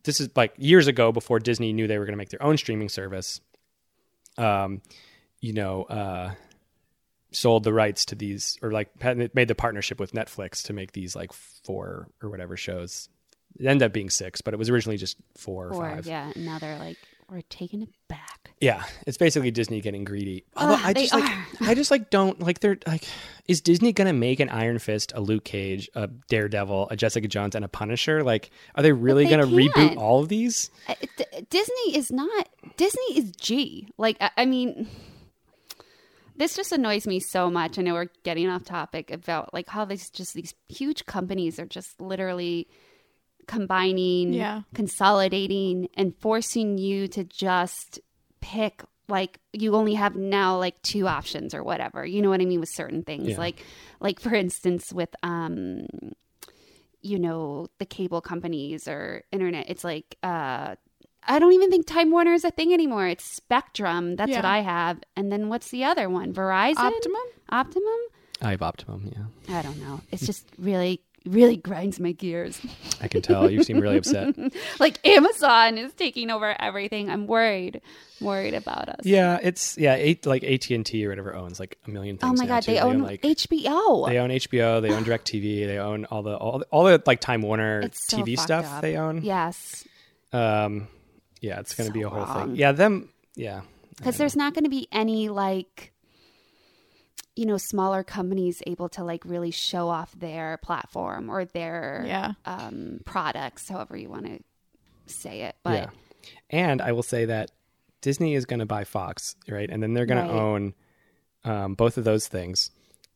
[SPEAKER 1] this is like years ago before Disney knew they were going to make their own streaming service. Um, you know, uh, sold the rights to these or like had- made the partnership with Netflix to make these like four or whatever shows. It ended up being six, but it was originally just four or,
[SPEAKER 3] or
[SPEAKER 1] five.
[SPEAKER 3] yeah, now they're like, we're taking it back.
[SPEAKER 1] Yeah, it's basically Disney getting greedy. Although
[SPEAKER 3] Ugh,
[SPEAKER 1] I
[SPEAKER 3] Ah, they
[SPEAKER 1] just like,
[SPEAKER 3] are.
[SPEAKER 1] I just like don't like they're like, is Disney gonna make an Iron Fist, a Luke Cage, a Daredevil, a Jessica Jones, and a Punisher? Like, are they really
[SPEAKER 3] they
[SPEAKER 1] gonna reboot
[SPEAKER 3] can.
[SPEAKER 1] all of these?
[SPEAKER 3] Uh, D- Disney is not Disney is G. Like I, I mean, this just annoys me so much. I know we're getting off topic about like how these just these huge companies are just literally combining,
[SPEAKER 2] Yeah.
[SPEAKER 3] consolidating, and forcing you to just pick like you only have now like two options or whatever. You know what I mean with certain things.
[SPEAKER 1] Yeah.
[SPEAKER 3] Like like for instance with um you know the cable companies or internet it's like uh i don't even think time warner is a thing anymore it's spectrum that's what
[SPEAKER 2] Yeah.
[SPEAKER 3] i have and then what's the other one verizon
[SPEAKER 2] Optimum?
[SPEAKER 3] optimum
[SPEAKER 1] I have optimum. Yeah,
[SPEAKER 3] i don't know it's just really really grinds my gears
[SPEAKER 1] I can tell you seem really upset.
[SPEAKER 3] like amazon is taking over everything i'm worried worried about us
[SPEAKER 1] Yeah, it's yeah, eight, like AT and T or whatever owns like a million
[SPEAKER 3] oh
[SPEAKER 1] things.
[SPEAKER 3] my
[SPEAKER 1] now,
[SPEAKER 3] god
[SPEAKER 1] too.
[SPEAKER 3] they own
[SPEAKER 1] like
[SPEAKER 3] hbo
[SPEAKER 1] they own HBO, they own Directv, they own all the all, the- all the like Time Warner
[SPEAKER 3] It's so
[SPEAKER 1] TV
[SPEAKER 3] fucked
[SPEAKER 1] stuff
[SPEAKER 3] up.
[SPEAKER 1] they own.
[SPEAKER 3] yes
[SPEAKER 1] Um, yeah, it's gonna be a whole
[SPEAKER 3] wrong.
[SPEAKER 1] thing. Yeah, them. Yeah,
[SPEAKER 3] because there's not going to be any like you know smaller companies able to like really show off their platform or their
[SPEAKER 2] Yeah.
[SPEAKER 3] um, products however you want to say it but
[SPEAKER 1] yeah. And I will say that Disney is going to buy Fox, right? And then they're going
[SPEAKER 3] Right.
[SPEAKER 1] to own um, both of those things,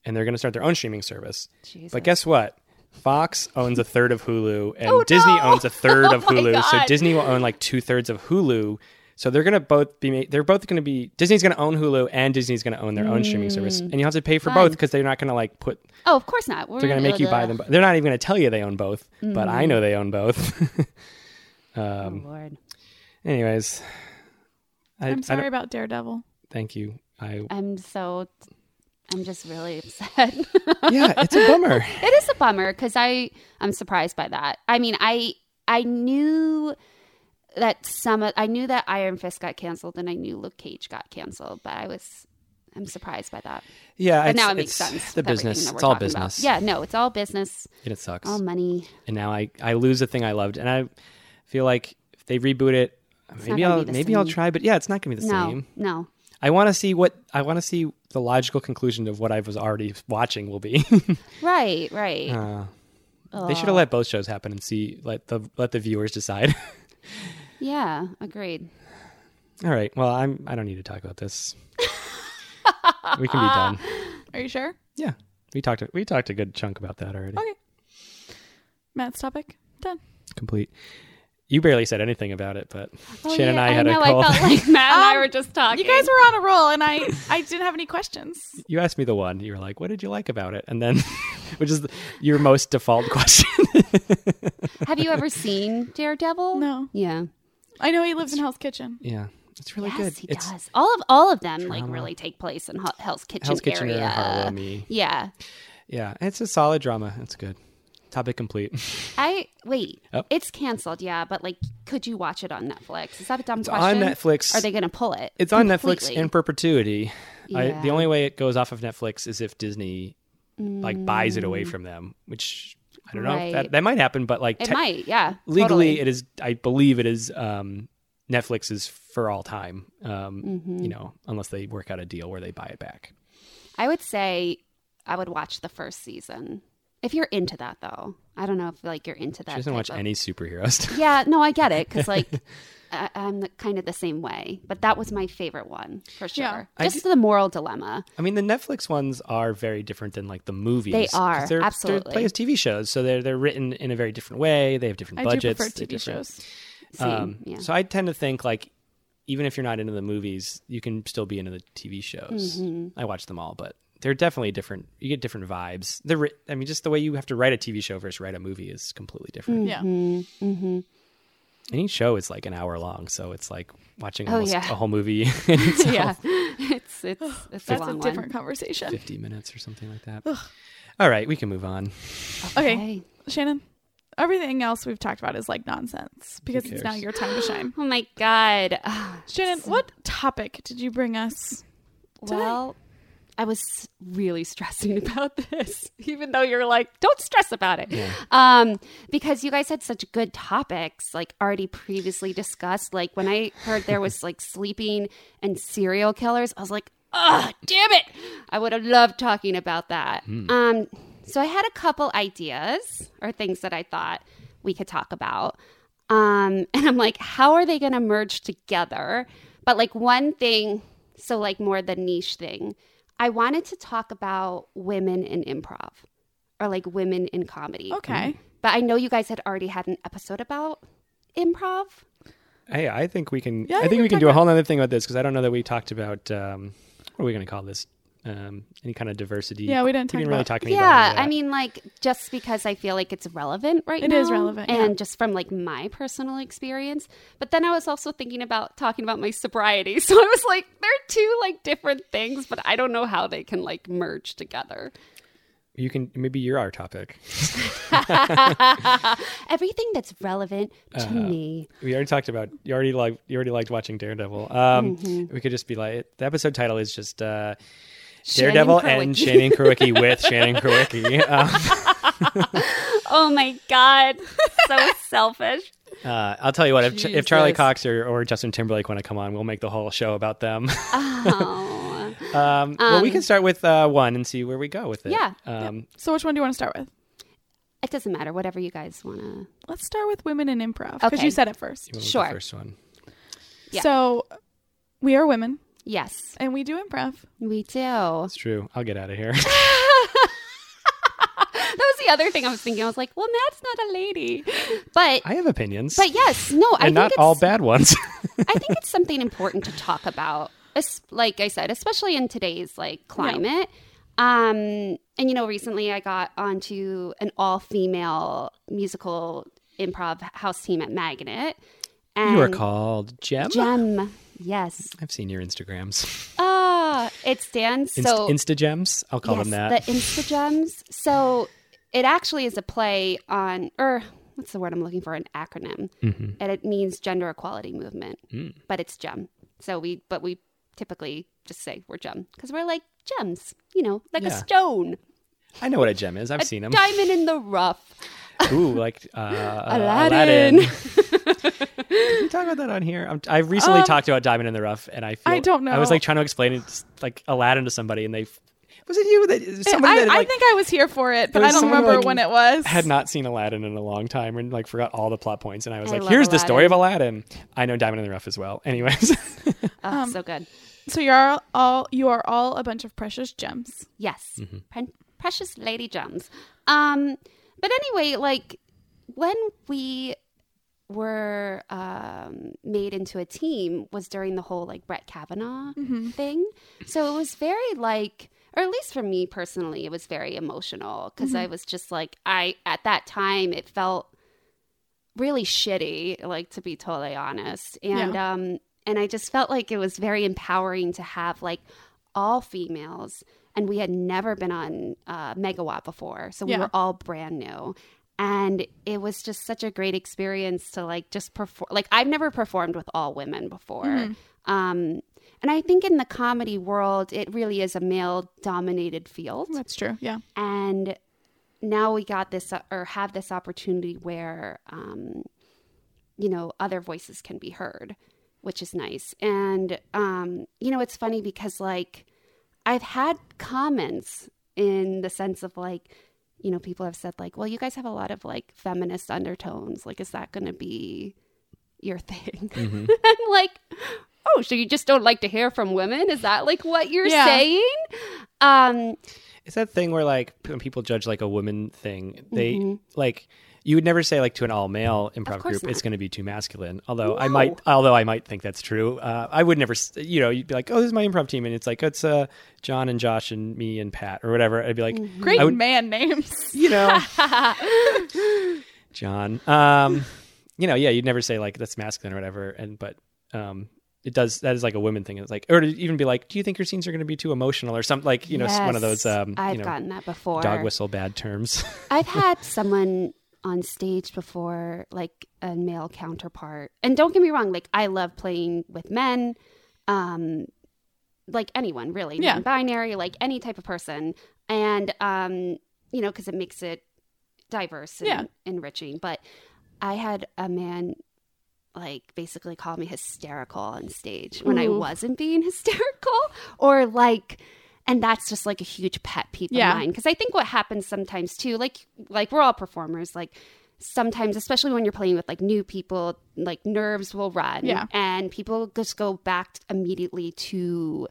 [SPEAKER 1] and they're going to start their own streaming service.
[SPEAKER 3] Jesus.
[SPEAKER 1] But guess what? Fox owns a third of Hulu, and
[SPEAKER 3] Oh,
[SPEAKER 1] Disney
[SPEAKER 3] no!
[SPEAKER 1] owns a third
[SPEAKER 3] Oh
[SPEAKER 1] of
[SPEAKER 3] my
[SPEAKER 1] Hulu. So
[SPEAKER 3] God.
[SPEAKER 1] Disney will own like two thirds of Hulu. So they're going to both be. ma- They're both going to be. Disney's going to own Hulu, and Disney's going to own their own streaming service, and you have to pay for both because they're not going to like put.
[SPEAKER 3] oh of course not Mm. We're
[SPEAKER 1] They're going to make you buy them. bo- They're not even going to tell you they own both, but
[SPEAKER 3] Mm.
[SPEAKER 1] I know they own both. Um,
[SPEAKER 3] oh, Lord.
[SPEAKER 1] Anyways, I, I
[SPEAKER 2] I'm
[SPEAKER 1] don't-
[SPEAKER 2] sorry about Daredevil.
[SPEAKER 1] Thank you. I
[SPEAKER 3] i'm so i'm just really upset
[SPEAKER 1] yeah, it's a bummer.
[SPEAKER 3] it is a bummer because I I'm surprised by that. I mean, I I knew that some of- I knew that Iron Fist got canceled and I knew Luke Cage got canceled, but I was I'm surprised by that.
[SPEAKER 1] Yeah,
[SPEAKER 3] But
[SPEAKER 1] it's,
[SPEAKER 3] now it makes
[SPEAKER 1] it's
[SPEAKER 3] sense.
[SPEAKER 1] The
[SPEAKER 3] with everything
[SPEAKER 1] business.
[SPEAKER 3] that we're
[SPEAKER 1] It's all
[SPEAKER 3] talking about.
[SPEAKER 1] business.
[SPEAKER 3] Yeah, Um, no, it's all business,
[SPEAKER 1] and it sucks.
[SPEAKER 3] all money.
[SPEAKER 1] and now I I lose the thing I loved, and I feel like if they reboot it, maybe
[SPEAKER 3] gonna
[SPEAKER 1] I'll
[SPEAKER 3] be the
[SPEAKER 1] maybe I'll
[SPEAKER 3] same.
[SPEAKER 1] try. But yeah, it's not gonna be the
[SPEAKER 3] No,
[SPEAKER 1] same.
[SPEAKER 3] no.
[SPEAKER 1] I want to see what I want to see the logical conclusion of what I was already watching will be.
[SPEAKER 3] Right, right.
[SPEAKER 1] uh, they should have let both shows happen and see let the let the viewers decide.
[SPEAKER 3] yeah, agreed.
[SPEAKER 1] all right. Well, I'm I don't need to talk about this. we can be done.
[SPEAKER 2] Are you sure?
[SPEAKER 1] Yeah, we talked we talked a good chunk about that
[SPEAKER 3] Oh,
[SPEAKER 1] already.
[SPEAKER 2] Okay. Matt's topic done.
[SPEAKER 1] complete. You barely said anything about it, but
[SPEAKER 3] Oh,
[SPEAKER 1] Shannon and
[SPEAKER 3] yeah,
[SPEAKER 1] I had
[SPEAKER 3] know,
[SPEAKER 1] a call.
[SPEAKER 3] I felt like Matt and I
[SPEAKER 2] Um,
[SPEAKER 3] were just talking.
[SPEAKER 2] You guys were on a roll, and I I didn't have any questions.
[SPEAKER 1] you asked me the one. You were like, "What did you like about it?" And then, which is the- your most default question.
[SPEAKER 3] Have you ever seen Daredevil?
[SPEAKER 2] No,
[SPEAKER 3] Yeah.
[SPEAKER 2] I know he lives in Hell's Kitchen.
[SPEAKER 1] yeah, it's really
[SPEAKER 3] yes,
[SPEAKER 1] good.
[SPEAKER 3] he
[SPEAKER 1] it's
[SPEAKER 3] does. All of all of them like
[SPEAKER 1] Drama.
[SPEAKER 3] really take place in Hel- Hell's Kitchen
[SPEAKER 1] Hell's Kitchen
[SPEAKER 3] area.
[SPEAKER 1] and Harlow Me.
[SPEAKER 3] Yeah,
[SPEAKER 1] Yeah, it's a solid drama. It's good. Topic complete.
[SPEAKER 3] I wait.
[SPEAKER 1] Oh.
[SPEAKER 3] It's canceled. Yeah, but like, could you watch it on Netflix? Is that a dumb
[SPEAKER 1] on
[SPEAKER 3] question?
[SPEAKER 1] Netflix.
[SPEAKER 3] Are they going to pull it?
[SPEAKER 1] It's on Netflix
[SPEAKER 3] completely?
[SPEAKER 1] in perpetuity. I,
[SPEAKER 3] Yeah.
[SPEAKER 1] the only way it goes off of Netflix is if Disney like buys it away from them, which I don't know.
[SPEAKER 3] Mm. Right.
[SPEAKER 1] if That that might happen, but like
[SPEAKER 3] It
[SPEAKER 1] te-
[SPEAKER 3] might. Yeah,
[SPEAKER 1] legally
[SPEAKER 3] totally.
[SPEAKER 1] it is i believe it is um netflix's for all time um
[SPEAKER 3] Mm-hmm.
[SPEAKER 1] you know unless they work out a deal where they buy it back
[SPEAKER 3] I would say I would watch the first season if you're into that, though. I don't know if like you're into that.
[SPEAKER 1] she doesn't
[SPEAKER 3] type
[SPEAKER 1] watch
[SPEAKER 3] of-
[SPEAKER 1] any superhero stuff
[SPEAKER 3] Yeah, no, I get it because like I, I'm the, kind of the same way. But that was my favorite one for sure.
[SPEAKER 2] Yeah.
[SPEAKER 1] I
[SPEAKER 3] Just the moral dilemma.
[SPEAKER 1] i mean the netflix ones are very different than like the movies
[SPEAKER 3] They are,
[SPEAKER 1] 'cause they're,
[SPEAKER 3] absolutely.
[SPEAKER 1] they're play as tv shows so they're they're written in a very different way they have different
[SPEAKER 2] I
[SPEAKER 1] budgets
[SPEAKER 2] do prefer
[SPEAKER 1] they're
[SPEAKER 2] TV
[SPEAKER 1] different-
[SPEAKER 2] shows.
[SPEAKER 3] Same.
[SPEAKER 1] um,
[SPEAKER 3] yeah.
[SPEAKER 1] so i tend to think like even if you're not into the movies you can still be into the tv shows i watch them all but they're definitely different you get different vibes they're writ- i mean just the way you have to write a tv show versus write a movie is completely different
[SPEAKER 2] Yeah.
[SPEAKER 1] And each show is like an hour long, so it's like watching
[SPEAKER 3] Oh,
[SPEAKER 1] almost
[SPEAKER 3] yeah.
[SPEAKER 1] a whole movie
[SPEAKER 3] yeah, it's it's it's
[SPEAKER 2] That's
[SPEAKER 3] a
[SPEAKER 2] a
[SPEAKER 3] long
[SPEAKER 2] different
[SPEAKER 3] one.
[SPEAKER 2] conversation.
[SPEAKER 1] fifty minutes or something like that. All right, we can move on.
[SPEAKER 2] Okay.
[SPEAKER 3] Okay.
[SPEAKER 2] Shannon, everything else we've talked about is like nonsense because it's now
[SPEAKER 1] cares?
[SPEAKER 2] your time to shine.
[SPEAKER 3] Oh my god.
[SPEAKER 2] Shannon, what topic did you bring us?
[SPEAKER 3] well, I was really stressing about this, even though you're like, don't stress about it, um, because you guys had such good topics, like already previously discussed. Like when I heard there was like sleeping and serial killers, I was like, oh damn it, I would have loved talking about that. Um, so I had a couple ideas or things that I thought we could talk about. Um, and I'm like, how are they going to merge together? But like one thing, so like more the niche thing, I wanted to talk about women in improv or like women in comedy.
[SPEAKER 2] Okay.
[SPEAKER 3] Mm-hmm. But I know you guys had already had an episode about improv.
[SPEAKER 1] Hey, I think we can.
[SPEAKER 2] Yeah, I
[SPEAKER 1] I
[SPEAKER 2] think
[SPEAKER 1] think
[SPEAKER 2] we
[SPEAKER 1] we can
[SPEAKER 2] talked
[SPEAKER 1] do a whole other thing about this because I don't know that we talked about um, what are we going to call this? Um, any kind of diversity?
[SPEAKER 2] Yeah, we didn't talk
[SPEAKER 1] really
[SPEAKER 2] about-
[SPEAKER 1] talk anything
[SPEAKER 3] Yeah,
[SPEAKER 1] about
[SPEAKER 3] I mean, like, just because I feel like it's relevant right
[SPEAKER 2] It
[SPEAKER 3] now.
[SPEAKER 2] is relevant, yeah.
[SPEAKER 3] And just from, like, my personal experience. But then I was also thinking about talking about my sobriety. So I was like, they're two, like, different things, but I don't know how they can, like, merge together.
[SPEAKER 1] you can maybe you're our topic.
[SPEAKER 3] Everything that's relevant to
[SPEAKER 2] Uh-huh.
[SPEAKER 3] me.
[SPEAKER 1] We already talked about you already like you already liked watching Daredevil. Um,
[SPEAKER 3] Mm-hmm.
[SPEAKER 1] We could just be like the episode title is just uh,
[SPEAKER 3] Shannon
[SPEAKER 1] Daredevil
[SPEAKER 3] Krowicki.
[SPEAKER 1] and Shannon Krowicki with Shannon Krowicki. Um,
[SPEAKER 3] Oh, my God. so selfish.
[SPEAKER 1] uh, I'll tell you what if, if Charlie
[SPEAKER 3] Jesus.
[SPEAKER 1] Cox or, or Justin Timberlake want to come on, we'll make the whole show about them.
[SPEAKER 3] Oh.
[SPEAKER 1] um, well, we can start with uh, one and see where we go with it.
[SPEAKER 3] Yeah.
[SPEAKER 1] Um,
[SPEAKER 2] So which one do you want to start with?
[SPEAKER 3] it doesn't matter. Whatever you guys want to.
[SPEAKER 2] Let's start with women in improv because
[SPEAKER 3] Okay.
[SPEAKER 2] you said it first.
[SPEAKER 1] you want
[SPEAKER 3] Sure.
[SPEAKER 1] The first one.
[SPEAKER 3] Yeah.
[SPEAKER 2] So we are women
[SPEAKER 3] Yes,
[SPEAKER 2] and we do improv.
[SPEAKER 3] we do.
[SPEAKER 1] It's true. I'll get out of here.
[SPEAKER 3] That was the other thing I was thinking. I was like, well, Matt's not a lady, but
[SPEAKER 1] I have opinions,
[SPEAKER 3] but yes, no,
[SPEAKER 1] and
[SPEAKER 3] I think
[SPEAKER 1] not
[SPEAKER 3] it's,
[SPEAKER 1] all bad ones.
[SPEAKER 3] I think it's something important to talk about. es- Like I said, especially in today's like climate. Um, and you know, recently I got onto an all-female musical improv house team at Magnet. And
[SPEAKER 1] you are called Gem.
[SPEAKER 3] Gem. Yes.
[SPEAKER 1] I've seen your Instagrams.
[SPEAKER 3] Ah, it stands
[SPEAKER 1] Inst-
[SPEAKER 3] so
[SPEAKER 1] Insta Gems. I'll call them that.
[SPEAKER 3] The Insta Gems. So it actually is a play on, or what's the word I'm looking for? An acronym,
[SPEAKER 1] Mm-hmm.
[SPEAKER 3] and it means gender equality movement.
[SPEAKER 1] Mm.
[SPEAKER 3] But it's gem. So we, but we typically just say we're gem because we're like gems, you know, like a
[SPEAKER 1] Yeah.
[SPEAKER 3] stone,
[SPEAKER 1] I know what a gem is. I've
[SPEAKER 3] a
[SPEAKER 1] seen them.
[SPEAKER 3] diamond in the rough.
[SPEAKER 1] Ooh, like uh, uh,
[SPEAKER 3] Aladdin.
[SPEAKER 1] Aladdin. Did we talk about that on here? I'm, I recently
[SPEAKER 2] Um,
[SPEAKER 1] talked about Diamond in the Rough, and I feel
[SPEAKER 2] I don't
[SPEAKER 1] I was
[SPEAKER 2] know.
[SPEAKER 1] like trying to explain it, like Aladdin to somebody, and they was it you that somebody
[SPEAKER 2] I,
[SPEAKER 1] that
[SPEAKER 2] I
[SPEAKER 1] like,
[SPEAKER 2] think I was here for it, but
[SPEAKER 1] was
[SPEAKER 2] I don't
[SPEAKER 1] someone who,
[SPEAKER 2] remember
[SPEAKER 1] like,
[SPEAKER 2] when it was.
[SPEAKER 1] had not seen Aladdin in a long time and like forgot all the plot points, and I was
[SPEAKER 3] I
[SPEAKER 1] like,
[SPEAKER 3] love
[SPEAKER 1] "Here's the story of Aladdin." I know Diamond in the Rough as well. Anyways,
[SPEAKER 3] Oh, so good.
[SPEAKER 2] So you are all you are all a bunch of precious gems.
[SPEAKER 3] Yes. Pre- precious lady gems. Um, but anyway, like when we were um, made into a team was during the whole like Brett Kavanaugh thing. So it was very like, or at least for me personally, it was very emotional because I was just like, I, at that time, it felt really shitty, like to be totally honest. And um and I just felt like it was very empowering to have like all females and we had never been on uh megawatt before. So we
[SPEAKER 2] Yeah.
[SPEAKER 3] were all brand new. And it was just such a great experience to like just perform like I've never performed with all women before. Um and I think in the comedy world it really is a male dominated field
[SPEAKER 2] That's true. Yeah.
[SPEAKER 3] and now we got this uh, or have this opportunity where um, you know other voices can be heard which is nice and um, you know it's funny because like i've had comments in the sense of like you know people have said like well you guys have a lot of like feminist undertones like is that going to be your thing i'm like oh so you just don't like to hear from women is that like what you're
[SPEAKER 2] Yeah.
[SPEAKER 3] saying um
[SPEAKER 1] it's that thing where like when people judge like a woman thing, they like you would never say like to an all male improv
[SPEAKER 3] Mm-hmm. course
[SPEAKER 1] group
[SPEAKER 3] not.
[SPEAKER 1] it's going to be too masculine. Although I might, although I might think that's true. Uh, I would never, s- you know, you'd be like, oh, this is my improv team, and it's like it's uh, John and Josh and me and Pat or whatever. I'd be like,
[SPEAKER 3] Mm-hmm.
[SPEAKER 2] Great
[SPEAKER 1] I would-
[SPEAKER 2] man names.
[SPEAKER 1] you know, John. Um, you know, yeah, you'd never say like that's masculine or whatever, and but um, it does that is like a women thing. It's like, or to even be like, do you think your scenes are going to be too emotional or something like you know, s- one of
[SPEAKER 3] Yes,
[SPEAKER 1] those um,
[SPEAKER 3] I've
[SPEAKER 1] you know,
[SPEAKER 3] gotten that before.
[SPEAKER 1] dog whistle bad terms.
[SPEAKER 3] I've had someone on stage before, like a male counterpart. And don't get me wrong, like I love playing with men, um, like anyone really,
[SPEAKER 2] Yeah.
[SPEAKER 3] binary, like any type of person, and um, you know, because it makes it diverse and
[SPEAKER 2] Yeah.
[SPEAKER 3] enriching. But I had a man like basically call me hysterical on stage when I
[SPEAKER 2] Ooh.
[SPEAKER 3] wasn't being hysterical or like and that's just like a huge pet peeve
[SPEAKER 2] Yeah.
[SPEAKER 3] of mine because I think what happens sometimes too like like we're all performers like sometimes especially when you're playing with like new people like nerves will run
[SPEAKER 2] Yeah.
[SPEAKER 3] and people just go back immediately to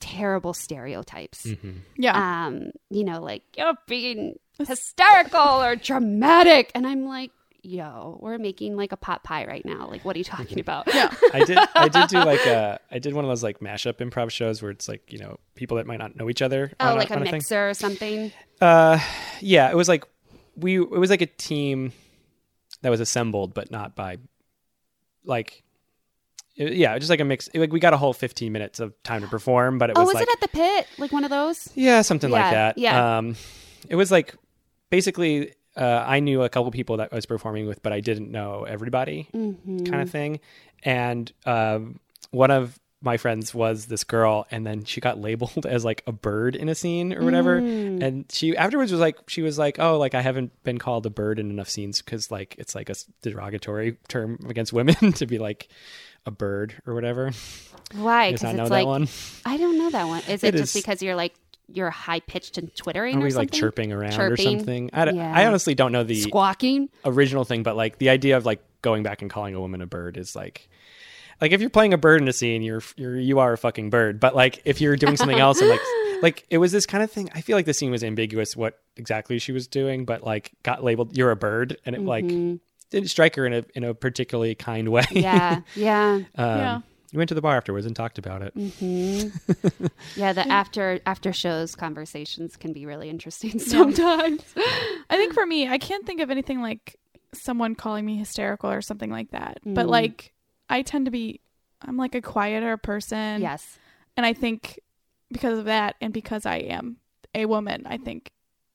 [SPEAKER 3] terrible stereotypes.
[SPEAKER 1] Mm.
[SPEAKER 2] Yeah.
[SPEAKER 3] Um, you know, like you're being hysterical or dramatic, and I'm like, yo, we're making like a pot pie right now. Like, what are you talking about?
[SPEAKER 2] yeah.
[SPEAKER 1] I did. I did do like a. I did one of those like mashup improv shows where it's like you know people that might not know each other.
[SPEAKER 3] Oh,
[SPEAKER 1] on
[SPEAKER 3] like a
[SPEAKER 1] on thing.
[SPEAKER 3] mixer or something.
[SPEAKER 1] Uh, yeah, it was like we. It was like a team that was assembled, but not by, like, it- yeah, just like a mix. Like we got a whole fifteen minutes of time to perform, but it
[SPEAKER 3] Oh,
[SPEAKER 1] was
[SPEAKER 3] was
[SPEAKER 1] like
[SPEAKER 3] it at the pit? Like one of those?
[SPEAKER 1] yeah, something like
[SPEAKER 3] Yeah,
[SPEAKER 1] that.
[SPEAKER 3] yeah.
[SPEAKER 1] Um, it was like basically uh, I knew a couple people that I was performing with, but I didn't know everybody
[SPEAKER 3] Mm-hmm.
[SPEAKER 1] kind of thing. And um, one of my friends was this girl, and then she got labeled as like a bird in a scene or whatever.
[SPEAKER 3] Mm.
[SPEAKER 1] And she afterwards was like, she was like, oh, like I haven't been called a bird in enough scenes because like it's like a s- derogatory term against women to be like a bird or whatever.
[SPEAKER 3] Why?
[SPEAKER 1] You guys not
[SPEAKER 3] Because
[SPEAKER 1] know
[SPEAKER 3] it's
[SPEAKER 1] that
[SPEAKER 3] like
[SPEAKER 1] one?
[SPEAKER 3] I don't know that one. Is it,
[SPEAKER 1] It
[SPEAKER 3] just
[SPEAKER 1] is-
[SPEAKER 3] because you're like you're high pitched and twittering?
[SPEAKER 1] Are
[SPEAKER 3] or
[SPEAKER 1] we like
[SPEAKER 3] something?
[SPEAKER 1] chirping around or
[SPEAKER 3] Chirping.
[SPEAKER 1] something? I, d-
[SPEAKER 3] Yeah.
[SPEAKER 1] I honestly don't know the
[SPEAKER 3] squawking?
[SPEAKER 1] original thing, but like the idea of like going back and calling a woman a bird is like like if you're playing a bird in a scene, you're you're you are a fucking bird. But like if you're doing something else and like like it was this kind of thing. I feel like the scene was ambiguous what exactly she was doing, but like got labeled you're a bird and it
[SPEAKER 3] Mm-hmm.
[SPEAKER 1] like didn't strike her in a in a particularly kind way.
[SPEAKER 3] Yeah, yeah,
[SPEAKER 1] um,
[SPEAKER 2] Yeah.
[SPEAKER 1] We went to the bar afterwards and talked about it.
[SPEAKER 3] Mm-hmm. yeah. The after after shows conversations can be really interesting sometimes.
[SPEAKER 2] I think for me, I can't think of anything like someone calling me hysterical or something like that. But
[SPEAKER 3] Mm.
[SPEAKER 2] like, I tend to be, I'm like a quieter person.
[SPEAKER 3] yes,
[SPEAKER 2] And I think because of that and because I am a woman, I think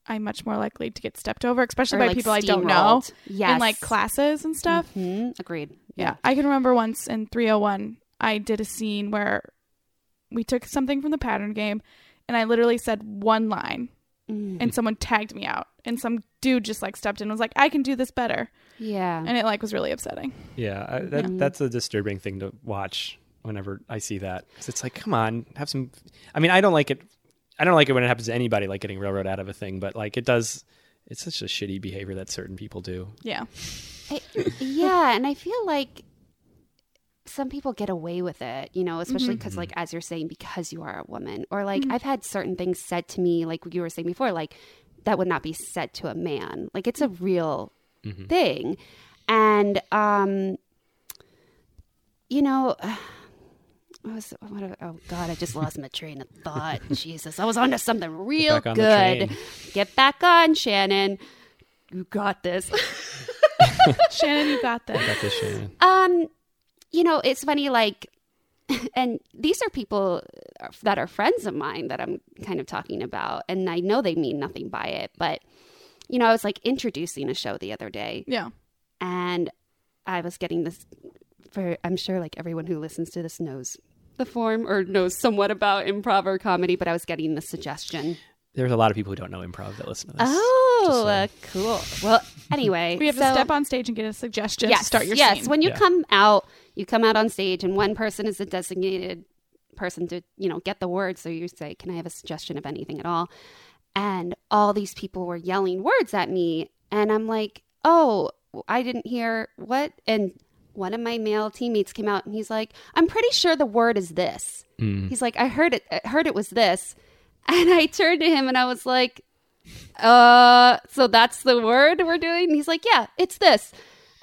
[SPEAKER 2] I'm much more likely to get stepped over, especially
[SPEAKER 3] Or,
[SPEAKER 2] by
[SPEAKER 3] like,
[SPEAKER 2] people I don't know
[SPEAKER 3] steamrolled. Yes,
[SPEAKER 2] in like classes and stuff.
[SPEAKER 3] Mhm, Agreed.
[SPEAKER 2] Yeah. I can remember once in 301, I did a scene where we took something from the pattern game and I literally said one line
[SPEAKER 3] Mm.
[SPEAKER 2] and someone tagged me out and some dude just like stepped in and was like, I can do this better.
[SPEAKER 3] yeah.
[SPEAKER 2] And it like was really upsetting.
[SPEAKER 1] Yeah, I, that,
[SPEAKER 3] Mhm.
[SPEAKER 1] that's a disturbing thing to watch whenever I see that. 'Cause it's like, come on, have some. I mean, I don't like it. I don't like it when it happens to anybody, like getting railroad out of a thing. But like, it does. It's such a shitty behavior that certain people do.
[SPEAKER 2] Yeah.
[SPEAKER 3] I, yeah, and I feel like some people get away with it, you know, especially
[SPEAKER 1] Mm-hmm.
[SPEAKER 3] because, like, as you're saying, because you are a woman, or like I've had certain things said to me, like you were saying before, like that would not be said to a man. Like it's a real
[SPEAKER 1] Mm-hmm.
[SPEAKER 3] thing, and um, you know. What was what, oh god i just lost my train of thought jesus i was onto something real
[SPEAKER 1] back on the
[SPEAKER 3] good
[SPEAKER 1] train.
[SPEAKER 3] get back on shannon you got this
[SPEAKER 2] Shannon, you got this.
[SPEAKER 1] Got this shit.
[SPEAKER 3] um, you know, it's funny, like, and these are people that are friends of mine that I'm kind of talking about, and I know they mean nothing by it, but, you know, I was like introducing a show the other day,
[SPEAKER 2] Yeah.
[SPEAKER 3] and I was getting this for, I'm sure, like, everyone who listens to this knows the form or knows somewhat about improv or comedy, but I was getting the suggestion.
[SPEAKER 1] There's a lot of people who don't know improv that listen to this.
[SPEAKER 3] Oh,
[SPEAKER 1] so-
[SPEAKER 3] uh, cool. Well, anyway,
[SPEAKER 2] We have to
[SPEAKER 3] so-
[SPEAKER 2] step on stage and get a suggestion to start your
[SPEAKER 3] yes.
[SPEAKER 2] scene.
[SPEAKER 3] When you
[SPEAKER 1] Yeah.
[SPEAKER 3] come out, you come out on stage, and one person is the designated person to you know get the word. So you say, "Can I have a suggestion of anything at all?" And all these people were yelling words at me, and I'm like, "Oh, I didn't hear what." And one of my male teammates came out, and he's like, "I'm pretty sure the word is this." He's like, "I heard it. I heard it was this," and I turned to him and I was like uh so that's the word we're doing and he's like yeah it's this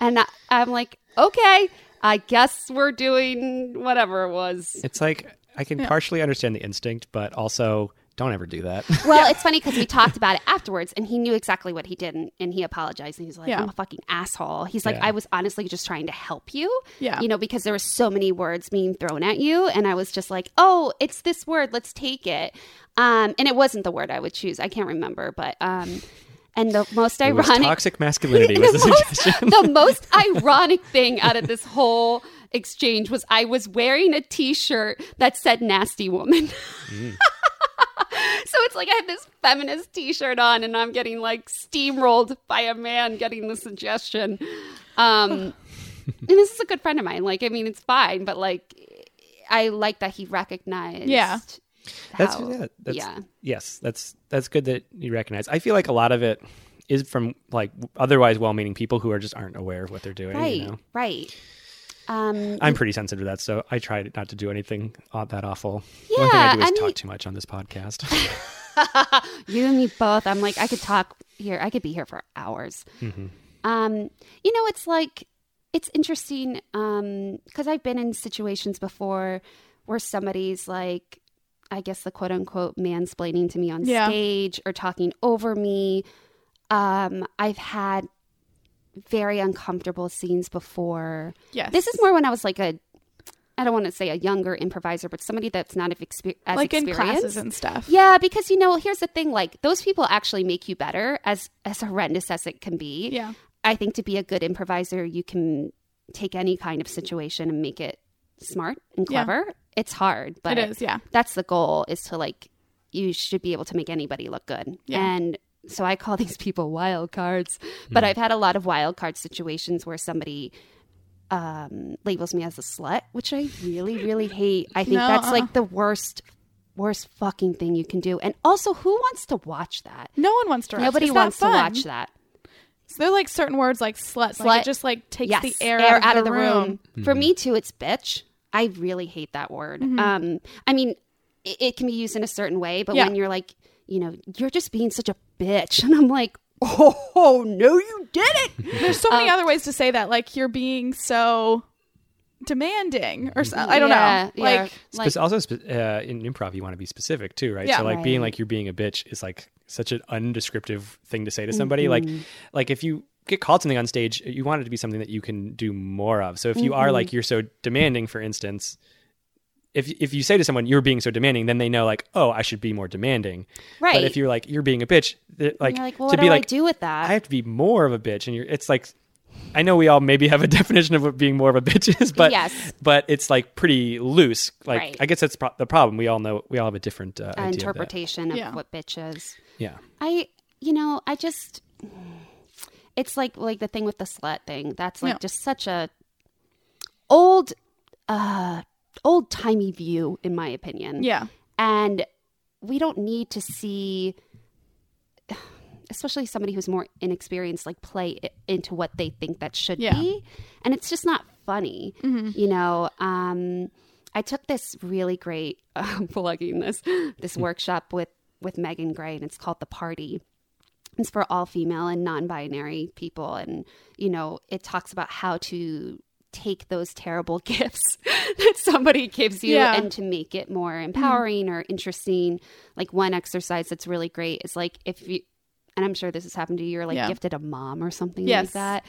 [SPEAKER 3] and I, i'm like okay i guess we're doing whatever it was
[SPEAKER 1] It's like I can partially understand the instinct, but also don't ever do that.
[SPEAKER 3] well it's funny because we talked about it afterwards and he knew exactly what he did and, and he apologized and he's like
[SPEAKER 2] Yeah.
[SPEAKER 3] i'm a fucking asshole he's like
[SPEAKER 1] Yeah.
[SPEAKER 3] i was honestly just trying to help you
[SPEAKER 2] Yeah.
[SPEAKER 3] you know because there were so many words being thrown at you and i was just like oh it's this word let's take it um and it wasn't the word i would choose i can't remember but um and the most
[SPEAKER 1] It was
[SPEAKER 3] ironic
[SPEAKER 1] toxic masculinity was the suggestion.
[SPEAKER 3] the most ironic thing out of this whole exchange was I was wearing a t-shirt that said nasty woman.
[SPEAKER 1] Mm.
[SPEAKER 3] so it's like I have this feminist t-shirt on and I'm getting like steamrolled by a man getting the suggestion. Um and this is a good friend of mine. Like I mean it's fine, but like I like that he recognized
[SPEAKER 2] Yeah.
[SPEAKER 1] That's,
[SPEAKER 3] how-
[SPEAKER 1] yeah, that's
[SPEAKER 3] yeah.
[SPEAKER 1] Yes, that's that's good that you recognize. I feel like a lot of it is from like otherwise well-meaning people who are just aren't aware of what they're doing.
[SPEAKER 3] Right,
[SPEAKER 1] You know?
[SPEAKER 3] right. Um,
[SPEAKER 1] I'm pretty sensitive to that, so I try not to do anything aw- that awful.
[SPEAKER 3] yeah,
[SPEAKER 1] One thing I do is
[SPEAKER 3] I mean-
[SPEAKER 1] talk too much on this podcast.
[SPEAKER 3] you and me both. I'm like, I could talk here. I could be here for hours.
[SPEAKER 1] Mhm.
[SPEAKER 3] Um, you know, it's like it's interesting because I've been in situations before where somebody's like, I guess the quote unquote mansplaining to me on
[SPEAKER 2] Yeah.
[SPEAKER 3] stage or talking over me. Um, I've had very uncomfortable scenes before.
[SPEAKER 2] Yes.
[SPEAKER 3] This is more when I was like a, I don't want to say a younger improviser, but somebody that's not of exper- as
[SPEAKER 2] like in
[SPEAKER 3] experienced.
[SPEAKER 2] classes and stuff.
[SPEAKER 3] Yeah, because you know, here's the thing: like those people actually make you better, as as horrendous as it can be.
[SPEAKER 2] Yeah.
[SPEAKER 3] I think to be a good improviser, you can take any kind of situation and make it smart and
[SPEAKER 2] Yeah.
[SPEAKER 3] clever. It's hard, but
[SPEAKER 2] it is. Yeah.
[SPEAKER 3] that's the goal: is to like you should be able to make anybody look good.
[SPEAKER 2] Yeah. Hmm.
[SPEAKER 3] And so I call these people wild cards. But I've had a lot of wild card situations where somebody um, labels me as a slut, which I really, really hate. I think
[SPEAKER 2] No,
[SPEAKER 3] that's
[SPEAKER 2] uh-uh.
[SPEAKER 3] like the worst, worst fucking thing you can do. And also, who wants to watch that?
[SPEAKER 2] No one wants to. Watch.
[SPEAKER 3] Nobody
[SPEAKER 2] it's
[SPEAKER 3] wants
[SPEAKER 2] not
[SPEAKER 3] to
[SPEAKER 2] fun.
[SPEAKER 3] watch that.
[SPEAKER 2] So there are like certain words like slut. Like
[SPEAKER 3] Slut.
[SPEAKER 2] it just like takes
[SPEAKER 3] yes,
[SPEAKER 2] the air, out, of the room.
[SPEAKER 3] For
[SPEAKER 1] Hmm.
[SPEAKER 3] me too, it's bitch. I really hate that word.
[SPEAKER 2] Mm-hmm.
[SPEAKER 3] Um, I mean, it, it can be used in a certain way, but
[SPEAKER 2] Yeah.
[SPEAKER 3] when you're like, you know, you're just being such a bitch, and I'm like, oh no, you didn't.
[SPEAKER 2] There's so
[SPEAKER 3] Oh.
[SPEAKER 2] many other ways to say that. Like you're being so demanding or so, I don't
[SPEAKER 3] Yeah,
[SPEAKER 2] know.
[SPEAKER 3] yeah.
[SPEAKER 2] Like
[SPEAKER 1] But also, spe- uh, in improv, you want to be specific too, right?
[SPEAKER 2] Yeah.
[SPEAKER 1] So, like being
[SPEAKER 3] Right.
[SPEAKER 1] like you're being a bitch is like such an undescriptive thing to say to somebody.
[SPEAKER 3] Mm-hmm.
[SPEAKER 1] Like, like if you get called something on stage, you want it to be something that you can do more of. So, if you
[SPEAKER 3] Mm-hmm.
[SPEAKER 1] are like you're so demanding, for instance, if if you say to someone you're being so demanding, then they know like, oh, I should be more demanding. But
[SPEAKER 3] Right.
[SPEAKER 1] if you're like you're being a bitch, th- like,
[SPEAKER 3] you're like, well,
[SPEAKER 1] to
[SPEAKER 3] what
[SPEAKER 1] be
[SPEAKER 3] do
[SPEAKER 1] like,
[SPEAKER 3] I do with that?
[SPEAKER 1] I have to be more of a bitch, and you're, it's like, I know we all maybe have a definition of what being more of a bitch is, but
[SPEAKER 3] Yes.
[SPEAKER 1] but it's like pretty loose. Like
[SPEAKER 3] Right.
[SPEAKER 1] I guess that's pro- the problem. We all know we all have a different uh, idea of that.
[SPEAKER 3] interpretation of,
[SPEAKER 2] Yeah.
[SPEAKER 3] what bitch is.
[SPEAKER 1] Yeah,
[SPEAKER 3] I, you know, I just, it's like like the thing with the slut thing. That's like
[SPEAKER 2] Yeah.
[SPEAKER 3] just such a old, uh, old timey view, in my opinion.
[SPEAKER 2] yeah.
[SPEAKER 3] and we don't need to see. Especially somebody who's more inexperienced, like play i- into what they think that should
[SPEAKER 2] Yeah.
[SPEAKER 3] be, and it's just not funny you know um i took this really great um, plugging this this workshop with with megan gray and it's called the party it's for all female and non-binary people and you know it talks about how to take those terrible gifts that somebody gives you
[SPEAKER 2] Yeah. Mm-hmm.
[SPEAKER 3] and to make it more empowering or interesting like one exercise that's really great is like if you and i'm sure this has happened to you you're like
[SPEAKER 2] Yeah.
[SPEAKER 3] gifted a mom or something
[SPEAKER 2] Yes.
[SPEAKER 3] like that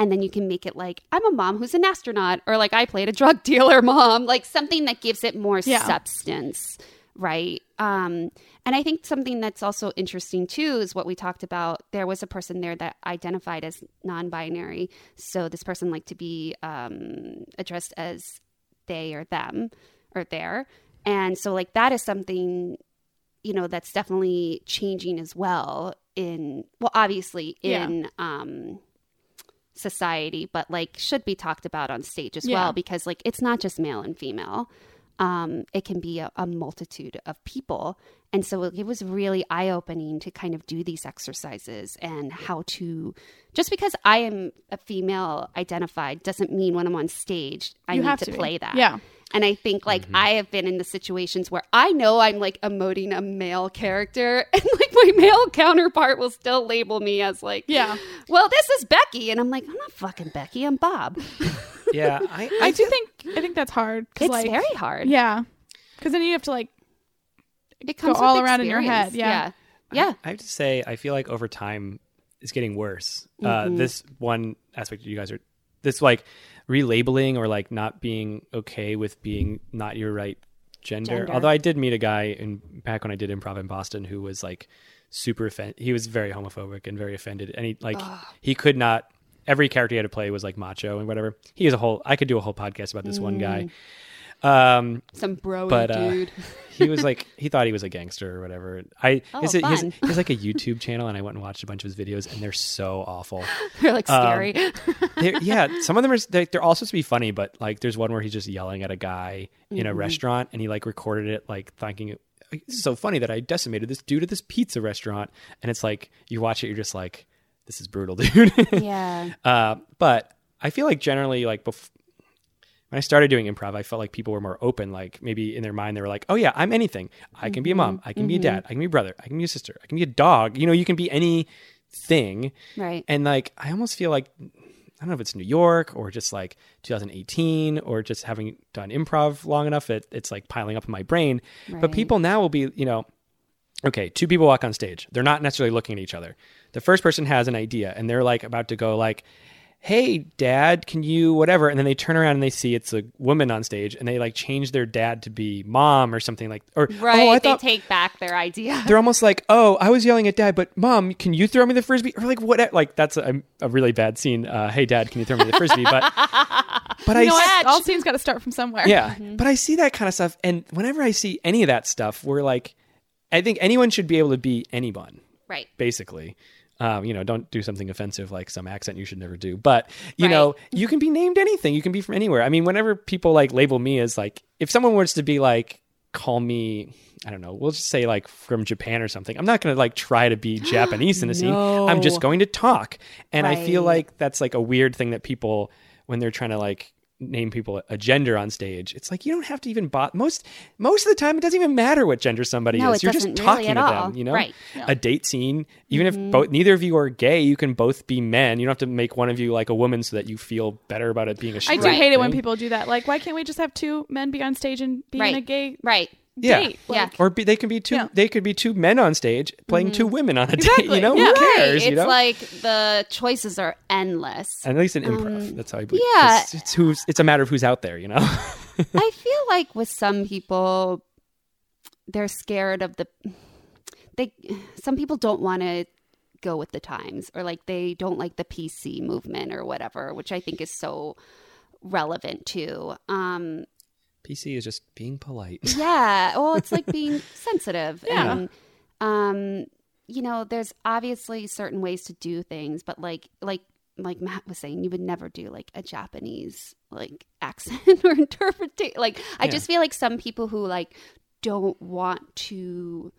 [SPEAKER 3] and then you can make it like i'm a mom who's an astronaut or like i played a drug dealer mom like something that gives it more
[SPEAKER 2] Yeah.
[SPEAKER 3] substance right um and i think something that's also interesting too is what we talked about there was a person there that identified as non-binary so this person liked to be um addressed as they or them or there and so like that is something you know that's definitely changing as well in well obviously
[SPEAKER 2] Yeah.
[SPEAKER 3] in um society but like should be talked about on stage as
[SPEAKER 2] Yeah.
[SPEAKER 3] well because like it's not just male and female um it can be a, a multitude of people and so it was really eye opening to kind of do these exercises and how to just because i am a female identified doesn't mean when i'm on stage i
[SPEAKER 2] You
[SPEAKER 3] need
[SPEAKER 2] have
[SPEAKER 3] to,
[SPEAKER 2] to be.
[SPEAKER 3] play that
[SPEAKER 2] Yeah.
[SPEAKER 3] and I think like
[SPEAKER 1] Mm-hmm.
[SPEAKER 3] I have been in the situations where I know I'm like emoting a male character and like my male counterpart will still label me as like,
[SPEAKER 2] Yeah.
[SPEAKER 3] well, this is Becky. And I'm like, I'm not fucking Becky, I'm Bob.
[SPEAKER 1] yeah. I,
[SPEAKER 2] I do think I think that's hard. 'cause,
[SPEAKER 3] It's
[SPEAKER 2] like,
[SPEAKER 3] very hard.
[SPEAKER 2] Yeah. Because then you have to like
[SPEAKER 3] It comes
[SPEAKER 2] all
[SPEAKER 3] with
[SPEAKER 2] around in your
[SPEAKER 3] experience.
[SPEAKER 2] head, yeah.
[SPEAKER 3] Yeah.
[SPEAKER 1] I, I have to say, I feel like over time it's getting worse.
[SPEAKER 3] Mm-hmm.
[SPEAKER 1] Uh, this one aspect that you guys are this like relabeling or like not being okay with being not your right gender.
[SPEAKER 3] Gender.
[SPEAKER 1] Although I did meet a guy in back when I did improv in Boston who was like super offended. He was very homophobic and very offended, and he like he could not. Every character he had to play was like macho and whatever. He is a whole. I could do a whole podcast about this one guy.
[SPEAKER 3] Mm.
[SPEAKER 1] Um,
[SPEAKER 3] Some bro
[SPEAKER 1] But, uh,
[SPEAKER 3] dude.
[SPEAKER 1] he was like he thought he was a gangster or whatever. I
[SPEAKER 3] Oh,
[SPEAKER 1] his, his,
[SPEAKER 3] fun.
[SPEAKER 1] his, like a YouTube channel and I went and watched a bunch of his videos and they're so awful.
[SPEAKER 3] They're like
[SPEAKER 1] um,
[SPEAKER 3] scary.
[SPEAKER 1] They're- yeah, some of them are they're, they're all supposed to be funny, but like there's one where he's just yelling at a guy in
[SPEAKER 3] Mm-hmm.
[SPEAKER 1] a restaurant and he like recorded it like thinking it this is so funny that I decimated this dude at this pizza restaurant and it's like you watch it you're just like this is brutal, dude.
[SPEAKER 3] yeah.
[SPEAKER 1] Uh, but I feel like generally, like bef- When I started doing improv, I felt like people were more open. Like maybe in their mind, they were like, "Oh yeah, I'm anything. I can be a mom. I can be a dad. I can be a brother. I can be a sister. I can be a dog. You know, you can be anything."
[SPEAKER 3] Right.
[SPEAKER 1] And like, I almost feel like I don't know if it's New York or just like 2018 or just having done improv long enough that it's like piling up in my brain. But
[SPEAKER 3] Right.
[SPEAKER 1] people now will be, you know, okay, two people walk on stage. They're not necessarily looking at each other. The first person has an idea and they're like about to go like, "Hey, dad, can you whatever?" And then they turn around and they see it's a woman on stage and they like change their dad to be mom or something like or
[SPEAKER 3] Right.
[SPEAKER 1] "Oh, I
[SPEAKER 3] they
[SPEAKER 1] thought
[SPEAKER 3] take back their idea.
[SPEAKER 1] they're almost like, "Oh, I was yelling at dad, but mom, can you throw me the frisbee?" Or like, what? e-, Like that's a, a really bad scene. Uh, hey, dad, can you throw me the frisbee? But but I
[SPEAKER 2] You know
[SPEAKER 1] s-
[SPEAKER 2] what? Mm-hmm. All scenes got to start from somewhere.
[SPEAKER 1] yeah, but I see that kind of stuff, and whenever I see any of that stuff, we're like, I think anyone should be able to be anyone,
[SPEAKER 3] Right.
[SPEAKER 1] basically. Um, you know, don't do something offensive like some accent you should never do. But you
[SPEAKER 3] Right.
[SPEAKER 1] know, you can be named anything. You can be from anywhere. I mean, whenever people like label me as like, if someone was to be like, call me, I don't know, we'll just say like from Japan or something. I'm not going to like try to be Japanese in a scene. I'm just going to talk, and I feel
[SPEAKER 3] Right.
[SPEAKER 1] like that's like a weird thing that people when they're trying to like name people a gender on stage. It's like you don't have to even bot most most of the time it doesn't even matter what gender somebody
[SPEAKER 3] No,
[SPEAKER 1] is.
[SPEAKER 3] it
[SPEAKER 1] You're just
[SPEAKER 3] doesn't
[SPEAKER 1] talking
[SPEAKER 3] really
[SPEAKER 1] to
[SPEAKER 3] at all.
[SPEAKER 1] them, you know?
[SPEAKER 3] Right.
[SPEAKER 1] A date scene, even
[SPEAKER 2] Mm-hmm.
[SPEAKER 1] if both neither of you are gay, you can both be men. You don't have to make one of you like a woman so that you feel better about it being a
[SPEAKER 2] I
[SPEAKER 1] straight
[SPEAKER 2] do hate it when
[SPEAKER 1] thing.
[SPEAKER 2] people do that. Like, why can't we just have two men be on stage and be
[SPEAKER 3] Right.
[SPEAKER 2] in a gay
[SPEAKER 3] Right.
[SPEAKER 1] yeah.
[SPEAKER 2] date?
[SPEAKER 3] Yeah.
[SPEAKER 2] Like,
[SPEAKER 1] Or be, they can be two
[SPEAKER 2] Yeah. Mm-hmm.
[SPEAKER 1] they could be two men on stage playing two women on a date, you
[SPEAKER 2] Exactly.
[SPEAKER 1] know?
[SPEAKER 2] Yeah.
[SPEAKER 1] Who
[SPEAKER 2] Right.
[SPEAKER 1] cares,
[SPEAKER 3] It's
[SPEAKER 1] you know?
[SPEAKER 3] like the choices are endless.
[SPEAKER 1] at least in
[SPEAKER 2] um,
[SPEAKER 1] improv, that's how I believe.
[SPEAKER 3] yeah.
[SPEAKER 1] 'Cause it's who's it's a matter of who's out there, you know.
[SPEAKER 3] I feel like with some people, they're scared of the. They some people don't want to go with the times, or like they don't like the PC movement or whatever, which I think is so relevant to. Um,
[SPEAKER 1] PC is just being polite.
[SPEAKER 3] yeah, well, it's like being sensitive.
[SPEAKER 2] Yeah.
[SPEAKER 3] And, um, you know, there's obviously certain ways to do things, but like, like, like Matt was saying, you would never do like a Japanese like accent or interpretation. Like, I
[SPEAKER 1] Yeah.
[SPEAKER 3] just feel like some people who like don't want to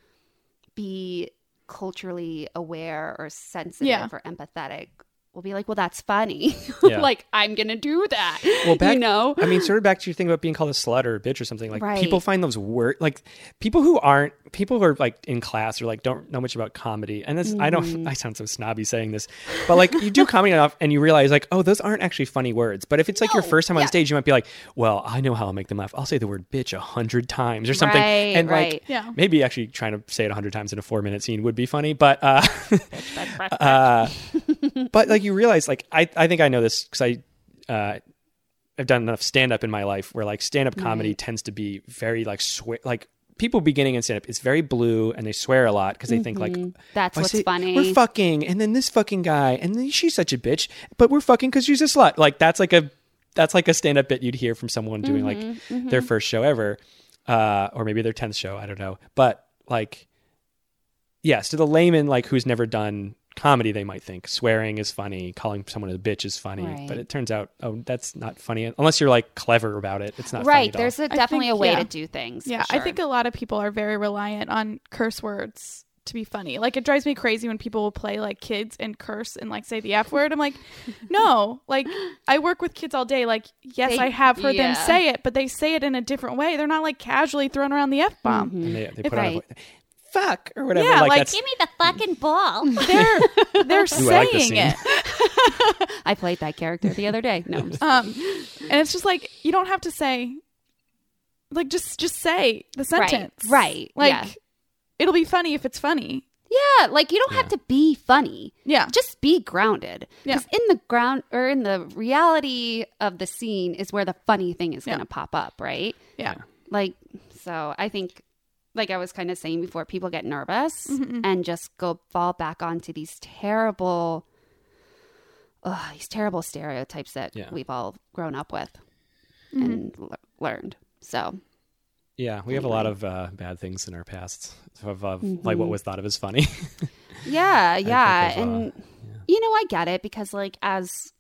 [SPEAKER 3] be culturally aware or sensitive
[SPEAKER 2] Yeah.
[SPEAKER 3] or empathetic will be like, well, that's funny.
[SPEAKER 1] Yeah.
[SPEAKER 3] like, I'm gonna do that.
[SPEAKER 1] Well, back-
[SPEAKER 3] you know,
[SPEAKER 1] I mean, sort of back to your thing about being called a slut or a bitch or something. Like
[SPEAKER 3] Right.
[SPEAKER 1] people find those word like people who aren't people who are like in class or like don't know much about comedy. And this I don't
[SPEAKER 3] Mm-hmm.
[SPEAKER 1] I sound so snobby saying this, but like you do comedy enough and you realize like oh those aren't actually funny words. But if it's like your first time on stage, you might be like, well I know how I'll make them laugh. I'll say the word bitch a hundred times or something.
[SPEAKER 3] Right,
[SPEAKER 1] and like
[SPEAKER 3] right.
[SPEAKER 2] Yeah.
[SPEAKER 1] maybe actually trying to say it a hundred times in a four minute scene would be funny, but. uh uh, but like you realize like i i think i know this because i uh i've done enough stand-up in my life where like stand-up comedy tends to be very like swear like people beginning in stand-up it's very blue and they swear a lot because they think like
[SPEAKER 3] that's
[SPEAKER 1] I
[SPEAKER 3] what's
[SPEAKER 1] say,
[SPEAKER 3] funny.
[SPEAKER 1] We're fucking, and then this fucking guy, and then she's such a bitch, but we're fucking because she's a slut. Like that's like a that's like a stand up bit you'd hear from someone doing like
[SPEAKER 3] Mm-hmm,
[SPEAKER 1] their first show ever, uh, or maybe their tenth show. I don't know, but like, yes, to the layman like who's never done comedy, they might think swearing is funny, calling someone a bitch is funny,
[SPEAKER 3] Right.
[SPEAKER 1] but it turns out oh that's not funny unless you're like clever about it. It's not Funny
[SPEAKER 3] right
[SPEAKER 1] at all.
[SPEAKER 3] there's a,
[SPEAKER 2] I
[SPEAKER 3] definitely
[SPEAKER 2] think-
[SPEAKER 3] a way
[SPEAKER 2] yeah.
[SPEAKER 3] to do things
[SPEAKER 2] Yeah,
[SPEAKER 3] for sure.
[SPEAKER 2] I think a lot of people are very reliant on curse words to be funny. Like it drives me crazy when people will play like kids and curse and like say the F word. I'm like, no. Like I work with kids all day. Like, yes,
[SPEAKER 3] They-
[SPEAKER 2] I have heard
[SPEAKER 3] yeah.
[SPEAKER 2] them say it, but they say it in a different way. They're not like casually throwing around the F bomb.
[SPEAKER 3] Mm-hmm.
[SPEAKER 1] and they, they
[SPEAKER 3] If
[SPEAKER 1] put on a
[SPEAKER 3] I-
[SPEAKER 1] vo- fuck or whatever.
[SPEAKER 2] Yeah,
[SPEAKER 1] like,
[SPEAKER 2] like,
[SPEAKER 1] that's,
[SPEAKER 3] me
[SPEAKER 2] Mm.
[SPEAKER 3] the fucking ball
[SPEAKER 2] They're they're
[SPEAKER 1] Ooh, I like this
[SPEAKER 2] saying
[SPEAKER 1] scene.
[SPEAKER 2] it.
[SPEAKER 3] i played that character the other day no I'm just-
[SPEAKER 2] Um and it's just like you don't have to say like just just say the
[SPEAKER 3] Right,
[SPEAKER 2] sentence.
[SPEAKER 3] right
[SPEAKER 2] Like
[SPEAKER 3] yeah.
[SPEAKER 2] it'll be funny if it's funny.
[SPEAKER 3] yeah like you don't have to be funny
[SPEAKER 2] Yeah.
[SPEAKER 3] just be grounded
[SPEAKER 2] Yeah.
[SPEAKER 3] because in the ground or in the reality of the scene is where the funny thing is
[SPEAKER 2] Yeah.
[SPEAKER 3] going to pop up right
[SPEAKER 2] Yeah.
[SPEAKER 3] like so i think like i was kind of saying before people get nervous and just go fall back onto these terrible ugh, these terrible stereotypes that
[SPEAKER 1] Yeah.
[SPEAKER 3] we've all grown up with and l- learned so
[SPEAKER 1] Yeah, we have a lot of uh, bad things in our past of, of like what was thought of as funny.
[SPEAKER 3] yeah yeah
[SPEAKER 1] there's a-
[SPEAKER 3] and you know i get it because like as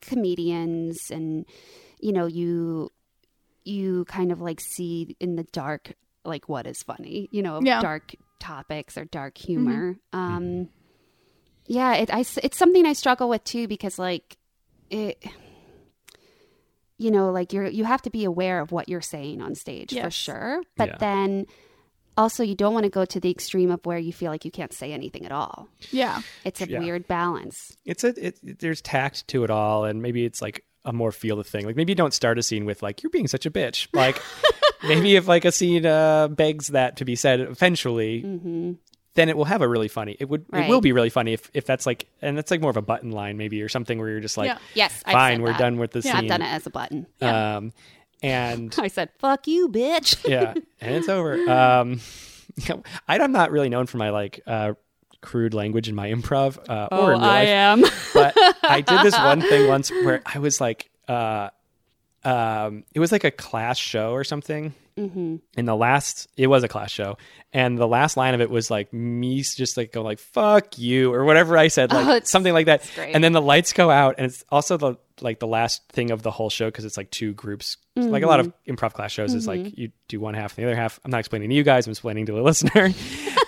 [SPEAKER 3] comedians and you know you you kind of like see in the dark like what is funny you know
[SPEAKER 2] Yeah. Mm-hmm.
[SPEAKER 3] dark topics or dark humor um
[SPEAKER 1] Mm-hmm.
[SPEAKER 3] yeah it I s it's something i struggle with too because like it you know, like you're you have to be aware of what you're saying on stage for
[SPEAKER 2] Yes.
[SPEAKER 3] sure. But
[SPEAKER 1] Yeah.
[SPEAKER 3] then also you don't want to go to the extreme of where you feel like you can't say anything at all.
[SPEAKER 2] Yeah.
[SPEAKER 3] It's a
[SPEAKER 1] Yeah.
[SPEAKER 3] weird balance.
[SPEAKER 1] it's a it, it- there's tact to it all and maybe it's like a more feel of thing like maybe you don't start a scene with like you're being such a bitch like maybe if like a scene uh begs that to be said eventually
[SPEAKER 3] hmm
[SPEAKER 1] then it will have a really funny it would it
[SPEAKER 3] Right.
[SPEAKER 1] will be really funny if if that's like and that's like more of a button line maybe or something where you're just like
[SPEAKER 2] Yeah.
[SPEAKER 3] Yes, I've
[SPEAKER 1] fine
[SPEAKER 3] said
[SPEAKER 1] we're
[SPEAKER 3] that.
[SPEAKER 1] done with the
[SPEAKER 2] Yeah,
[SPEAKER 1] scene
[SPEAKER 3] I've done it as a button.
[SPEAKER 1] um and
[SPEAKER 3] I said, "Fuck you, bitch."
[SPEAKER 1] yeah and it's over um I- i'm not really known for my like uh crude language in my improv uh or in real life
[SPEAKER 3] Oh, am.
[SPEAKER 1] but I did this one thing once where I was like, uh, um, it was like a class show or something.
[SPEAKER 3] hmm
[SPEAKER 1] And the last, it was a class show, and the last line of it was like me s- just like go like "fuck you" or whatever I said,
[SPEAKER 3] Oh,
[SPEAKER 1] like
[SPEAKER 3] it's-
[SPEAKER 1] something like that.
[SPEAKER 3] it's great.
[SPEAKER 1] And then the lights go out, and it's also the like the last thing of the whole show because it's like two groups. Like a lot of
[SPEAKER 3] Mm-hmm.
[SPEAKER 1] improv class shows is like you do one half and the other half. I'm not explaining to you guys; I'm explaining to the listener.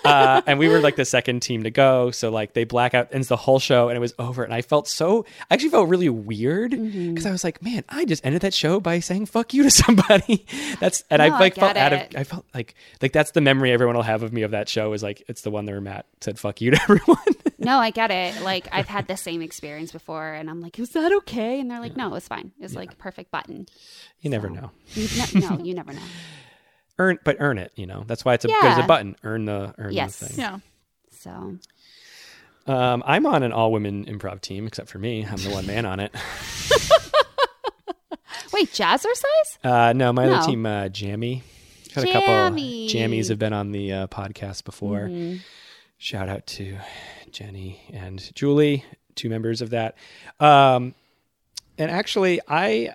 [SPEAKER 1] uh, and we were like the second team to go, so like they black out ends the whole show, and it was over. And I felt so, I actually felt really weird because
[SPEAKER 3] Mm-hmm.
[SPEAKER 1] I was like, man, I just ended that show by saying "fuck you" to somebody. That's and
[SPEAKER 3] No,
[SPEAKER 1] I
[SPEAKER 3] I
[SPEAKER 1] like felt
[SPEAKER 3] get
[SPEAKER 1] out of
[SPEAKER 3] it.
[SPEAKER 1] I felt like like that's the memory everyone will have of me of that show is like it's the one where Matt said fuck you to everyone.
[SPEAKER 3] No, I get it. Like I've had the same experience before, and I'm like, "Is that okay?" And they're like, "No, it's fine. It's like a perfect button."
[SPEAKER 1] you never know.
[SPEAKER 3] You ne- no, you never know.
[SPEAKER 1] Earn but earn it, you know. That's why it's a good as a
[SPEAKER 3] Yeah.
[SPEAKER 1] button. Earn the earn
[SPEAKER 3] Yes.
[SPEAKER 1] the thing.
[SPEAKER 2] Yeah.
[SPEAKER 3] So
[SPEAKER 1] Um I'm on an all women improv team except for me. I'm the one man on it.
[SPEAKER 3] wait, jazzercise?
[SPEAKER 1] Uh no, my
[SPEAKER 3] No.
[SPEAKER 1] other team uh Jammy. Had a couple
[SPEAKER 3] Jammy.
[SPEAKER 1] jammies have been on the uh, podcast before.
[SPEAKER 3] Mhm.
[SPEAKER 1] Shout out to Jenny and Julie, two members of that. Um, and actually, I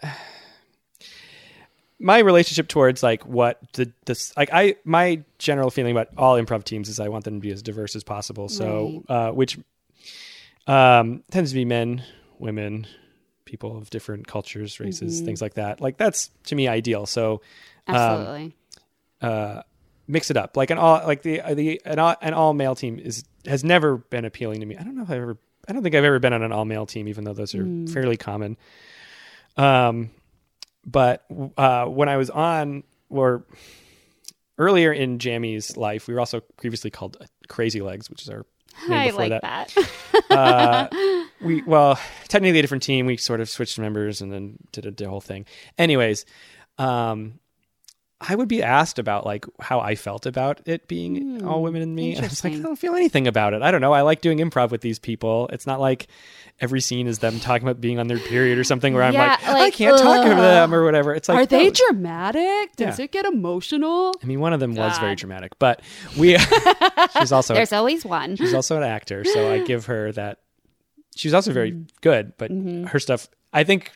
[SPEAKER 1] my relationship towards like what the this like I my general feeling about all improv teams is I want them to be as diverse as possible. So, uh, which um, tends to be men, women, people of different cultures, races, things like that. Like that's to me ideal. So,
[SPEAKER 3] Absolutely.
[SPEAKER 1] uh, mix it up. Like an all like the the an all, an all male team is has never been appealing to me. I don't know if I've ever. I don't think I've ever been on an all male team, even though those are fairly common. Um, but uh, when I was on or earlier in Jammy's life, we were also previously called uh, Crazy Legs, which is our name
[SPEAKER 3] I
[SPEAKER 1] before
[SPEAKER 3] like
[SPEAKER 1] that
[SPEAKER 3] that.
[SPEAKER 1] uh, we well technically a different team we sort of switched members and then did a, did a whole thing anyways um i would be asked about like how i felt about it being
[SPEAKER 3] Hmm,
[SPEAKER 1] all women and me and i was like i
[SPEAKER 3] interesting.
[SPEAKER 1] don't feel anything about it i don't know i like doing improv with these people it's not like every scene is them talking about being on their period or something where i'm
[SPEAKER 3] Yeah,
[SPEAKER 1] like, "Oh, i
[SPEAKER 3] like,
[SPEAKER 1] can't talk to
[SPEAKER 3] ugh.
[SPEAKER 1] them or whatever it's like
[SPEAKER 3] Are they
[SPEAKER 1] no.
[SPEAKER 3] dramatic? Does
[SPEAKER 1] Yeah.
[SPEAKER 3] it get emotional?
[SPEAKER 1] i mean one of them was very
[SPEAKER 3] God.
[SPEAKER 1] dramatic but we she's also
[SPEAKER 3] There's always one.
[SPEAKER 1] She's also an actor, so I give her that. She's also very good, but her stuff. I think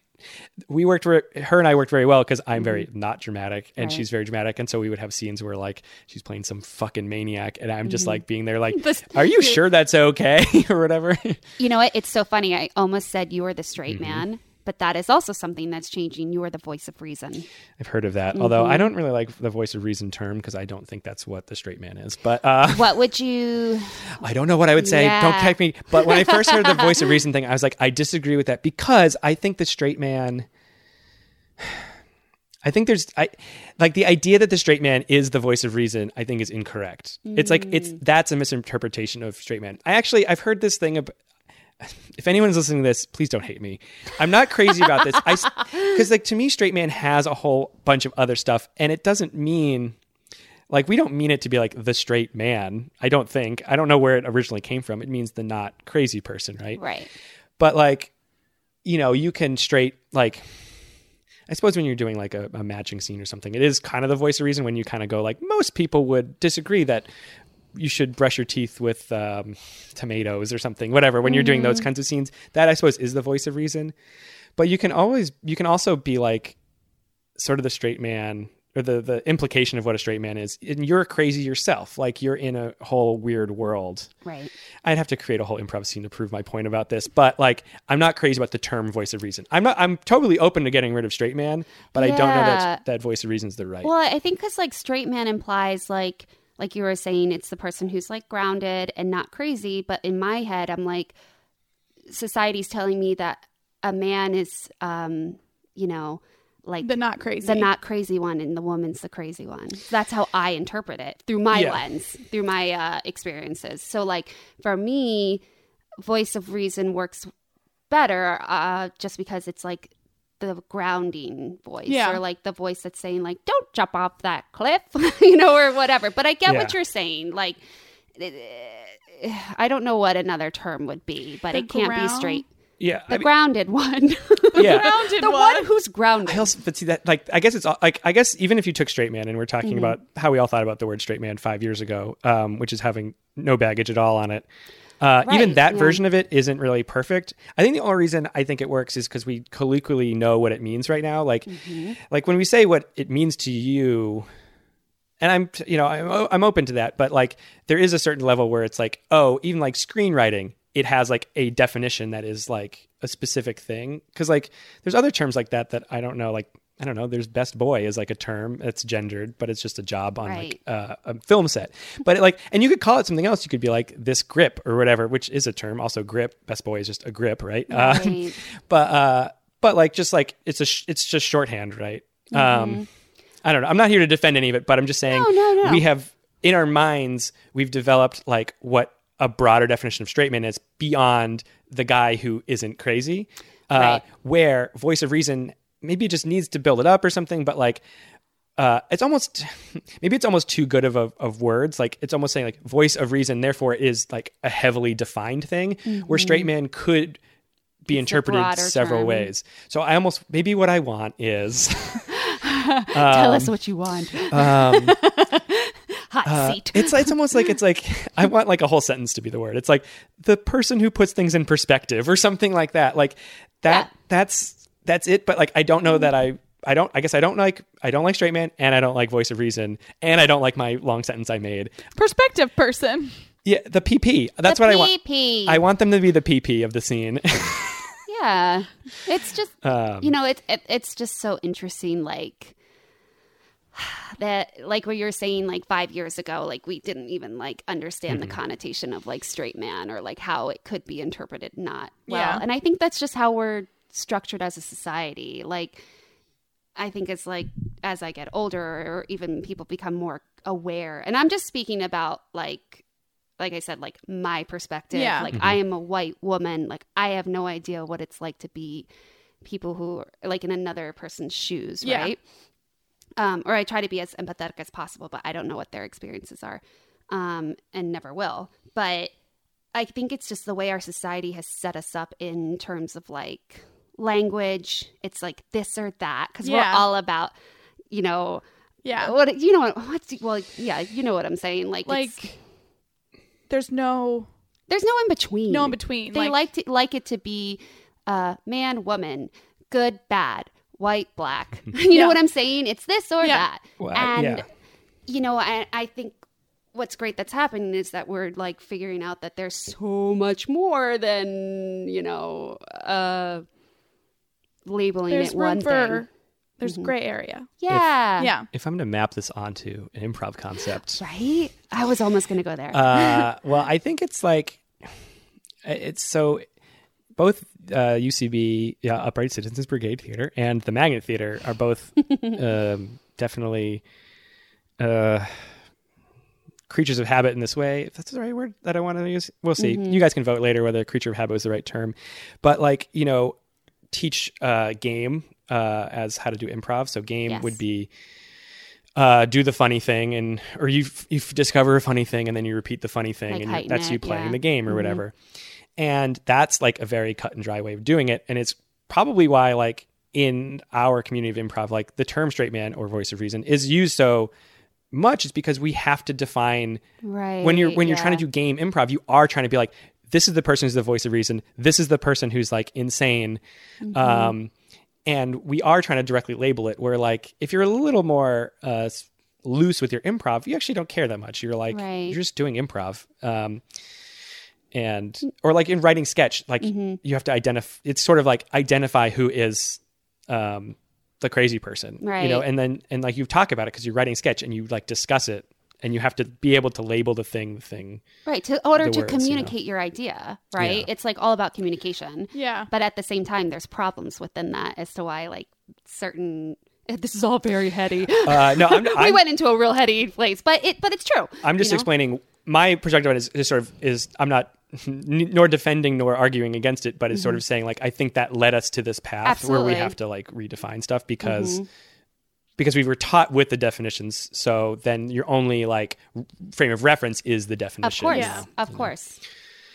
[SPEAKER 1] we worked. Re- her and I worked very well because I'm very not dramatic, and
[SPEAKER 3] Right.
[SPEAKER 1] she's very dramatic, and so we would have scenes where like she's playing some fucking maniac, and I'm just like being there, like,
[SPEAKER 3] This-
[SPEAKER 1] "Are you sure that's okay?" or whatever.
[SPEAKER 3] You know what? It's so funny. I almost said you are the straight man, but that is also something that's changing. You are the voice of reason.
[SPEAKER 1] I've heard of that, although I don't really like the voice of reason term because I don't think that's what the straight man is. But uh,
[SPEAKER 3] What would you?
[SPEAKER 1] I don't know what I would say.
[SPEAKER 3] Yeah.
[SPEAKER 1] Don't tag me. But when I first heard the voice of reason thing, I was like, I disagree with that because I think the straight man. I think there's I like the idea that the straight man is the voice of reason. I think is incorrect. It's like it's that's a misinterpretation of straight man. I actually I've heard this thing. Ab- if anyone's listening to this, please don't hate me. I'm not crazy about this. I because like to me, straight man has a whole bunch of other stuff, and it doesn't mean like we don't mean it to be like the straight man i don't think i don't know where it originally came from it means the not crazy person right
[SPEAKER 3] Right.
[SPEAKER 1] but like you know you can straight like i suppose when you're doing like a, a matching scene or something it is kind of the voice of reason when you kind of go like most people would disagree that you should brush your teeth with um, tomatoes or something whatever when you're doing those kinds of scenes that i suppose is the voice of reason but you can always you can also be like sort of the straight man or the the implication of what a straight man is and you're crazy yourself like you're in a whole weird world
[SPEAKER 3] Right.
[SPEAKER 1] I'd have to create a whole improv scene to prove my point about this, but like I'm not crazy about the term voice of reason. I'm not I'm totally open to getting rid of straight man, but I don't know
[SPEAKER 3] Yeah.
[SPEAKER 1] that that voice of reason's the right.
[SPEAKER 3] Well, I think because like straight man implies like like you were saying, it's the person who's like grounded and not crazy. But in my head, I'm like society's telling me that a man is, um, you know, like
[SPEAKER 2] The not crazy.
[SPEAKER 3] the not crazy one and the woman's the crazy one. So that's how I interpret it through my
[SPEAKER 1] Yeah.
[SPEAKER 3] lens, through my uh, experiences. So, like for me, voice of reason works better uh, just because it's like the grounding voice
[SPEAKER 2] Yeah.
[SPEAKER 3] or like the voice that's saying like don't jump off that cliff you know or whatever but i get what
[SPEAKER 1] Yeah.
[SPEAKER 3] you're saying like i don't know what another term would be but
[SPEAKER 2] The
[SPEAKER 3] it can't be
[SPEAKER 2] ground-
[SPEAKER 3] straight
[SPEAKER 1] Yeah.
[SPEAKER 3] the
[SPEAKER 1] I mean,
[SPEAKER 3] grounded one
[SPEAKER 1] yeah.
[SPEAKER 2] grounded
[SPEAKER 3] the
[SPEAKER 2] one.
[SPEAKER 3] one who's grounded
[SPEAKER 1] I also, but see that, like, I guess it's all- like, I guess even if you took straight man, and we're
[SPEAKER 3] Mm-hmm.
[SPEAKER 1] talking about how we all thought about the word straight man five years ago, um, which is having no baggage at all on it. Uh,
[SPEAKER 3] Right,
[SPEAKER 1] even that
[SPEAKER 3] yeah.
[SPEAKER 1] version of it isn't really perfect. I think the only reason I think it works is because we colloquially know what it means right now. Like,
[SPEAKER 3] Mm-hmm.
[SPEAKER 1] like when we say what it means to you, and I'm, you know, I'm, o- I'm open to that, but like there is a certain level where it's like, oh, even like screenwriting, it has like a definition that is like a specific thing. Cause like there's other terms like that that I don't know, like, I don't know, there's best boy is like a term that's gendered, but it's just a job on like uh, a film set. But it, like, and you could call it something else. You could be like this grip or whatever, which is a term. Also, grip, best boy is just a grip, right? Um,
[SPEAKER 3] Right.
[SPEAKER 1] but uh but like just like it's a sh- it's just shorthand right um i don't know i'm not here to defend any of it but i'm just saying
[SPEAKER 3] No, no, no.
[SPEAKER 1] we have in our minds we've developed like what a broader definition of straight man is beyond the guy who isn't crazy uh
[SPEAKER 3] Right.
[SPEAKER 1] where voice of reason maybe just needs to build it up or something but like uh, it's almost maybe it's almost too good of a, of words. Like it's almost saying like voice of reason, therefore is like a heavily defined thing. Where straight man could be interpreted
[SPEAKER 3] Mm-hmm. broader
[SPEAKER 1] several
[SPEAKER 3] term.
[SPEAKER 1] ways. So I almost maybe what I want is
[SPEAKER 3] tell us what you want
[SPEAKER 1] um,
[SPEAKER 3] hot
[SPEAKER 1] uh,
[SPEAKER 3] seat
[SPEAKER 1] it's it's almost like it's like I want like a whole sentence to be the word. It's like the person who puts things in perspective or something like that. Like that that's that's it. But like I don't know that I. I don't. I guess I don't like. I don't like straight man, and I don't like voice of reason, and I don't like my long sentence I made.
[SPEAKER 2] Perspective person.
[SPEAKER 1] Yeah, the PP. That's what I
[SPEAKER 3] E
[SPEAKER 1] want.
[SPEAKER 3] PP.
[SPEAKER 1] I want them to be the PP of the scene.
[SPEAKER 3] yeah it's just
[SPEAKER 1] um,
[SPEAKER 3] you know it's it, it's just so interesting like that like what you were saying like five years ago like we didn't even like understand
[SPEAKER 1] Mm-hmm.
[SPEAKER 3] the connotation of like straight man or like how it could be interpreted not well
[SPEAKER 2] Yeah.
[SPEAKER 3] and i think that's just how we're structured as a society like I think it's like as I get older or even people become more aware. And I'm just speaking about like like I said, like my perspective.
[SPEAKER 2] Yeah.
[SPEAKER 3] Like I am a white woman. Like I have no idea what it's like to be people who are like in another person's shoes,
[SPEAKER 2] Yeah.
[SPEAKER 3] right? Um, or I try to be as empathetic as possible, but I don't know what their experiences are. Um, and never will. But I think it's just the way our society has set us up in terms of like language. It's like this or that because
[SPEAKER 2] Yeah.
[SPEAKER 3] we're all about, you know,
[SPEAKER 2] Yeah.
[SPEAKER 3] what you know what what's well, yeah, you know what I'm saying. Like, it's-
[SPEAKER 2] Like there's no
[SPEAKER 3] there's no in between.
[SPEAKER 2] no in between.
[SPEAKER 3] They like to, like it to be uh, man, woman, good, bad, white, black. you
[SPEAKER 2] Yeah.
[SPEAKER 3] know what I'm saying? It's this or
[SPEAKER 2] Yeah.
[SPEAKER 3] that.
[SPEAKER 1] Well, I-
[SPEAKER 3] and
[SPEAKER 1] yeah.
[SPEAKER 3] you know, I, I think what's great that's happening is that we're like figuring out that there's so much more than you know uh, labeling
[SPEAKER 2] there's
[SPEAKER 3] it
[SPEAKER 2] room
[SPEAKER 3] one
[SPEAKER 2] for
[SPEAKER 3] thing. Mm-hmm.
[SPEAKER 2] there's gray area.
[SPEAKER 3] Yeah.
[SPEAKER 2] yeah.
[SPEAKER 1] if I'm going to map this onto an improv concept,
[SPEAKER 3] Right. I was almost gonna go there.
[SPEAKER 1] uh, well, I think it's like it's so both uh, UCB yeah, Upright Citizens Brigade Theater and the Magnet Theater are both um, definitely uh, creatures of habit in this way. If that's the right word that I want to use, we'll see. You guys can vote later whether creature of habit was the right term. But like you know, teach uh, game uh, as how to do improv. So game
[SPEAKER 3] Yes.
[SPEAKER 1] would be uh, do the funny thing and or you f- you f- discover a funny thing and then you repeat the funny thing
[SPEAKER 3] Like
[SPEAKER 1] and
[SPEAKER 3] heighten
[SPEAKER 1] that's you
[SPEAKER 3] it,
[SPEAKER 1] playing
[SPEAKER 3] yeah. Mm-hmm.
[SPEAKER 1] the game or whatever and that's like a very cut and dry way of doing it and it's probably why like in our community of improv like the term straight man or voice of reason is used so much is because we have to define
[SPEAKER 3] right.
[SPEAKER 1] when you're when you're trying
[SPEAKER 3] yeah.
[SPEAKER 1] to do game improv, you are trying to be like, this is the person who's the voice of reason. This is the person who's like insane.
[SPEAKER 3] Mm-hmm.
[SPEAKER 1] Um, and we are trying to directly label it. Where like if you're a little more uh, s- loose with your improv, you actually don't care that much. You're like
[SPEAKER 3] Right.
[SPEAKER 1] you're just doing improv. Um, and or like in writing sketch, like
[SPEAKER 3] Mm-hmm.
[SPEAKER 1] you have to identify. It's sort of like identify who is. Um, the crazy person, you know,
[SPEAKER 3] Right.
[SPEAKER 1] and then and like you talk about it because you're writing sketch and you like discuss it and you have to be able to label the thing the thing
[SPEAKER 3] right to order
[SPEAKER 1] the
[SPEAKER 3] to
[SPEAKER 1] words, you know.
[SPEAKER 3] communicate your idea. Right.
[SPEAKER 1] Yeah.
[SPEAKER 3] It's like all about communication.
[SPEAKER 2] Yeah.
[SPEAKER 3] But at the same time, there's problems within that as to why like certain. This is all very heady.
[SPEAKER 1] Uh, no, I'm,
[SPEAKER 3] we
[SPEAKER 1] I'm,
[SPEAKER 3] went into a real heady place, but it but it's true.
[SPEAKER 1] I'm just
[SPEAKER 3] you know?
[SPEAKER 1] explaining my perspective on it is, is sort of is I'm not n- nor defending nor arguing against it, but it's sort of saying like I think that led us to this path where
[SPEAKER 3] Mm-hmm. Absolutely. Mm-hmm.
[SPEAKER 1] we have to like redefine stuff because because we were taught with the definitions, so then your only like r- frame of reference is the
[SPEAKER 3] Of
[SPEAKER 1] definition.
[SPEAKER 3] course,
[SPEAKER 2] Yeah.
[SPEAKER 3] of course.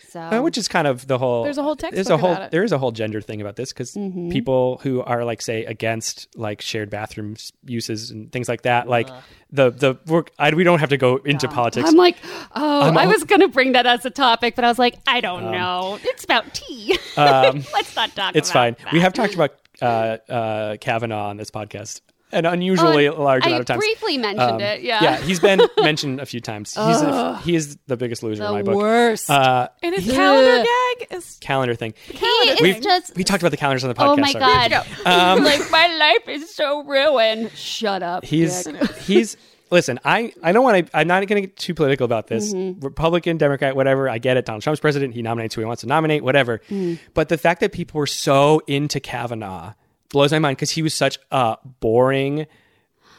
[SPEAKER 3] So
[SPEAKER 1] Uh, which is kind of the whole.
[SPEAKER 2] There's a whole
[SPEAKER 1] there's
[SPEAKER 2] textbook
[SPEAKER 1] a whole-
[SPEAKER 2] about it.
[SPEAKER 1] There is a whole gender thing about this because
[SPEAKER 3] Mm-hmm.
[SPEAKER 1] people who are like say against like shared bathroom s- uses and things like
[SPEAKER 3] Uh-huh.
[SPEAKER 1] that, like the the work. I, we don't have to go into politics.
[SPEAKER 3] I'm like, oh,
[SPEAKER 1] I'm
[SPEAKER 3] I
[SPEAKER 1] all- Um,
[SPEAKER 3] was gonna bring that as a topic, but I was like, I don't know. It's about tea. Let's not talk.
[SPEAKER 1] it's
[SPEAKER 3] about
[SPEAKER 1] fine.
[SPEAKER 3] That.
[SPEAKER 1] We have talked about uh, uh, Kavanaugh on this podcast an unusually
[SPEAKER 3] Oh,
[SPEAKER 1] large
[SPEAKER 3] I
[SPEAKER 1] amount of times.
[SPEAKER 3] briefly mentioned
[SPEAKER 1] Um,
[SPEAKER 3] it. Yeah.
[SPEAKER 1] he's been mentioned a few times. He's a, he is the biggest loser in my book.
[SPEAKER 3] worst.
[SPEAKER 1] Uh,
[SPEAKER 2] And his
[SPEAKER 3] Yeah.
[SPEAKER 2] calendar gag is
[SPEAKER 1] calendar thing.
[SPEAKER 3] he is
[SPEAKER 1] We-
[SPEAKER 3] just.
[SPEAKER 1] We talked about the calendars on the podcast.
[SPEAKER 3] Oh my
[SPEAKER 1] sorry.
[SPEAKER 3] god!
[SPEAKER 1] Um,
[SPEAKER 3] like my life is so ruined. Shut up.
[SPEAKER 1] He's
[SPEAKER 3] Dick.
[SPEAKER 1] he's listen. I I don't want to. I'm not going to get too political about this. Republican, Democrat, whatever. I get it. Donald Trump's president. He nominates who he wants to nominate. Whatever. But the fact that people were so into Kavanaugh blows my mind because he was such a boring,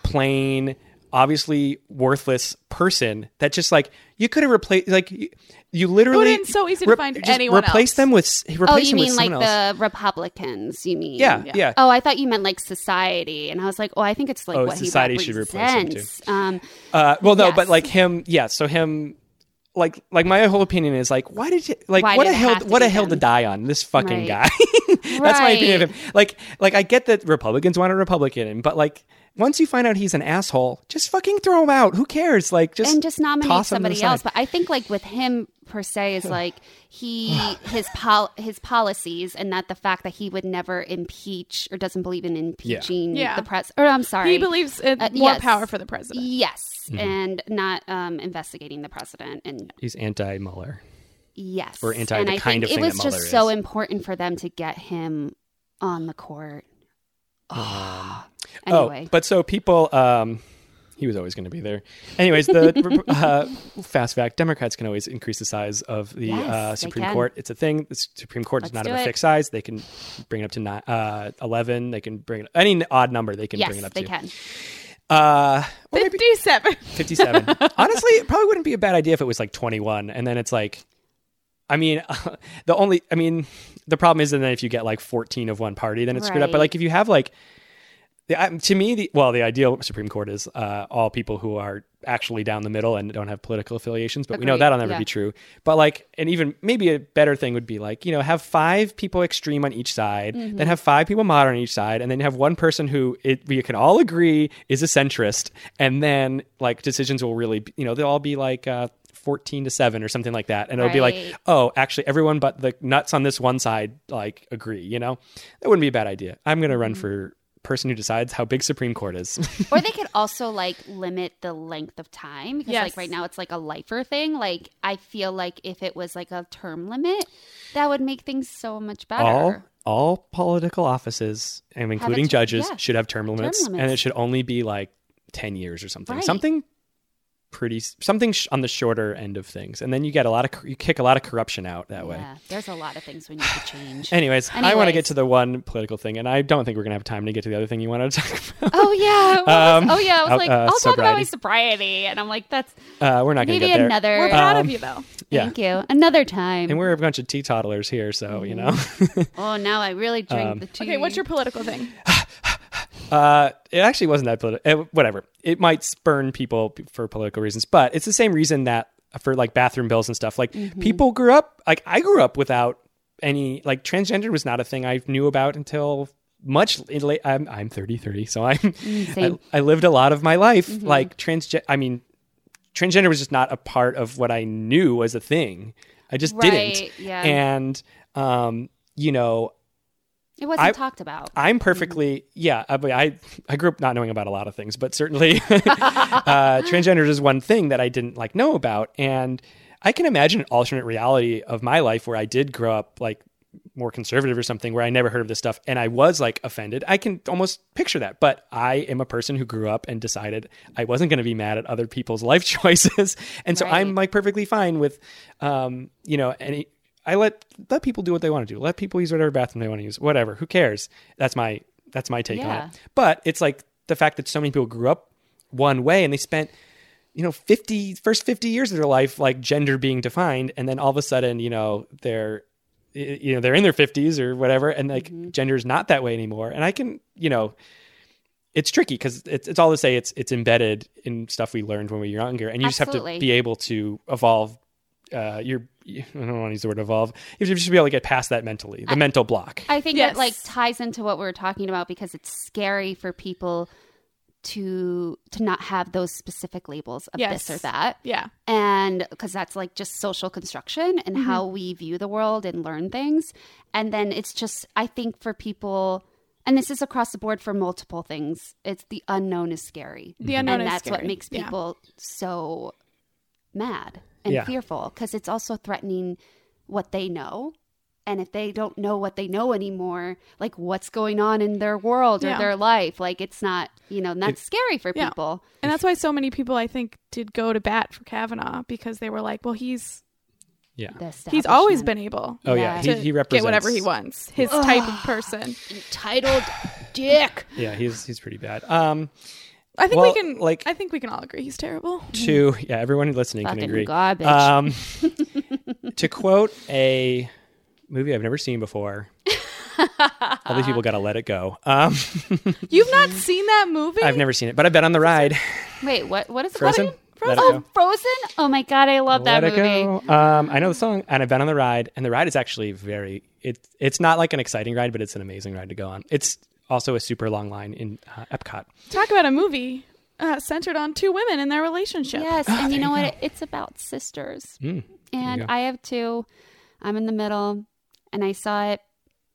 [SPEAKER 1] plain. Obviously worthless person that just like you could have replaced like you, you literally
[SPEAKER 2] in so easy to find
[SPEAKER 1] just
[SPEAKER 2] anyone
[SPEAKER 1] replace
[SPEAKER 2] else.
[SPEAKER 1] them with s- replace
[SPEAKER 3] Oh, you
[SPEAKER 1] them with
[SPEAKER 3] mean like
[SPEAKER 1] someone else.
[SPEAKER 3] the Republicans? You mean?
[SPEAKER 1] yeah, yeah
[SPEAKER 3] Oh, I thought you meant like society, and I was like, oh, I think it's like
[SPEAKER 1] Oh,
[SPEAKER 3] what
[SPEAKER 1] society
[SPEAKER 3] he
[SPEAKER 1] should replace him, too.
[SPEAKER 3] represents. Um,
[SPEAKER 1] Uh, well, no, but
[SPEAKER 3] Yes.
[SPEAKER 1] like him, yeah. So him, like, like my whole opinion is like, why did you like
[SPEAKER 3] Why
[SPEAKER 1] what
[SPEAKER 3] did
[SPEAKER 1] a
[SPEAKER 3] it
[SPEAKER 1] hell
[SPEAKER 3] have to
[SPEAKER 1] what
[SPEAKER 3] be
[SPEAKER 1] a hell to
[SPEAKER 3] him?
[SPEAKER 1] die on this fucking guy?
[SPEAKER 3] Right.
[SPEAKER 1] That's my opinion of him. Like, like I get that Republicans want a Republican, but like once you find out he's an asshole, just fucking throw him out. Who cares? Like, just
[SPEAKER 3] and just nominate
[SPEAKER 1] toss him to the
[SPEAKER 3] somebody else.
[SPEAKER 1] side.
[SPEAKER 3] But I think like with him per se is like he his pol- his policies, and that the fact that he would never impeach or doesn't believe in impeaching
[SPEAKER 2] Yeah.
[SPEAKER 3] the press. Or I'm sorry,
[SPEAKER 2] he believes in
[SPEAKER 3] Uh,
[SPEAKER 2] more
[SPEAKER 3] yes.
[SPEAKER 2] power for the president.
[SPEAKER 3] Yes,
[SPEAKER 1] Mm-hmm.
[SPEAKER 3] and not um, investigating the president, and
[SPEAKER 1] he's anti Mueller.
[SPEAKER 3] yes,
[SPEAKER 1] Or anti
[SPEAKER 3] and
[SPEAKER 1] the
[SPEAKER 3] I
[SPEAKER 1] kind
[SPEAKER 3] think
[SPEAKER 1] of
[SPEAKER 3] it
[SPEAKER 1] thing
[SPEAKER 3] was
[SPEAKER 1] that
[SPEAKER 3] just
[SPEAKER 1] Mueller
[SPEAKER 3] so
[SPEAKER 1] is.
[SPEAKER 3] important for them to get him on the court. Ah.
[SPEAKER 1] Oh,
[SPEAKER 3] anyway,
[SPEAKER 1] but so people, um, he was always going to be there. Anyways, the uh, fast fact: Democrats can always increase the size of the
[SPEAKER 3] Yes,
[SPEAKER 1] uh,
[SPEAKER 3] they
[SPEAKER 1] Supreme
[SPEAKER 3] can.
[SPEAKER 1] Court. It's a thing. The Supreme Court is not
[SPEAKER 3] Let's do
[SPEAKER 1] of a
[SPEAKER 3] it.
[SPEAKER 1] fixed size. They can bring it up to ni- uh, eleven. They can bring it any n- odd number. They can
[SPEAKER 3] yes,
[SPEAKER 1] bring it up
[SPEAKER 3] they
[SPEAKER 1] to.
[SPEAKER 3] can.
[SPEAKER 1] Uh, or maybe
[SPEAKER 2] Fifty-seven.
[SPEAKER 1] fifty-seven. Honestly, it probably wouldn't be a bad idea if it was like twenty-one, and then it's like. I mean, the only, I mean, the problem is that then if you get like 14 of one party, then it's screwed up. But
[SPEAKER 3] Right.
[SPEAKER 1] like if you have like, the, um, to me, the, well, the ideal Supreme Court is uh, all people who are actually down the middle and don't have political affiliations, but we know
[SPEAKER 3] Agreed.
[SPEAKER 1] that'll never
[SPEAKER 3] Yeah.
[SPEAKER 1] be true. But like, and even maybe a better thing would be like, you know, have five people extreme on each side, then have five people moderate on each side, and then have one person who it, we can all agree is a centrist, and then like decisions will really, be- you know, they'll all be like uh, 14 to 7 or something like that. And it'll be like,
[SPEAKER 3] Right.
[SPEAKER 1] oh, actually, everyone but the nuts on this one side like agree. You know, that wouldn't be a bad idea. I'm gonna run for person who decides how big Supreme Court is.
[SPEAKER 3] or they could also like limit the length of time because
[SPEAKER 2] Yes.
[SPEAKER 3] like right now it's like a lifer thing like i feel like if it was like a term limit that would make things so much better
[SPEAKER 1] all all political offices, and including
[SPEAKER 3] ter-
[SPEAKER 1] judges,
[SPEAKER 3] yeah,
[SPEAKER 1] should have term limits, and
[SPEAKER 3] limits.
[SPEAKER 1] it should only be like ten years or something.
[SPEAKER 3] Right.
[SPEAKER 1] Something pretty s- something sh- on the shorter end of things, and then you get a lot of cor- you kick a lot of corruption out that way.
[SPEAKER 3] yeah there's a lot of things we need to change
[SPEAKER 1] Anyways, I want to
[SPEAKER 3] Anyways.
[SPEAKER 1] get to the one political thing, and I don't think we're gonna have time to get to the other thing you wanted to talk about.
[SPEAKER 3] oh yeah what was-
[SPEAKER 1] Um,
[SPEAKER 3] oh yeah i was
[SPEAKER 1] uh,
[SPEAKER 3] like
[SPEAKER 1] uh,
[SPEAKER 3] i'll talk about
[SPEAKER 1] sobriety.
[SPEAKER 3] my sobriety and i'm like that's
[SPEAKER 1] Uh, we're not gonna
[SPEAKER 3] maybe
[SPEAKER 1] get there.
[SPEAKER 3] another
[SPEAKER 2] We're proud
[SPEAKER 1] Um,
[SPEAKER 2] of you though.
[SPEAKER 1] yeah.
[SPEAKER 3] thank you another time
[SPEAKER 1] And we're a bunch of teetotalers here, so you know.
[SPEAKER 3] oh now i really drink
[SPEAKER 1] Um,
[SPEAKER 3] the tea
[SPEAKER 2] Okay, what's your political thing?
[SPEAKER 1] Uh, it actually wasn't that political. Whatever. It might spurn people p- for political reasons, but it's the same reason that for like bathroom bills and stuff. Like
[SPEAKER 3] Mm-hmm.
[SPEAKER 1] people grew up. Like I grew up without any like transgender was not a thing I knew about until much l- in late. I'm I'm 33, so I'm I,
[SPEAKER 3] Mm, same. Mm-hmm.
[SPEAKER 1] I lived a lot of my life like transgender. I mean, transgender was just not a part of what I knew was a thing. I just
[SPEAKER 3] Right,
[SPEAKER 1] didn't.
[SPEAKER 3] yeah.
[SPEAKER 1] And um, you know,
[SPEAKER 3] it wasn't
[SPEAKER 1] I-
[SPEAKER 3] talked about
[SPEAKER 1] I'm perfectly yeah. I, mean, I I grew up not knowing about a lot of things, but certainly uh, transgender is one thing that I didn't like know about, and I can imagine an alternate reality of my life where I did grow up like more conservative or something, where I never heard of this stuff, and I was like offended. I can almost picture that, but I am a person who grew up and decided I wasn't going to be mad at other people's life choices, and so I'm
[SPEAKER 3] Right.
[SPEAKER 1] like perfectly fine with, um, you know, any I let let people do what they want to do. Let people use whatever bathroom they want to use. Whatever. Who cares? That's my That's my take
[SPEAKER 3] Yeah.
[SPEAKER 1] on it. But it's like the fact that so many people grew up one way and they spent, you know, 50, first 50 years of their life, like gender being defined. And then all of a sudden, you know, they're, y- you know, they're in their 50s or whatever. And like gender is not that way anymore. And I can, you know, it's tricky because it's, it's all to say it's it's embedded in stuff we learned when we were younger, and you just have
[SPEAKER 3] Absolutely.
[SPEAKER 1] to be able to evolve. Uh, your I don't want to use the word evolve. You should be able to get past that mentally, the mental block.
[SPEAKER 3] I think
[SPEAKER 2] Yes.
[SPEAKER 3] that like ties into what we were talking about because it's scary for people to to not have those specific labels of
[SPEAKER 2] Yes.
[SPEAKER 3] this or that.
[SPEAKER 2] Yeah.
[SPEAKER 3] and because that's like just social construction and
[SPEAKER 2] Mm-hmm.
[SPEAKER 3] how we view the world and learn things and then it's just i think for people and this is across the board for multiple things it's the unknown is scary
[SPEAKER 2] The unknown
[SPEAKER 3] and
[SPEAKER 2] is
[SPEAKER 3] that's what
[SPEAKER 2] scary.
[SPEAKER 3] makes
[SPEAKER 2] Yeah.
[SPEAKER 3] people so mad and
[SPEAKER 1] Yeah.
[SPEAKER 3] fearful because it's also threatening what they know and if they don't know what they know anymore like what's going on in their world or
[SPEAKER 2] Yeah.
[SPEAKER 3] their life like it's not you know and that's scary for
[SPEAKER 2] yeah.
[SPEAKER 3] people
[SPEAKER 2] And that's why so many people, I think, did go to bat for Kavanaugh because they were like, well, he's
[SPEAKER 1] Yeah.
[SPEAKER 3] The
[SPEAKER 2] he's always
[SPEAKER 3] establishment.
[SPEAKER 2] been able
[SPEAKER 1] Oh yeah,
[SPEAKER 2] to
[SPEAKER 1] he, he
[SPEAKER 2] get
[SPEAKER 1] represents
[SPEAKER 2] whatever he wants, his type of person.
[SPEAKER 3] entitled dick
[SPEAKER 1] Yeah, he's he's pretty bad. Um,
[SPEAKER 2] I think
[SPEAKER 1] Well,
[SPEAKER 2] we can
[SPEAKER 1] like-
[SPEAKER 2] like. I think we can all agree he's terrible.
[SPEAKER 1] to yeah, everyone listening
[SPEAKER 3] Fucking
[SPEAKER 1] can agree.
[SPEAKER 3] garbage.
[SPEAKER 1] Um, to quote a movie I've never seen before. All these people got to let it go. Um,
[SPEAKER 2] You've not seen that movie?
[SPEAKER 1] Mm-hmm. I've never seen it, but I've been on the ride.
[SPEAKER 3] Wait, what? What is it called?
[SPEAKER 1] Frozen. Let it
[SPEAKER 3] Oh,
[SPEAKER 1] go.
[SPEAKER 3] Frozen! Oh my god, I love that
[SPEAKER 1] Let
[SPEAKER 3] movie.
[SPEAKER 1] it go. Um, I know the song, and I've been on the ride, and the ride is actually very. It's it's not like an exciting ride, but it's an amazing ride to go on. It's also a super long line in uh, Epcot.
[SPEAKER 2] Talk about a movie uh, centered on two women and their relationship.
[SPEAKER 3] Yes, and you know what? It's about sisters, and
[SPEAKER 1] Hmm, go.
[SPEAKER 3] I have two. I'm in the middle, and I saw it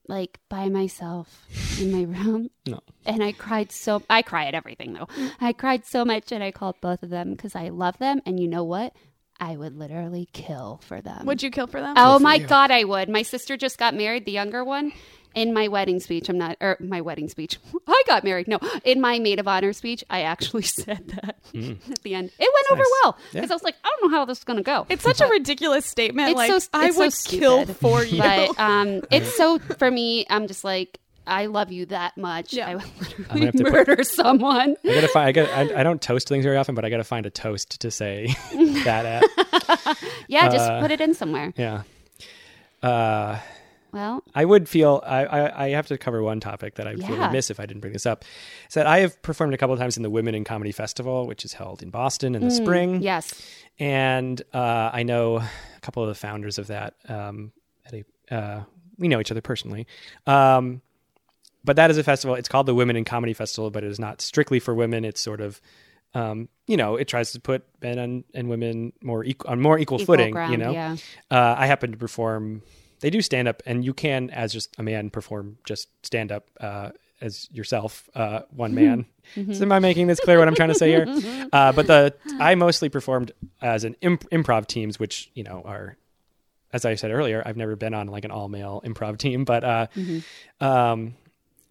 [SPEAKER 3] like by myself in my room,
[SPEAKER 1] No,
[SPEAKER 3] and I cried so. I cry at everything though. I cried so much, and I called both of them because I love them, and you know what? I would literally kill for them.
[SPEAKER 2] Would you kill for them?
[SPEAKER 3] Oh my god, I would. My sister just got married, the younger one. In my wedding speech, I'm not, or my wedding speech, I got married. No, in my maid of honor speech, I actually said that at the end. It went over
[SPEAKER 1] Hmm. nice.
[SPEAKER 3] well
[SPEAKER 1] Yeah.
[SPEAKER 3] because I was like, I don't know how this is going to go.
[SPEAKER 2] It's such a ridiculous statement.
[SPEAKER 3] It's
[SPEAKER 2] like
[SPEAKER 3] so-
[SPEAKER 2] I
[SPEAKER 3] it's so
[SPEAKER 2] would kill
[SPEAKER 3] stupid.
[SPEAKER 2] for you.
[SPEAKER 3] but um, it's so for me. I'm just like, I love you that much.
[SPEAKER 2] Yeah.
[SPEAKER 3] I would
[SPEAKER 1] gonna
[SPEAKER 3] literally
[SPEAKER 1] have to put-
[SPEAKER 3] murder someone.
[SPEAKER 1] I gotta find. I got. I, I don't toast things very often, but I gotta find a toast to say that at.
[SPEAKER 3] Yeah, just
[SPEAKER 1] Uh,
[SPEAKER 3] put it in somewhere.
[SPEAKER 1] Yeah. Uh,
[SPEAKER 3] Well,
[SPEAKER 1] I would feel I, I, I have to cover one topic that I would feel
[SPEAKER 3] Yeah.
[SPEAKER 1] remiss if I didn't bring this up. Is that I have performed a couple of times in the Women in Comedy Festival, which is held in Boston in the spring.
[SPEAKER 3] yes,
[SPEAKER 1] And uh, I know a couple of the founders of that. Um, at a, uh, we know each other personally. Um, but that is a festival. It's called the Women in Comedy Festival, but it is not strictly for women. It's sort of, um, you know, it tries to put men and, and women more equal, on more equal,
[SPEAKER 3] Equal
[SPEAKER 1] footing. you
[SPEAKER 3] ground,
[SPEAKER 1] know,
[SPEAKER 3] yeah.
[SPEAKER 1] uh, I happen to perform. They do stand up, and you can, as just a man, perform just stand up uh, as yourself, uh, one man.
[SPEAKER 3] Mm-hmm.
[SPEAKER 1] So am I making this clear? What I'm trying to say here? Uh, but the I mostly performed as an imp- improv teams, which you know are, as I said earlier, I've never been on like an all male improv team, but uh, um,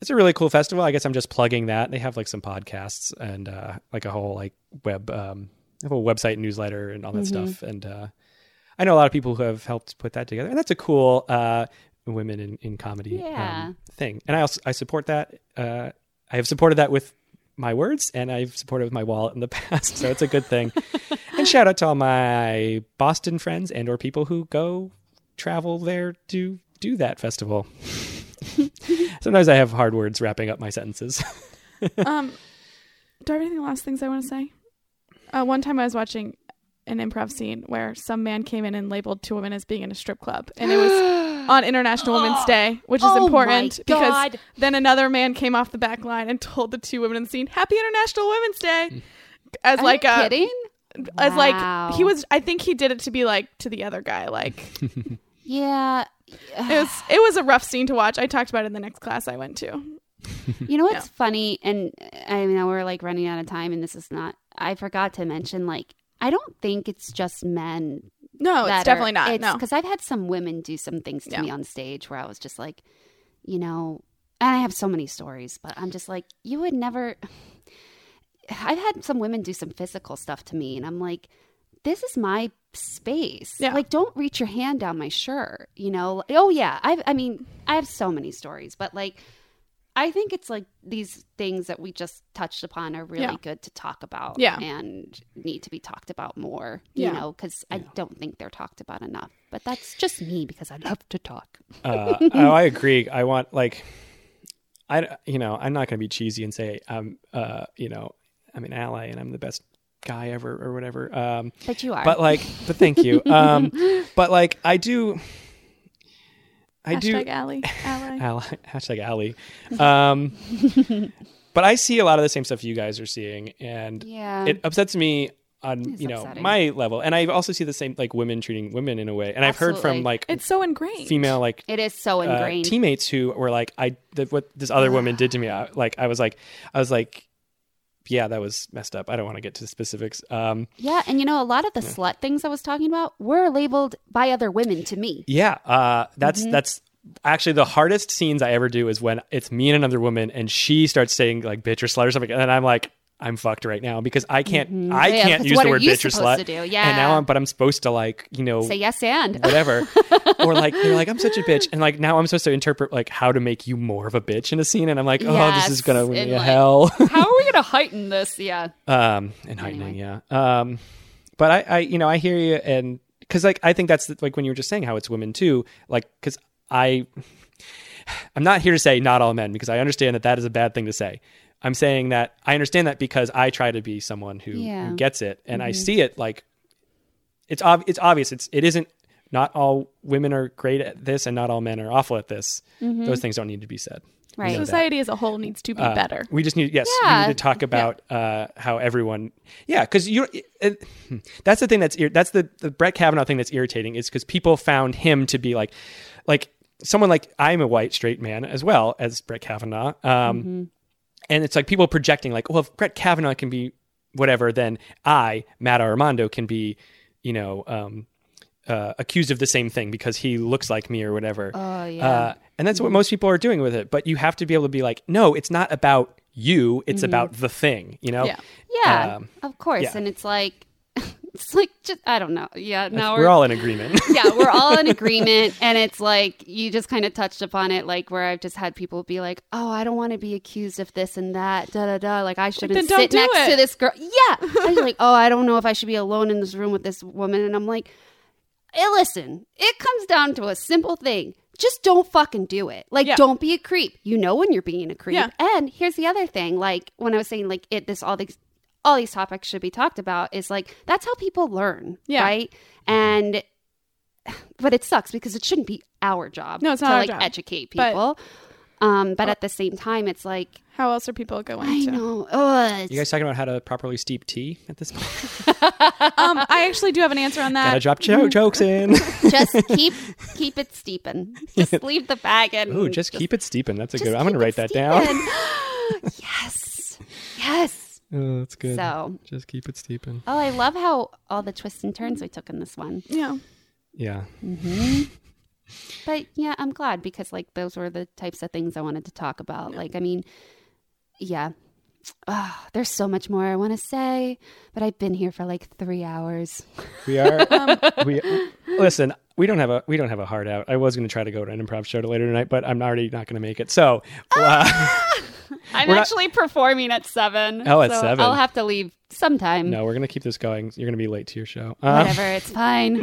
[SPEAKER 1] it's a really cool festival. I guess I'm just plugging that. They have like some podcasts and uh, like a whole like web, um, they have a website newsletter and all that stuff. And uh, I know a lot of people who have helped put that together, and that's a cool uh, women in, in comedy
[SPEAKER 3] Yeah.
[SPEAKER 1] um, thing. And I also I support that. Uh, I have supported that with my words, and I've supported it with my wallet in the past, so it's a good thing. and shout out to all my Boston friends and or people who go travel there to do that festival. Sometimes I have hard words wrapping up my sentences.
[SPEAKER 2] um, do I have anything last things I want to say? Uh, one time I was watching an improv scene where some man came in and labeled two women as being in a strip club, and it was on International Women's Day, which is
[SPEAKER 3] Oh my
[SPEAKER 2] important because
[SPEAKER 3] God.
[SPEAKER 2] then another man came off the back line and told the two women in the scene, "Happy International Women's
[SPEAKER 1] Mm.
[SPEAKER 2] Day," as
[SPEAKER 3] Are
[SPEAKER 2] like
[SPEAKER 3] you
[SPEAKER 2] a
[SPEAKER 3] kidding?
[SPEAKER 2] as
[SPEAKER 3] Wow.
[SPEAKER 2] like he was. I think he did it to be like to the other guy, like.
[SPEAKER 3] Yeah,
[SPEAKER 2] it was it was a rough scene to watch. I talked about it in the next class I went to.
[SPEAKER 3] You know what's funny, and I know we're like running out of time, and this is not. I forgot to mention, like, I don't think it's just men.
[SPEAKER 2] No,
[SPEAKER 3] that
[SPEAKER 2] it's definitely
[SPEAKER 3] are,
[SPEAKER 2] not. no.
[SPEAKER 3] because I've had some women do some things to
[SPEAKER 2] Yeah.
[SPEAKER 3] me on stage where I was just like, you know, and I have so many stories, but I'm just like, you would never. I've had some women do some physical stuff to me, and I'm like, this is my space.
[SPEAKER 2] Yeah.
[SPEAKER 3] Like, don't reach your hand down my shirt. You know. Oh yeah, I. have I mean, I have so many stories, but like. I think it's like these things that we just touched upon are really
[SPEAKER 2] Yeah.
[SPEAKER 3] good to talk about
[SPEAKER 2] Yeah.
[SPEAKER 3] and need to be talked about more,
[SPEAKER 2] Yeah.
[SPEAKER 3] you know, because I don't think they're talked about enough. But that's just me because I love to talk.
[SPEAKER 1] uh, oh, I agree. I want like, I you know I'm not going to be cheesy and say I'm uh you know I'm an ally and I'm the best guy ever or whatever. Um,
[SPEAKER 3] But you are.
[SPEAKER 1] but like, but thank you. Um, but like I do, I do Uh,
[SPEAKER 2] Hashtag ally. Ally.
[SPEAKER 1] ally, hashtag ally. Um, but I see a lot of the same stuff you guys are seeing, and
[SPEAKER 3] yeah.
[SPEAKER 1] it upsets me on
[SPEAKER 3] It's
[SPEAKER 1] you know
[SPEAKER 3] upsetting.
[SPEAKER 1] my level and i also see the same like women treating women in a way and i've heard
[SPEAKER 3] Absolutely.
[SPEAKER 1] from like
[SPEAKER 2] it's so ingrained.
[SPEAKER 1] female like
[SPEAKER 3] it is so
[SPEAKER 1] uh,
[SPEAKER 3] ingrained.
[SPEAKER 1] teammates who were like i the, what this other woman did to me I, like i was like i was like yeah that was messed up i don't want to get to the specifics um
[SPEAKER 3] yeah. And you know, a lot of the slut things I was talking about were labeled by other women to me.
[SPEAKER 1] yeah uh that's
[SPEAKER 3] Mm-hmm.
[SPEAKER 1] that's actually the hardest scenes i ever do is when it's me and another woman and she starts saying like bitch or slut or something and then i'm like i'm fucked right now because i can't i
[SPEAKER 3] Mm-hmm. Yeah,
[SPEAKER 1] can't
[SPEAKER 3] 'cause
[SPEAKER 1] use
[SPEAKER 3] what
[SPEAKER 1] the
[SPEAKER 3] are
[SPEAKER 1] word
[SPEAKER 3] you
[SPEAKER 1] bitch or
[SPEAKER 3] supposed
[SPEAKER 1] slut
[SPEAKER 3] to do?
[SPEAKER 1] and now
[SPEAKER 3] Yeah.
[SPEAKER 1] i'm but i'm supposed to like you know
[SPEAKER 3] Say yes and.
[SPEAKER 1] whatever or like they're like i'm such a bitch and like now i'm supposed to interpret like how to make you more of a bitch in a scene and i'm like oh this is
[SPEAKER 3] Yes,
[SPEAKER 1] gonna be
[SPEAKER 3] and,
[SPEAKER 1] a
[SPEAKER 3] like-
[SPEAKER 1] hell
[SPEAKER 3] How are we going to heighten this? Yeah.
[SPEAKER 1] um and heightening yeah um but i i you know i hear you and because like i think that's like when you were just saying how it's women too like because i i'm not here to say not all men because i understand that that is a bad thing to say i'm saying that i understand that because i try to be someone who, who
[SPEAKER 3] Yeah. Mm-hmm.
[SPEAKER 1] gets it and i see it like it's ob- it's obvious it's it isn't not all women are great at this and not all men are awful at this those things don't need to be said We
[SPEAKER 3] Mm-hmm. Right.
[SPEAKER 1] know that.
[SPEAKER 2] Society as a whole needs to be
[SPEAKER 1] Uh,
[SPEAKER 2] better.
[SPEAKER 1] We just need yes,
[SPEAKER 3] Yeah.
[SPEAKER 1] we need to talk about uh, how everyone yeah, because you it, that's the thing that's ir- that's the the Brett Kavanaugh thing that's irritating is because people found him to be like like someone like I'm a white straight man as well as Brett Kavanaugh, um, and it's like people projecting like well if Brett Kavanaugh can be whatever then I Matt Armando can be you know um, uh, accused of the same thing because he looks like me or whatever.
[SPEAKER 3] Oh, yeah.
[SPEAKER 1] Uh, and that's what most people are doing with it. But you have to be able to be like, no, it's not about you. It's about the thing, you know?
[SPEAKER 2] Yeah.
[SPEAKER 3] Mm-hmm. Yeah,
[SPEAKER 1] Um,
[SPEAKER 3] of course.
[SPEAKER 1] yeah.
[SPEAKER 3] And it's like, it's like, just, I don't know. Yeah, now
[SPEAKER 1] We're all in agreement.
[SPEAKER 3] yeah, we're all in agreement. And it's like, you just kind of touched upon it, like where I've just had people be like, oh, I don't want to be accused of this and that, da da da. Like, I shouldn't
[SPEAKER 2] don't
[SPEAKER 3] sit
[SPEAKER 2] do
[SPEAKER 3] next
[SPEAKER 2] it.
[SPEAKER 3] to this girl. Yeah. I was like, oh, I don't know if I should be alone in this room with this woman. And I'm like, eh, listen, it comes down to a simple thing. Just don't fucking do it. Like,
[SPEAKER 2] Yeah.
[SPEAKER 3] don't be a creep. You know when you're being a creep.
[SPEAKER 2] Yeah.
[SPEAKER 3] And here's the other thing. Like when I was saying, like it, this all these all these topics should be talked about. Is like that's how people learn,
[SPEAKER 2] Yeah.
[SPEAKER 3] right? And but it sucks because it shouldn't be our job.
[SPEAKER 2] No, it's not
[SPEAKER 3] to
[SPEAKER 2] our
[SPEAKER 3] like
[SPEAKER 2] job.
[SPEAKER 3] educate
[SPEAKER 2] But- Oh.
[SPEAKER 3] people. um, but at the same time, it's like
[SPEAKER 2] How else are people going
[SPEAKER 3] I
[SPEAKER 2] to?
[SPEAKER 3] know. Ugh,
[SPEAKER 1] you guys talking about how to properly steep tea at this point?
[SPEAKER 2] Um, I actually do have an answer on
[SPEAKER 1] Gotta
[SPEAKER 2] that.
[SPEAKER 1] drop jo- jokes in.
[SPEAKER 3] just keep keep it steeping. Just leave the bag and
[SPEAKER 1] Ooh, just keep it steeping. That's a
[SPEAKER 3] just
[SPEAKER 1] good. I'm gonna
[SPEAKER 3] keep it
[SPEAKER 1] write that down.
[SPEAKER 3] steeping. yes, yes.
[SPEAKER 1] Oh, that's good.
[SPEAKER 3] So.
[SPEAKER 1] Just keep it steeping.
[SPEAKER 3] Oh, I love how all the twists and turns we took in this one.
[SPEAKER 2] Yeah.
[SPEAKER 1] Yeah.
[SPEAKER 3] But yeah, I'm glad because like those were the types of things I wanted to talk about. Like, I mean, yeah. Ah, there's so much more I want to say, but I've been here for like three hours.
[SPEAKER 1] We are.
[SPEAKER 3] Um,
[SPEAKER 1] we listen. We don't have a we don't have a hard out. I was going to try to go to an improv show later tonight, but I'm already not going to make it. So uh,
[SPEAKER 3] I'm
[SPEAKER 1] We're not-
[SPEAKER 3] actually performing at seven.
[SPEAKER 1] Oh, at seven.
[SPEAKER 3] I'll have to leave sometime.
[SPEAKER 1] no, we're going to keep this going. You're going to be late to your show. Um,
[SPEAKER 3] Whatever, it's fine.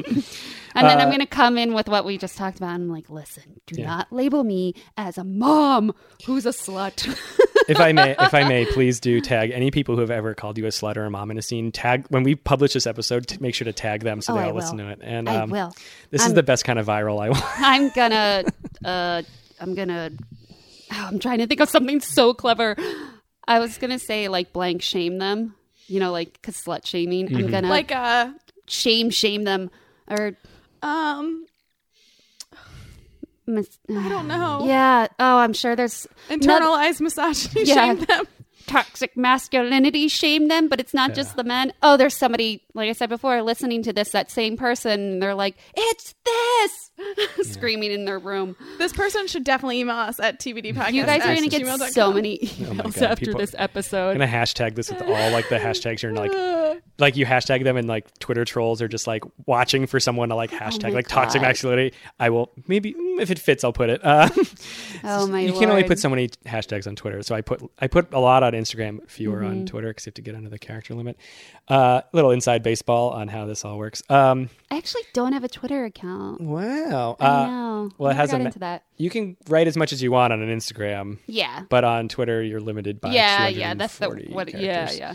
[SPEAKER 3] And then I'm
[SPEAKER 1] Uh,
[SPEAKER 3] going to come in with what we just talked about. And I'm like, listen, do
[SPEAKER 1] Yeah.
[SPEAKER 3] not label me as a mom who's a slut.
[SPEAKER 1] if I may, if I may, please do tag any people who have ever called you a slut or a mom in a scene. Tag when we publish this episode, t- make sure to tag them so
[SPEAKER 3] Oh,
[SPEAKER 1] they
[SPEAKER 3] I
[SPEAKER 1] all listen
[SPEAKER 3] will.
[SPEAKER 1] to it. And
[SPEAKER 3] I
[SPEAKER 1] um,
[SPEAKER 3] will.
[SPEAKER 1] this is
[SPEAKER 3] I'm-
[SPEAKER 1] the best kind of viral I want.
[SPEAKER 3] I'm gonna uh I'm gonna oh, I'm trying to think of something so clever. I was gonna say like blank shame them, you know, like cause slut shaming. I'm
[SPEAKER 1] Mm-hmm.
[SPEAKER 3] gonna like
[SPEAKER 2] Like uh
[SPEAKER 3] shame shame them or
[SPEAKER 2] um
[SPEAKER 3] mis-
[SPEAKER 2] I don't know.
[SPEAKER 3] yeah. Oh, I'm sure there's not-
[SPEAKER 2] Internalized misogyny
[SPEAKER 3] Yeah.
[SPEAKER 2] shame them.
[SPEAKER 3] toxic masculinity shame them, but it's not just the men. Oh, there's somebody like I said before, listening to this, that same person, they're like, it's this screaming in their room.
[SPEAKER 2] This person should definitely email us at TBD Podcast.
[SPEAKER 3] You guys are going to
[SPEAKER 1] Access
[SPEAKER 3] get so many emails
[SPEAKER 1] Oh God,
[SPEAKER 3] after
[SPEAKER 1] people-
[SPEAKER 3] this
[SPEAKER 1] I'm
[SPEAKER 3] episode.
[SPEAKER 1] gonna hashtag this with all like the hashtags you're like like you hashtag them and like Twitter trolls are just like watching for someone to like hashtag
[SPEAKER 3] Oh my
[SPEAKER 1] like toxic
[SPEAKER 3] God.
[SPEAKER 1] masculinity. I will maybe mm, if it fits, I'll put it. Uh,
[SPEAKER 3] oh my
[SPEAKER 1] you can only
[SPEAKER 3] Lord.
[SPEAKER 1] put so many hashtags on Twitter, so I put I put a lot on Instagram, fewer
[SPEAKER 3] Mm-hmm.
[SPEAKER 1] on Twitter because you have to get under the character limit. Uh, little inside baseball on how this all works. Um,
[SPEAKER 3] I actually don't have a Twitter account.
[SPEAKER 1] wow.
[SPEAKER 3] I
[SPEAKER 1] Uh,
[SPEAKER 3] know.
[SPEAKER 1] well, it
[SPEAKER 3] I never
[SPEAKER 1] has a
[SPEAKER 3] got
[SPEAKER 1] ma-
[SPEAKER 3] into that.
[SPEAKER 1] you can write as much as you want on an Instagram,
[SPEAKER 3] Yeah.
[SPEAKER 1] but on Twitter you're limited by
[SPEAKER 3] Yeah, yeah, that's the
[SPEAKER 1] 240
[SPEAKER 3] what.
[SPEAKER 1] characters.
[SPEAKER 3] Yeah,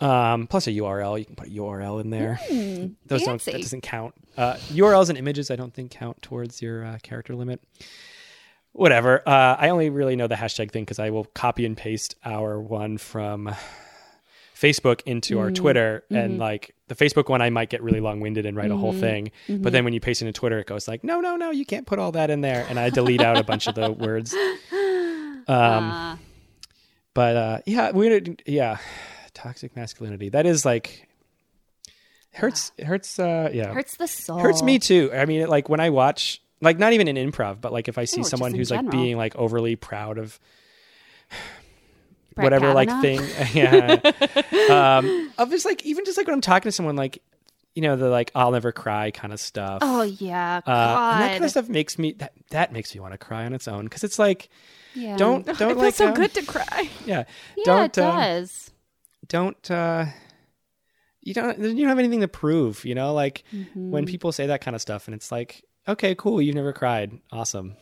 [SPEAKER 3] yeah.
[SPEAKER 1] Um, plus a URL. You can put a URL in there. Those don't, that
[SPEAKER 3] fancy.
[SPEAKER 1] doesn't count. Uh, URLs and images, I don't think count towards your uh, character limit. Whatever. Uh, I only really know the hashtag thing because I will copy and paste our one from Facebook into our Twitter, and like the Facebook one, I might get really long winded and write a whole thing. But then when you paste into Twitter, it goes like, no, no, no, you can't put all that in there, and I delete out a bunch of the words. Um,
[SPEAKER 3] Uh,
[SPEAKER 1] but uh yeah we yeah toxic masculinity that is like hurts it hurts uh yeah
[SPEAKER 3] hurts the soul.
[SPEAKER 1] Hurts me too i mean it, like when i watch like not even in improv but like if i see
[SPEAKER 3] No, just
[SPEAKER 1] someone
[SPEAKER 3] in
[SPEAKER 1] who's like
[SPEAKER 3] general.
[SPEAKER 1] being like overly proud of
[SPEAKER 3] Brett
[SPEAKER 1] whatever like
[SPEAKER 3] Kavanaugh.
[SPEAKER 1] thing yeah um of just like even just like when i'm talking to someone like you know the like i'll never cry kind of stuff
[SPEAKER 3] Oh yeah.
[SPEAKER 1] uh, and that kind
[SPEAKER 3] God.
[SPEAKER 1] of stuff makes me that that makes me want to cry on its own because it's like
[SPEAKER 3] Yeah.
[SPEAKER 1] don't
[SPEAKER 2] It
[SPEAKER 1] don't
[SPEAKER 2] feels
[SPEAKER 1] like
[SPEAKER 2] so
[SPEAKER 1] um,
[SPEAKER 2] good to cry.
[SPEAKER 1] yeah,
[SPEAKER 3] Yeah,
[SPEAKER 1] don't
[SPEAKER 3] it
[SPEAKER 1] um,
[SPEAKER 3] does.
[SPEAKER 1] don't uh you don't you don't have anything to prove you know like
[SPEAKER 3] Mm-hmm.
[SPEAKER 1] when people say that kind of stuff and it's like okay cool you've never cried awesome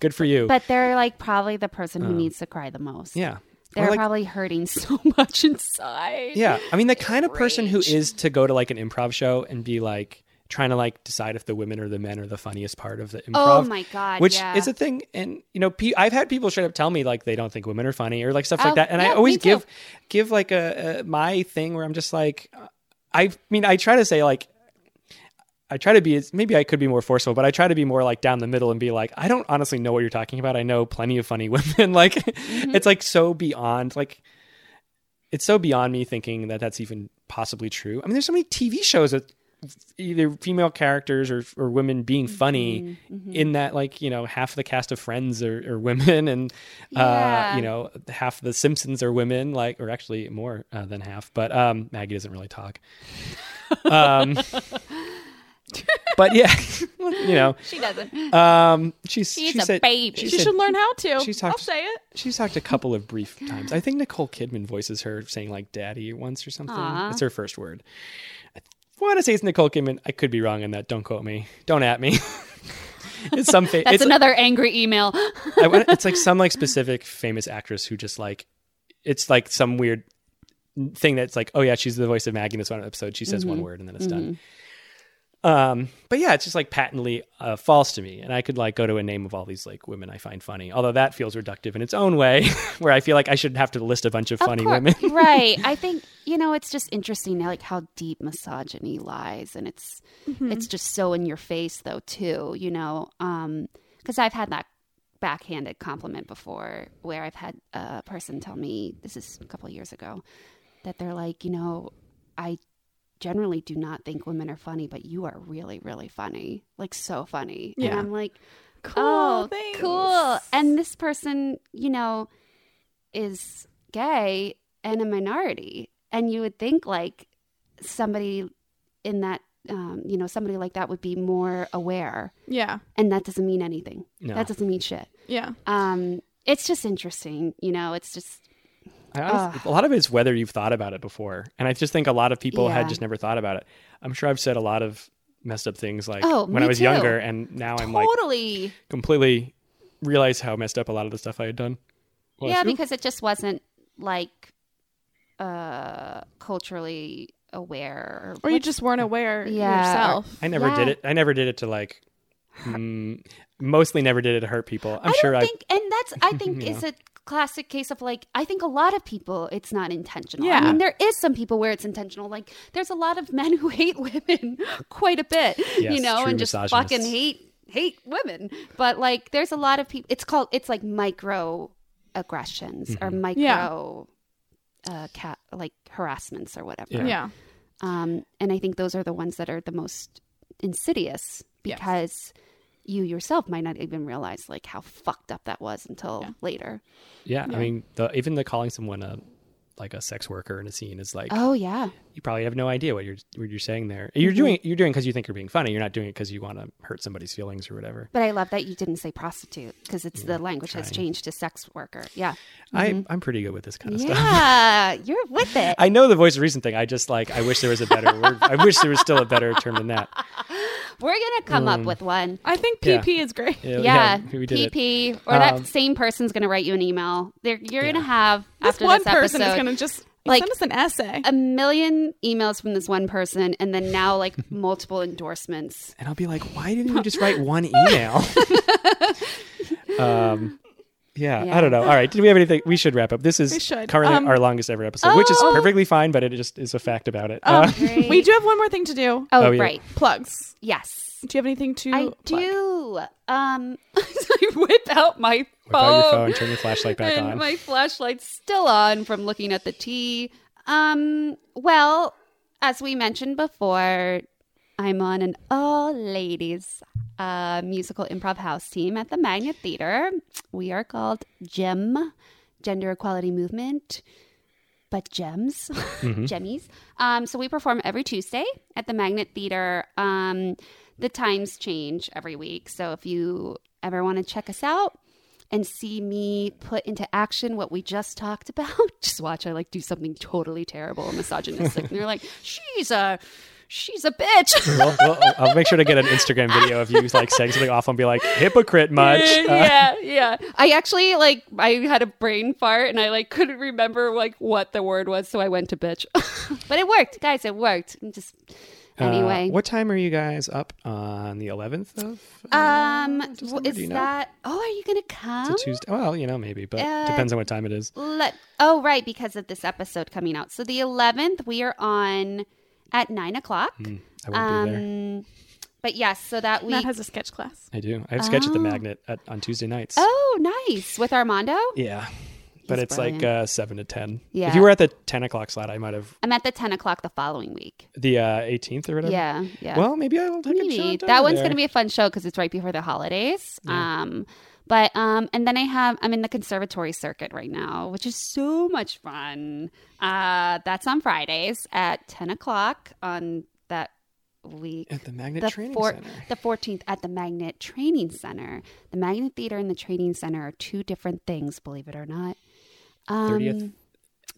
[SPEAKER 1] good for you
[SPEAKER 3] But they're like probably the person who needs to cry the most.
[SPEAKER 1] Oh. yeah Or
[SPEAKER 3] They're
[SPEAKER 1] like-
[SPEAKER 3] probably hurting so much inside.
[SPEAKER 1] yeah i mean the kind of person who is to go to like an improv show and be like trying to like decide if the women or the men are the funniest part of the improv
[SPEAKER 3] Oh my god.
[SPEAKER 1] which
[SPEAKER 3] yeah.
[SPEAKER 1] is a thing and you know pe- i've had people straight up tell me like they don't think women are funny or like stuff like
[SPEAKER 3] Oh,
[SPEAKER 1] that and i
[SPEAKER 3] yeah,
[SPEAKER 1] always
[SPEAKER 3] me too.
[SPEAKER 1] give give like a, a my thing where i'm just like uh, i mean i try to say like i try to be as- maybe i could be more forceful but i try to be more like down the middle and be like i don't honestly know what you're talking about i know plenty of funny women like
[SPEAKER 3] Mm-hmm.
[SPEAKER 1] it's like so beyond like it's so beyond me thinking that that's even possibly true i mean there's so many tv shows that either female characters or, or women being
[SPEAKER 3] Mm-hmm,
[SPEAKER 1] funny in that like you know half the cast of friends are, are women and uh,
[SPEAKER 3] Yeah.
[SPEAKER 1] you know half the simpsons are women like or actually more uh, than half but um, maggie doesn't really talk um, but yeah you know
[SPEAKER 3] she doesn't.
[SPEAKER 1] um, she's,
[SPEAKER 3] She's
[SPEAKER 1] she
[SPEAKER 3] a
[SPEAKER 1] said,
[SPEAKER 3] baby.
[SPEAKER 1] she
[SPEAKER 2] She
[SPEAKER 1] said-
[SPEAKER 2] should learn how to.
[SPEAKER 1] she
[SPEAKER 2] I'll
[SPEAKER 1] talks-
[SPEAKER 2] say it.
[SPEAKER 1] She's talked a couple of brief times. I think Nicole Kidman voices her saying like daddy once or something.
[SPEAKER 3] Aw.
[SPEAKER 1] That's her first word. I want to say it's Nicole Kidman. I could be wrong on that. Don't quote me. Don't at me. it's some fa-
[SPEAKER 3] That's
[SPEAKER 1] it's,
[SPEAKER 3] another angry email.
[SPEAKER 1] I want- it's like some like specific famous actress who just like it's like some weird thing that's like, oh yeah, she's the voice of Maggie in this one episode. She says
[SPEAKER 3] Mm-hmm.
[SPEAKER 1] one word and then it's done. Um, but yeah, it's just like patently uh, false to me, and I could like go to a name of all these like women I find funny. Although that feels reductive in its own way, where I feel like I should have to list a bunch of funny
[SPEAKER 3] Of course.
[SPEAKER 1] women.
[SPEAKER 3] right. I think you know it's just interesting like how deep misogyny lies, and it's it's just so in your face though too. You know, because I've had that backhanded compliment before, where I've had a person tell me this is a couple years ago that they're like, you know, I generally do not think women are funny, but you are really really funny, like so funny,
[SPEAKER 1] Yeah.
[SPEAKER 3] and I'm like.
[SPEAKER 2] Cool.
[SPEAKER 3] oh,
[SPEAKER 2] thanks.
[SPEAKER 3] cool. And this person, you know, is gay and a minority. And you would think like somebody in that, um, you know, somebody like that would be more aware.
[SPEAKER 2] Yeah.
[SPEAKER 3] And that doesn't mean anything.
[SPEAKER 1] No.
[SPEAKER 3] That doesn't mean shit.
[SPEAKER 2] Yeah.
[SPEAKER 3] Um, it's just interesting. You know, it's just,
[SPEAKER 1] I honest- a lot of it's whether you've thought about it before, and I just think a lot of people had
[SPEAKER 3] Yeah.
[SPEAKER 1] just never thought about it. I'm sure I've said a lot of messed up things like
[SPEAKER 3] Oh,
[SPEAKER 1] when
[SPEAKER 3] me
[SPEAKER 1] I was
[SPEAKER 3] too.
[SPEAKER 1] younger, and now I'm like
[SPEAKER 3] totally.
[SPEAKER 1] completely realize how messed up a lot of the stuff I had done. was.
[SPEAKER 3] yeah,
[SPEAKER 1] Ooh.
[SPEAKER 3] because it just wasn't like uh, culturally aware.
[SPEAKER 2] Or you just weren't aware
[SPEAKER 3] Yeah.
[SPEAKER 2] yourself.
[SPEAKER 1] I never did
[SPEAKER 3] Yeah.
[SPEAKER 1] it. I never did it to like. Mm, mostly never did it to hurt people. I'm
[SPEAKER 3] I
[SPEAKER 1] sure
[SPEAKER 3] don't
[SPEAKER 1] I.
[SPEAKER 3] think, and that's I think
[SPEAKER 1] Yeah.
[SPEAKER 3] is a classic case of like I think a lot of people it's not intentional.
[SPEAKER 2] Yeah.
[SPEAKER 3] I mean there is some people where it's intentional. Like there's a lot of men who hate women quite a bit,
[SPEAKER 1] Yes,
[SPEAKER 3] you know,
[SPEAKER 1] true
[SPEAKER 3] and just
[SPEAKER 1] misogynists.
[SPEAKER 3] fucking hate hate women. But like there's a lot of people. It's called it's like micro
[SPEAKER 1] Mm-hmm.
[SPEAKER 3] aggressions or micro. Uh, ca- like harassments or whatever.
[SPEAKER 1] Yeah.
[SPEAKER 2] Yeah.
[SPEAKER 3] Um, and I think those are the ones that are the most insidious
[SPEAKER 2] Yes.
[SPEAKER 3] because you yourself might not even realize like how fucked up that was until
[SPEAKER 2] Yeah.
[SPEAKER 3] later.
[SPEAKER 1] Yeah, I mean, the, even the calling someone a like a sex worker in a scene is like
[SPEAKER 3] Oh Mm-hmm. yeah.
[SPEAKER 1] you probably have no idea what you're what you're saying there. You're doing you're doing because you think you're being funny. You're not doing it because you want to hurt somebody's feelings or whatever.
[SPEAKER 3] But I love that you didn't say prostitute because it's the language has
[SPEAKER 1] trying.
[SPEAKER 3] changed to sex worker. Yeah.
[SPEAKER 1] I I'm pretty good with this kind of stuff.
[SPEAKER 3] Mm-hmm. Yeah. You're with it.
[SPEAKER 1] I know the voice of reason thing. I just like I wish there was a better word. I wish there was still a better term than that.
[SPEAKER 3] We're gonna come up with one.
[SPEAKER 2] I think
[SPEAKER 1] Yeah.
[SPEAKER 2] PP is great.
[SPEAKER 1] Mm. Oh, Yeah,
[SPEAKER 3] Yeah,
[SPEAKER 1] we did it.
[SPEAKER 3] PP, or that
[SPEAKER 1] Um,
[SPEAKER 3] same person's going to write you an email. They're, you're going to have
[SPEAKER 2] This
[SPEAKER 3] after
[SPEAKER 2] one
[SPEAKER 3] this
[SPEAKER 2] person
[SPEAKER 3] episode
[SPEAKER 2] is going to just
[SPEAKER 3] like-
[SPEAKER 2] send us an essay.
[SPEAKER 3] a million emails from this one person, and then now like multiple endorsements.
[SPEAKER 1] And I'll be like, why didn't you just write one email? um, yeah, I
[SPEAKER 3] Yeah.
[SPEAKER 1] don't know. All right, did we have anything? We should wrap up. This is
[SPEAKER 2] We should.
[SPEAKER 1] currently
[SPEAKER 2] Um,
[SPEAKER 1] our longest ever episode, which is
[SPEAKER 3] oh.
[SPEAKER 1] perfectly fine, but it just is a fact about it.
[SPEAKER 2] Um,
[SPEAKER 1] Uh,
[SPEAKER 2] we do have one more thing to do.
[SPEAKER 3] Oh,
[SPEAKER 1] Oh, yeah.
[SPEAKER 3] right.
[SPEAKER 2] Plugs.
[SPEAKER 3] Yes,
[SPEAKER 2] Do you have anything to?
[SPEAKER 3] I
[SPEAKER 2] plug?
[SPEAKER 3] do. Um, I whip out my phone.
[SPEAKER 1] whip out your phone, turn your flashlight back
[SPEAKER 3] oh. and
[SPEAKER 1] on.
[SPEAKER 3] my flashlight's still on from looking at the tea. Um, well, as we mentioned before, I'm on an all ladies uh, musical improv house team at the Magnet Theater. We are called GEM, Gender Equality Movement, but gems, gemmies. Um, so we perform every Tuesday at the Magnet Theater. Um, the times change every week. So if you ever want to check us out, and see me put into action what we just talked about. Just watch I like do something totally terrible and misogynistic. and they're like, She's a she's a bitch.
[SPEAKER 1] We'll- we'll- I'll make sure to get an Instagram video of you like saying something awful and be like hypocrite much. Uh,
[SPEAKER 3] yeah, yeah. I actually like I had a brain fart and I like couldn't remember like what the word was, so I went to bitch. but it worked, guys, it worked. I'm just
[SPEAKER 1] uh,
[SPEAKER 3] anyway.
[SPEAKER 1] what time are you guys up on the 11th of? Uh,
[SPEAKER 3] um
[SPEAKER 1] December,
[SPEAKER 3] w-
[SPEAKER 1] do
[SPEAKER 3] is
[SPEAKER 1] you know?
[SPEAKER 3] that oh are you gonna come?
[SPEAKER 1] it's a Tuesday. Well, you know, maybe, but
[SPEAKER 3] uh,
[SPEAKER 1] depends on what time it is.
[SPEAKER 3] Let, oh, right, because of this episode coming out. So the 11th, we are on at 9 o'clock.
[SPEAKER 1] I won't Mm, be there.
[SPEAKER 3] um, But yes, so that we.
[SPEAKER 2] Matt has a sketch class.
[SPEAKER 1] I do. I have sketch at the
[SPEAKER 3] Oh.
[SPEAKER 1] Magnet at, on Tuesday nights.
[SPEAKER 3] oh, nice with Armando.
[SPEAKER 1] Yeah. But
[SPEAKER 3] He's
[SPEAKER 1] it's like
[SPEAKER 3] brilliant.
[SPEAKER 1] uh, seven to ten. If
[SPEAKER 3] Yeah.
[SPEAKER 1] you were at the ten o'clock slot, I might have
[SPEAKER 3] I'm at the ten o'clock the following week.
[SPEAKER 1] the uh, eighteenth or whatever.
[SPEAKER 3] Yeah, yeah.
[SPEAKER 1] Well, maybe I will take a
[SPEAKER 3] Maybe.
[SPEAKER 1] shot.
[SPEAKER 3] that one's going to be a fun show because it's right before the holidays. Um, but um, and then I have I'm in the conservatory circuit right now, which is so much fun. Uh, that's on Fridays at ten o'clock on that week.
[SPEAKER 1] at the Magnet
[SPEAKER 3] the
[SPEAKER 1] Training
[SPEAKER 3] four-
[SPEAKER 1] Center.
[SPEAKER 3] the 14th at the Magnet Training Center. The Magnet Theater and the Training Center are two different things, believe it or not. Um,
[SPEAKER 1] Thirtieth.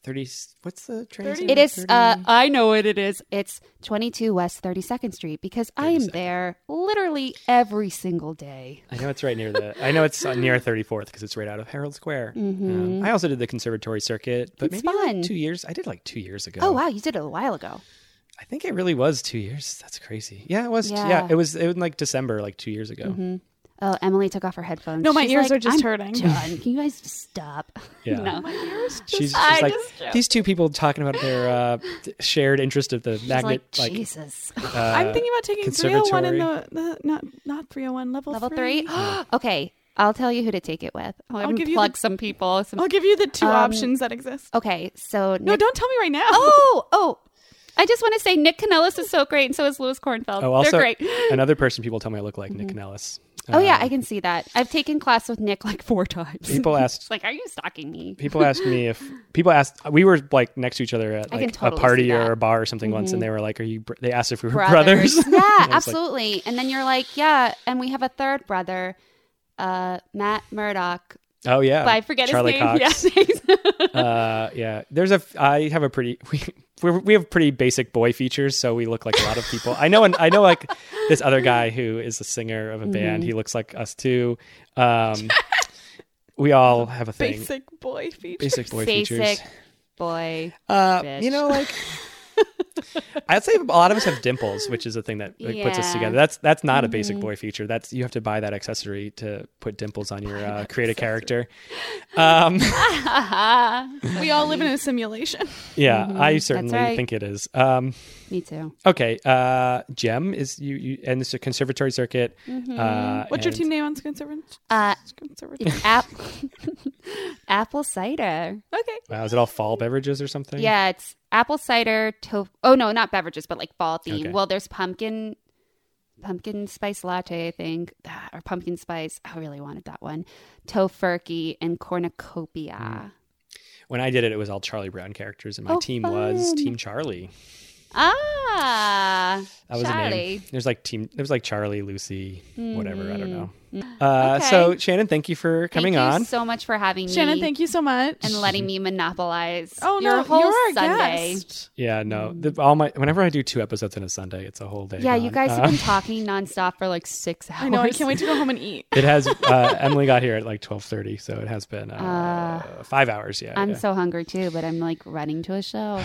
[SPEAKER 1] Thirty. What's the training?
[SPEAKER 2] Thirty-
[SPEAKER 1] center?
[SPEAKER 3] It is.
[SPEAKER 1] 30?
[SPEAKER 3] Uh, I know what it is. It's 22 West 32nd Street because I am
[SPEAKER 1] 32nd.
[SPEAKER 3] there literally every single day.
[SPEAKER 1] I know it's right near the. I know it's uh, near Thirty Fourth because it's right out of Herald Square. Um, I also did the conservatory circuit, but
[SPEAKER 3] Mm-hmm. It's
[SPEAKER 1] maybe like,
[SPEAKER 3] fun.
[SPEAKER 1] two years. I did like two years ago.
[SPEAKER 3] Oh wow, you did it a while ago.
[SPEAKER 1] I think it really was two years. That's crazy. Yeah, it was. Yeah,
[SPEAKER 3] Yeah.
[SPEAKER 1] it was. It was like December, like two years ago.
[SPEAKER 3] Oh, Emily took off her headphones.
[SPEAKER 2] No, my
[SPEAKER 3] She's
[SPEAKER 2] ears
[SPEAKER 3] like,
[SPEAKER 2] are just
[SPEAKER 3] "I'm
[SPEAKER 2] hurting."
[SPEAKER 3] Done. Can you guys just stop?
[SPEAKER 1] Yeah.
[SPEAKER 3] no.
[SPEAKER 1] She's, she's
[SPEAKER 3] I
[SPEAKER 1] like
[SPEAKER 3] just joke.
[SPEAKER 1] these two people talking about their uh, th- shared interest of the
[SPEAKER 3] She's
[SPEAKER 1] magnet.
[SPEAKER 3] like
[SPEAKER 1] Like,
[SPEAKER 3] Jesus.
[SPEAKER 1] uh,
[SPEAKER 2] I'm thinking about taking 301 in the,
[SPEAKER 1] conservatory.
[SPEAKER 2] the not not 301 level
[SPEAKER 3] Level
[SPEAKER 2] three.
[SPEAKER 3] three. okay, I'll tell you who to take it with. I'll,
[SPEAKER 2] I'll give you
[SPEAKER 3] plug
[SPEAKER 2] the-
[SPEAKER 3] some people. Some...
[SPEAKER 2] I'll give you the two
[SPEAKER 3] Um,
[SPEAKER 2] options that exist.
[SPEAKER 3] Okay, so
[SPEAKER 2] No,
[SPEAKER 3] Nick-
[SPEAKER 2] don't tell me right now.
[SPEAKER 3] Oh, oh. I just want to say Nick Canellis is so great, and so is Louis Kornfeld.
[SPEAKER 1] Oh, also
[SPEAKER 3] They're great.
[SPEAKER 1] another person people tell me I look like Nick Canellis.
[SPEAKER 3] Oh yeah,
[SPEAKER 1] Um,
[SPEAKER 3] I can see that. I've taken class with Nick like four times.
[SPEAKER 1] people
[SPEAKER 3] It's
[SPEAKER 1] asked.
[SPEAKER 3] like, are you stalking me?
[SPEAKER 1] People asked me if people asked. We were like next to each other at
[SPEAKER 3] I can
[SPEAKER 1] like
[SPEAKER 3] totally
[SPEAKER 1] a party
[SPEAKER 3] see that. Mm-hmm.
[SPEAKER 1] or a bar or something once, and they were like, "Are you?" Br-? They asked if we were brothers.
[SPEAKER 3] yeah,
[SPEAKER 1] I was like-
[SPEAKER 3] absolutely. and then you're like, yeah, and we have a third brother, uh, Matt Murdoch.
[SPEAKER 1] oh yeah,
[SPEAKER 3] But I forget
[SPEAKER 1] Charlie
[SPEAKER 3] his name.
[SPEAKER 1] Cox.
[SPEAKER 3] Yes.
[SPEAKER 1] uh, yeah, there's a. f- I have a pretty. We we're, we have pretty basic boy features, so we look like a lot of people. I know, and I know like this other guy who is a singer of a band. He looks like us too. Um, we all have a thing. Basic,
[SPEAKER 2] Basic boy feature.
[SPEAKER 1] boy features.
[SPEAKER 3] Basic boy.
[SPEAKER 1] Uh,
[SPEAKER 3] bitch.
[SPEAKER 1] you know, like I'd say a lot of us have dimples, which is a thing that like, puts us
[SPEAKER 3] Yeah. Mm-hmm.
[SPEAKER 1] together. That's that's not a basic boy feature. That's you have to buy that accessory to put dimples on your uh, create a character. Um,
[SPEAKER 2] We all live in a simulation.
[SPEAKER 1] yeah, I certainly
[SPEAKER 3] Mm-hmm. right.
[SPEAKER 1] think it is. Um,
[SPEAKER 3] me too.
[SPEAKER 1] okay, uh, Gem is you you and this is a conservatory circuit.
[SPEAKER 3] Mm-hmm.
[SPEAKER 1] Uh,
[SPEAKER 2] What's your
[SPEAKER 1] and-
[SPEAKER 2] team name on conservatory?
[SPEAKER 3] Uh,
[SPEAKER 2] conservatory.
[SPEAKER 3] app- apple cider.
[SPEAKER 2] Okay.
[SPEAKER 1] Wow, is it all fall beverages or something?
[SPEAKER 3] Yeah, it's apple cider, to- Oh no, not beverages, but like fall theme.
[SPEAKER 1] Okay.
[SPEAKER 3] Well, there's pumpkin, pumpkin spice latte, I think, Ah, or pumpkin spice. I really wanted that one. Tofurkey and cornucopia.
[SPEAKER 1] When I did it, it was all Charlie Brown characters, and my
[SPEAKER 3] Oh,
[SPEAKER 1] team was
[SPEAKER 3] fun.
[SPEAKER 1] Team Charlie.
[SPEAKER 3] Ah,
[SPEAKER 1] Hmm. That was a
[SPEAKER 3] Charlie.
[SPEAKER 1] name. There's like team. There was like Charlie, Lucy, whatever. I don't know.
[SPEAKER 3] Mm.
[SPEAKER 1] Uh,
[SPEAKER 3] Okay.
[SPEAKER 1] So Shannon, thank you for
[SPEAKER 3] Thank
[SPEAKER 1] coming
[SPEAKER 3] you
[SPEAKER 1] on.
[SPEAKER 3] so much for having me,
[SPEAKER 2] Shannon, thank you so much.
[SPEAKER 3] and letting me monopolize
[SPEAKER 2] oh
[SPEAKER 3] your
[SPEAKER 2] no,
[SPEAKER 3] whole
[SPEAKER 2] you're our
[SPEAKER 3] Sunday.
[SPEAKER 2] guest.
[SPEAKER 1] yeah, no. The, all my whenever I do two episodes in a Sunday, it's a whole day.
[SPEAKER 3] Mm. Yeah, you
[SPEAKER 1] gone.
[SPEAKER 3] guys
[SPEAKER 1] Uh,
[SPEAKER 3] have been talking nonstop for like six hours.
[SPEAKER 2] I know. I can't wait to go home and eat.
[SPEAKER 1] it has. Uh, Emily got here at like twelve thirty, so it has been uh, five hours. Yeah. Uh,
[SPEAKER 3] I'm
[SPEAKER 1] yeah.
[SPEAKER 3] so hungry too, but I'm like running to a show.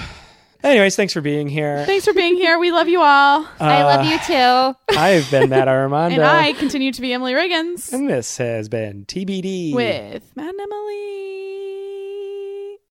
[SPEAKER 1] Anyways, thanks for being here. Uh,
[SPEAKER 2] Thanks for being here. We love you all.
[SPEAKER 3] I love you too.
[SPEAKER 1] I've been that Armando,
[SPEAKER 2] And I continue to be Emily Riggins
[SPEAKER 1] And this has been TBD.
[SPEAKER 2] with Matt and Emily.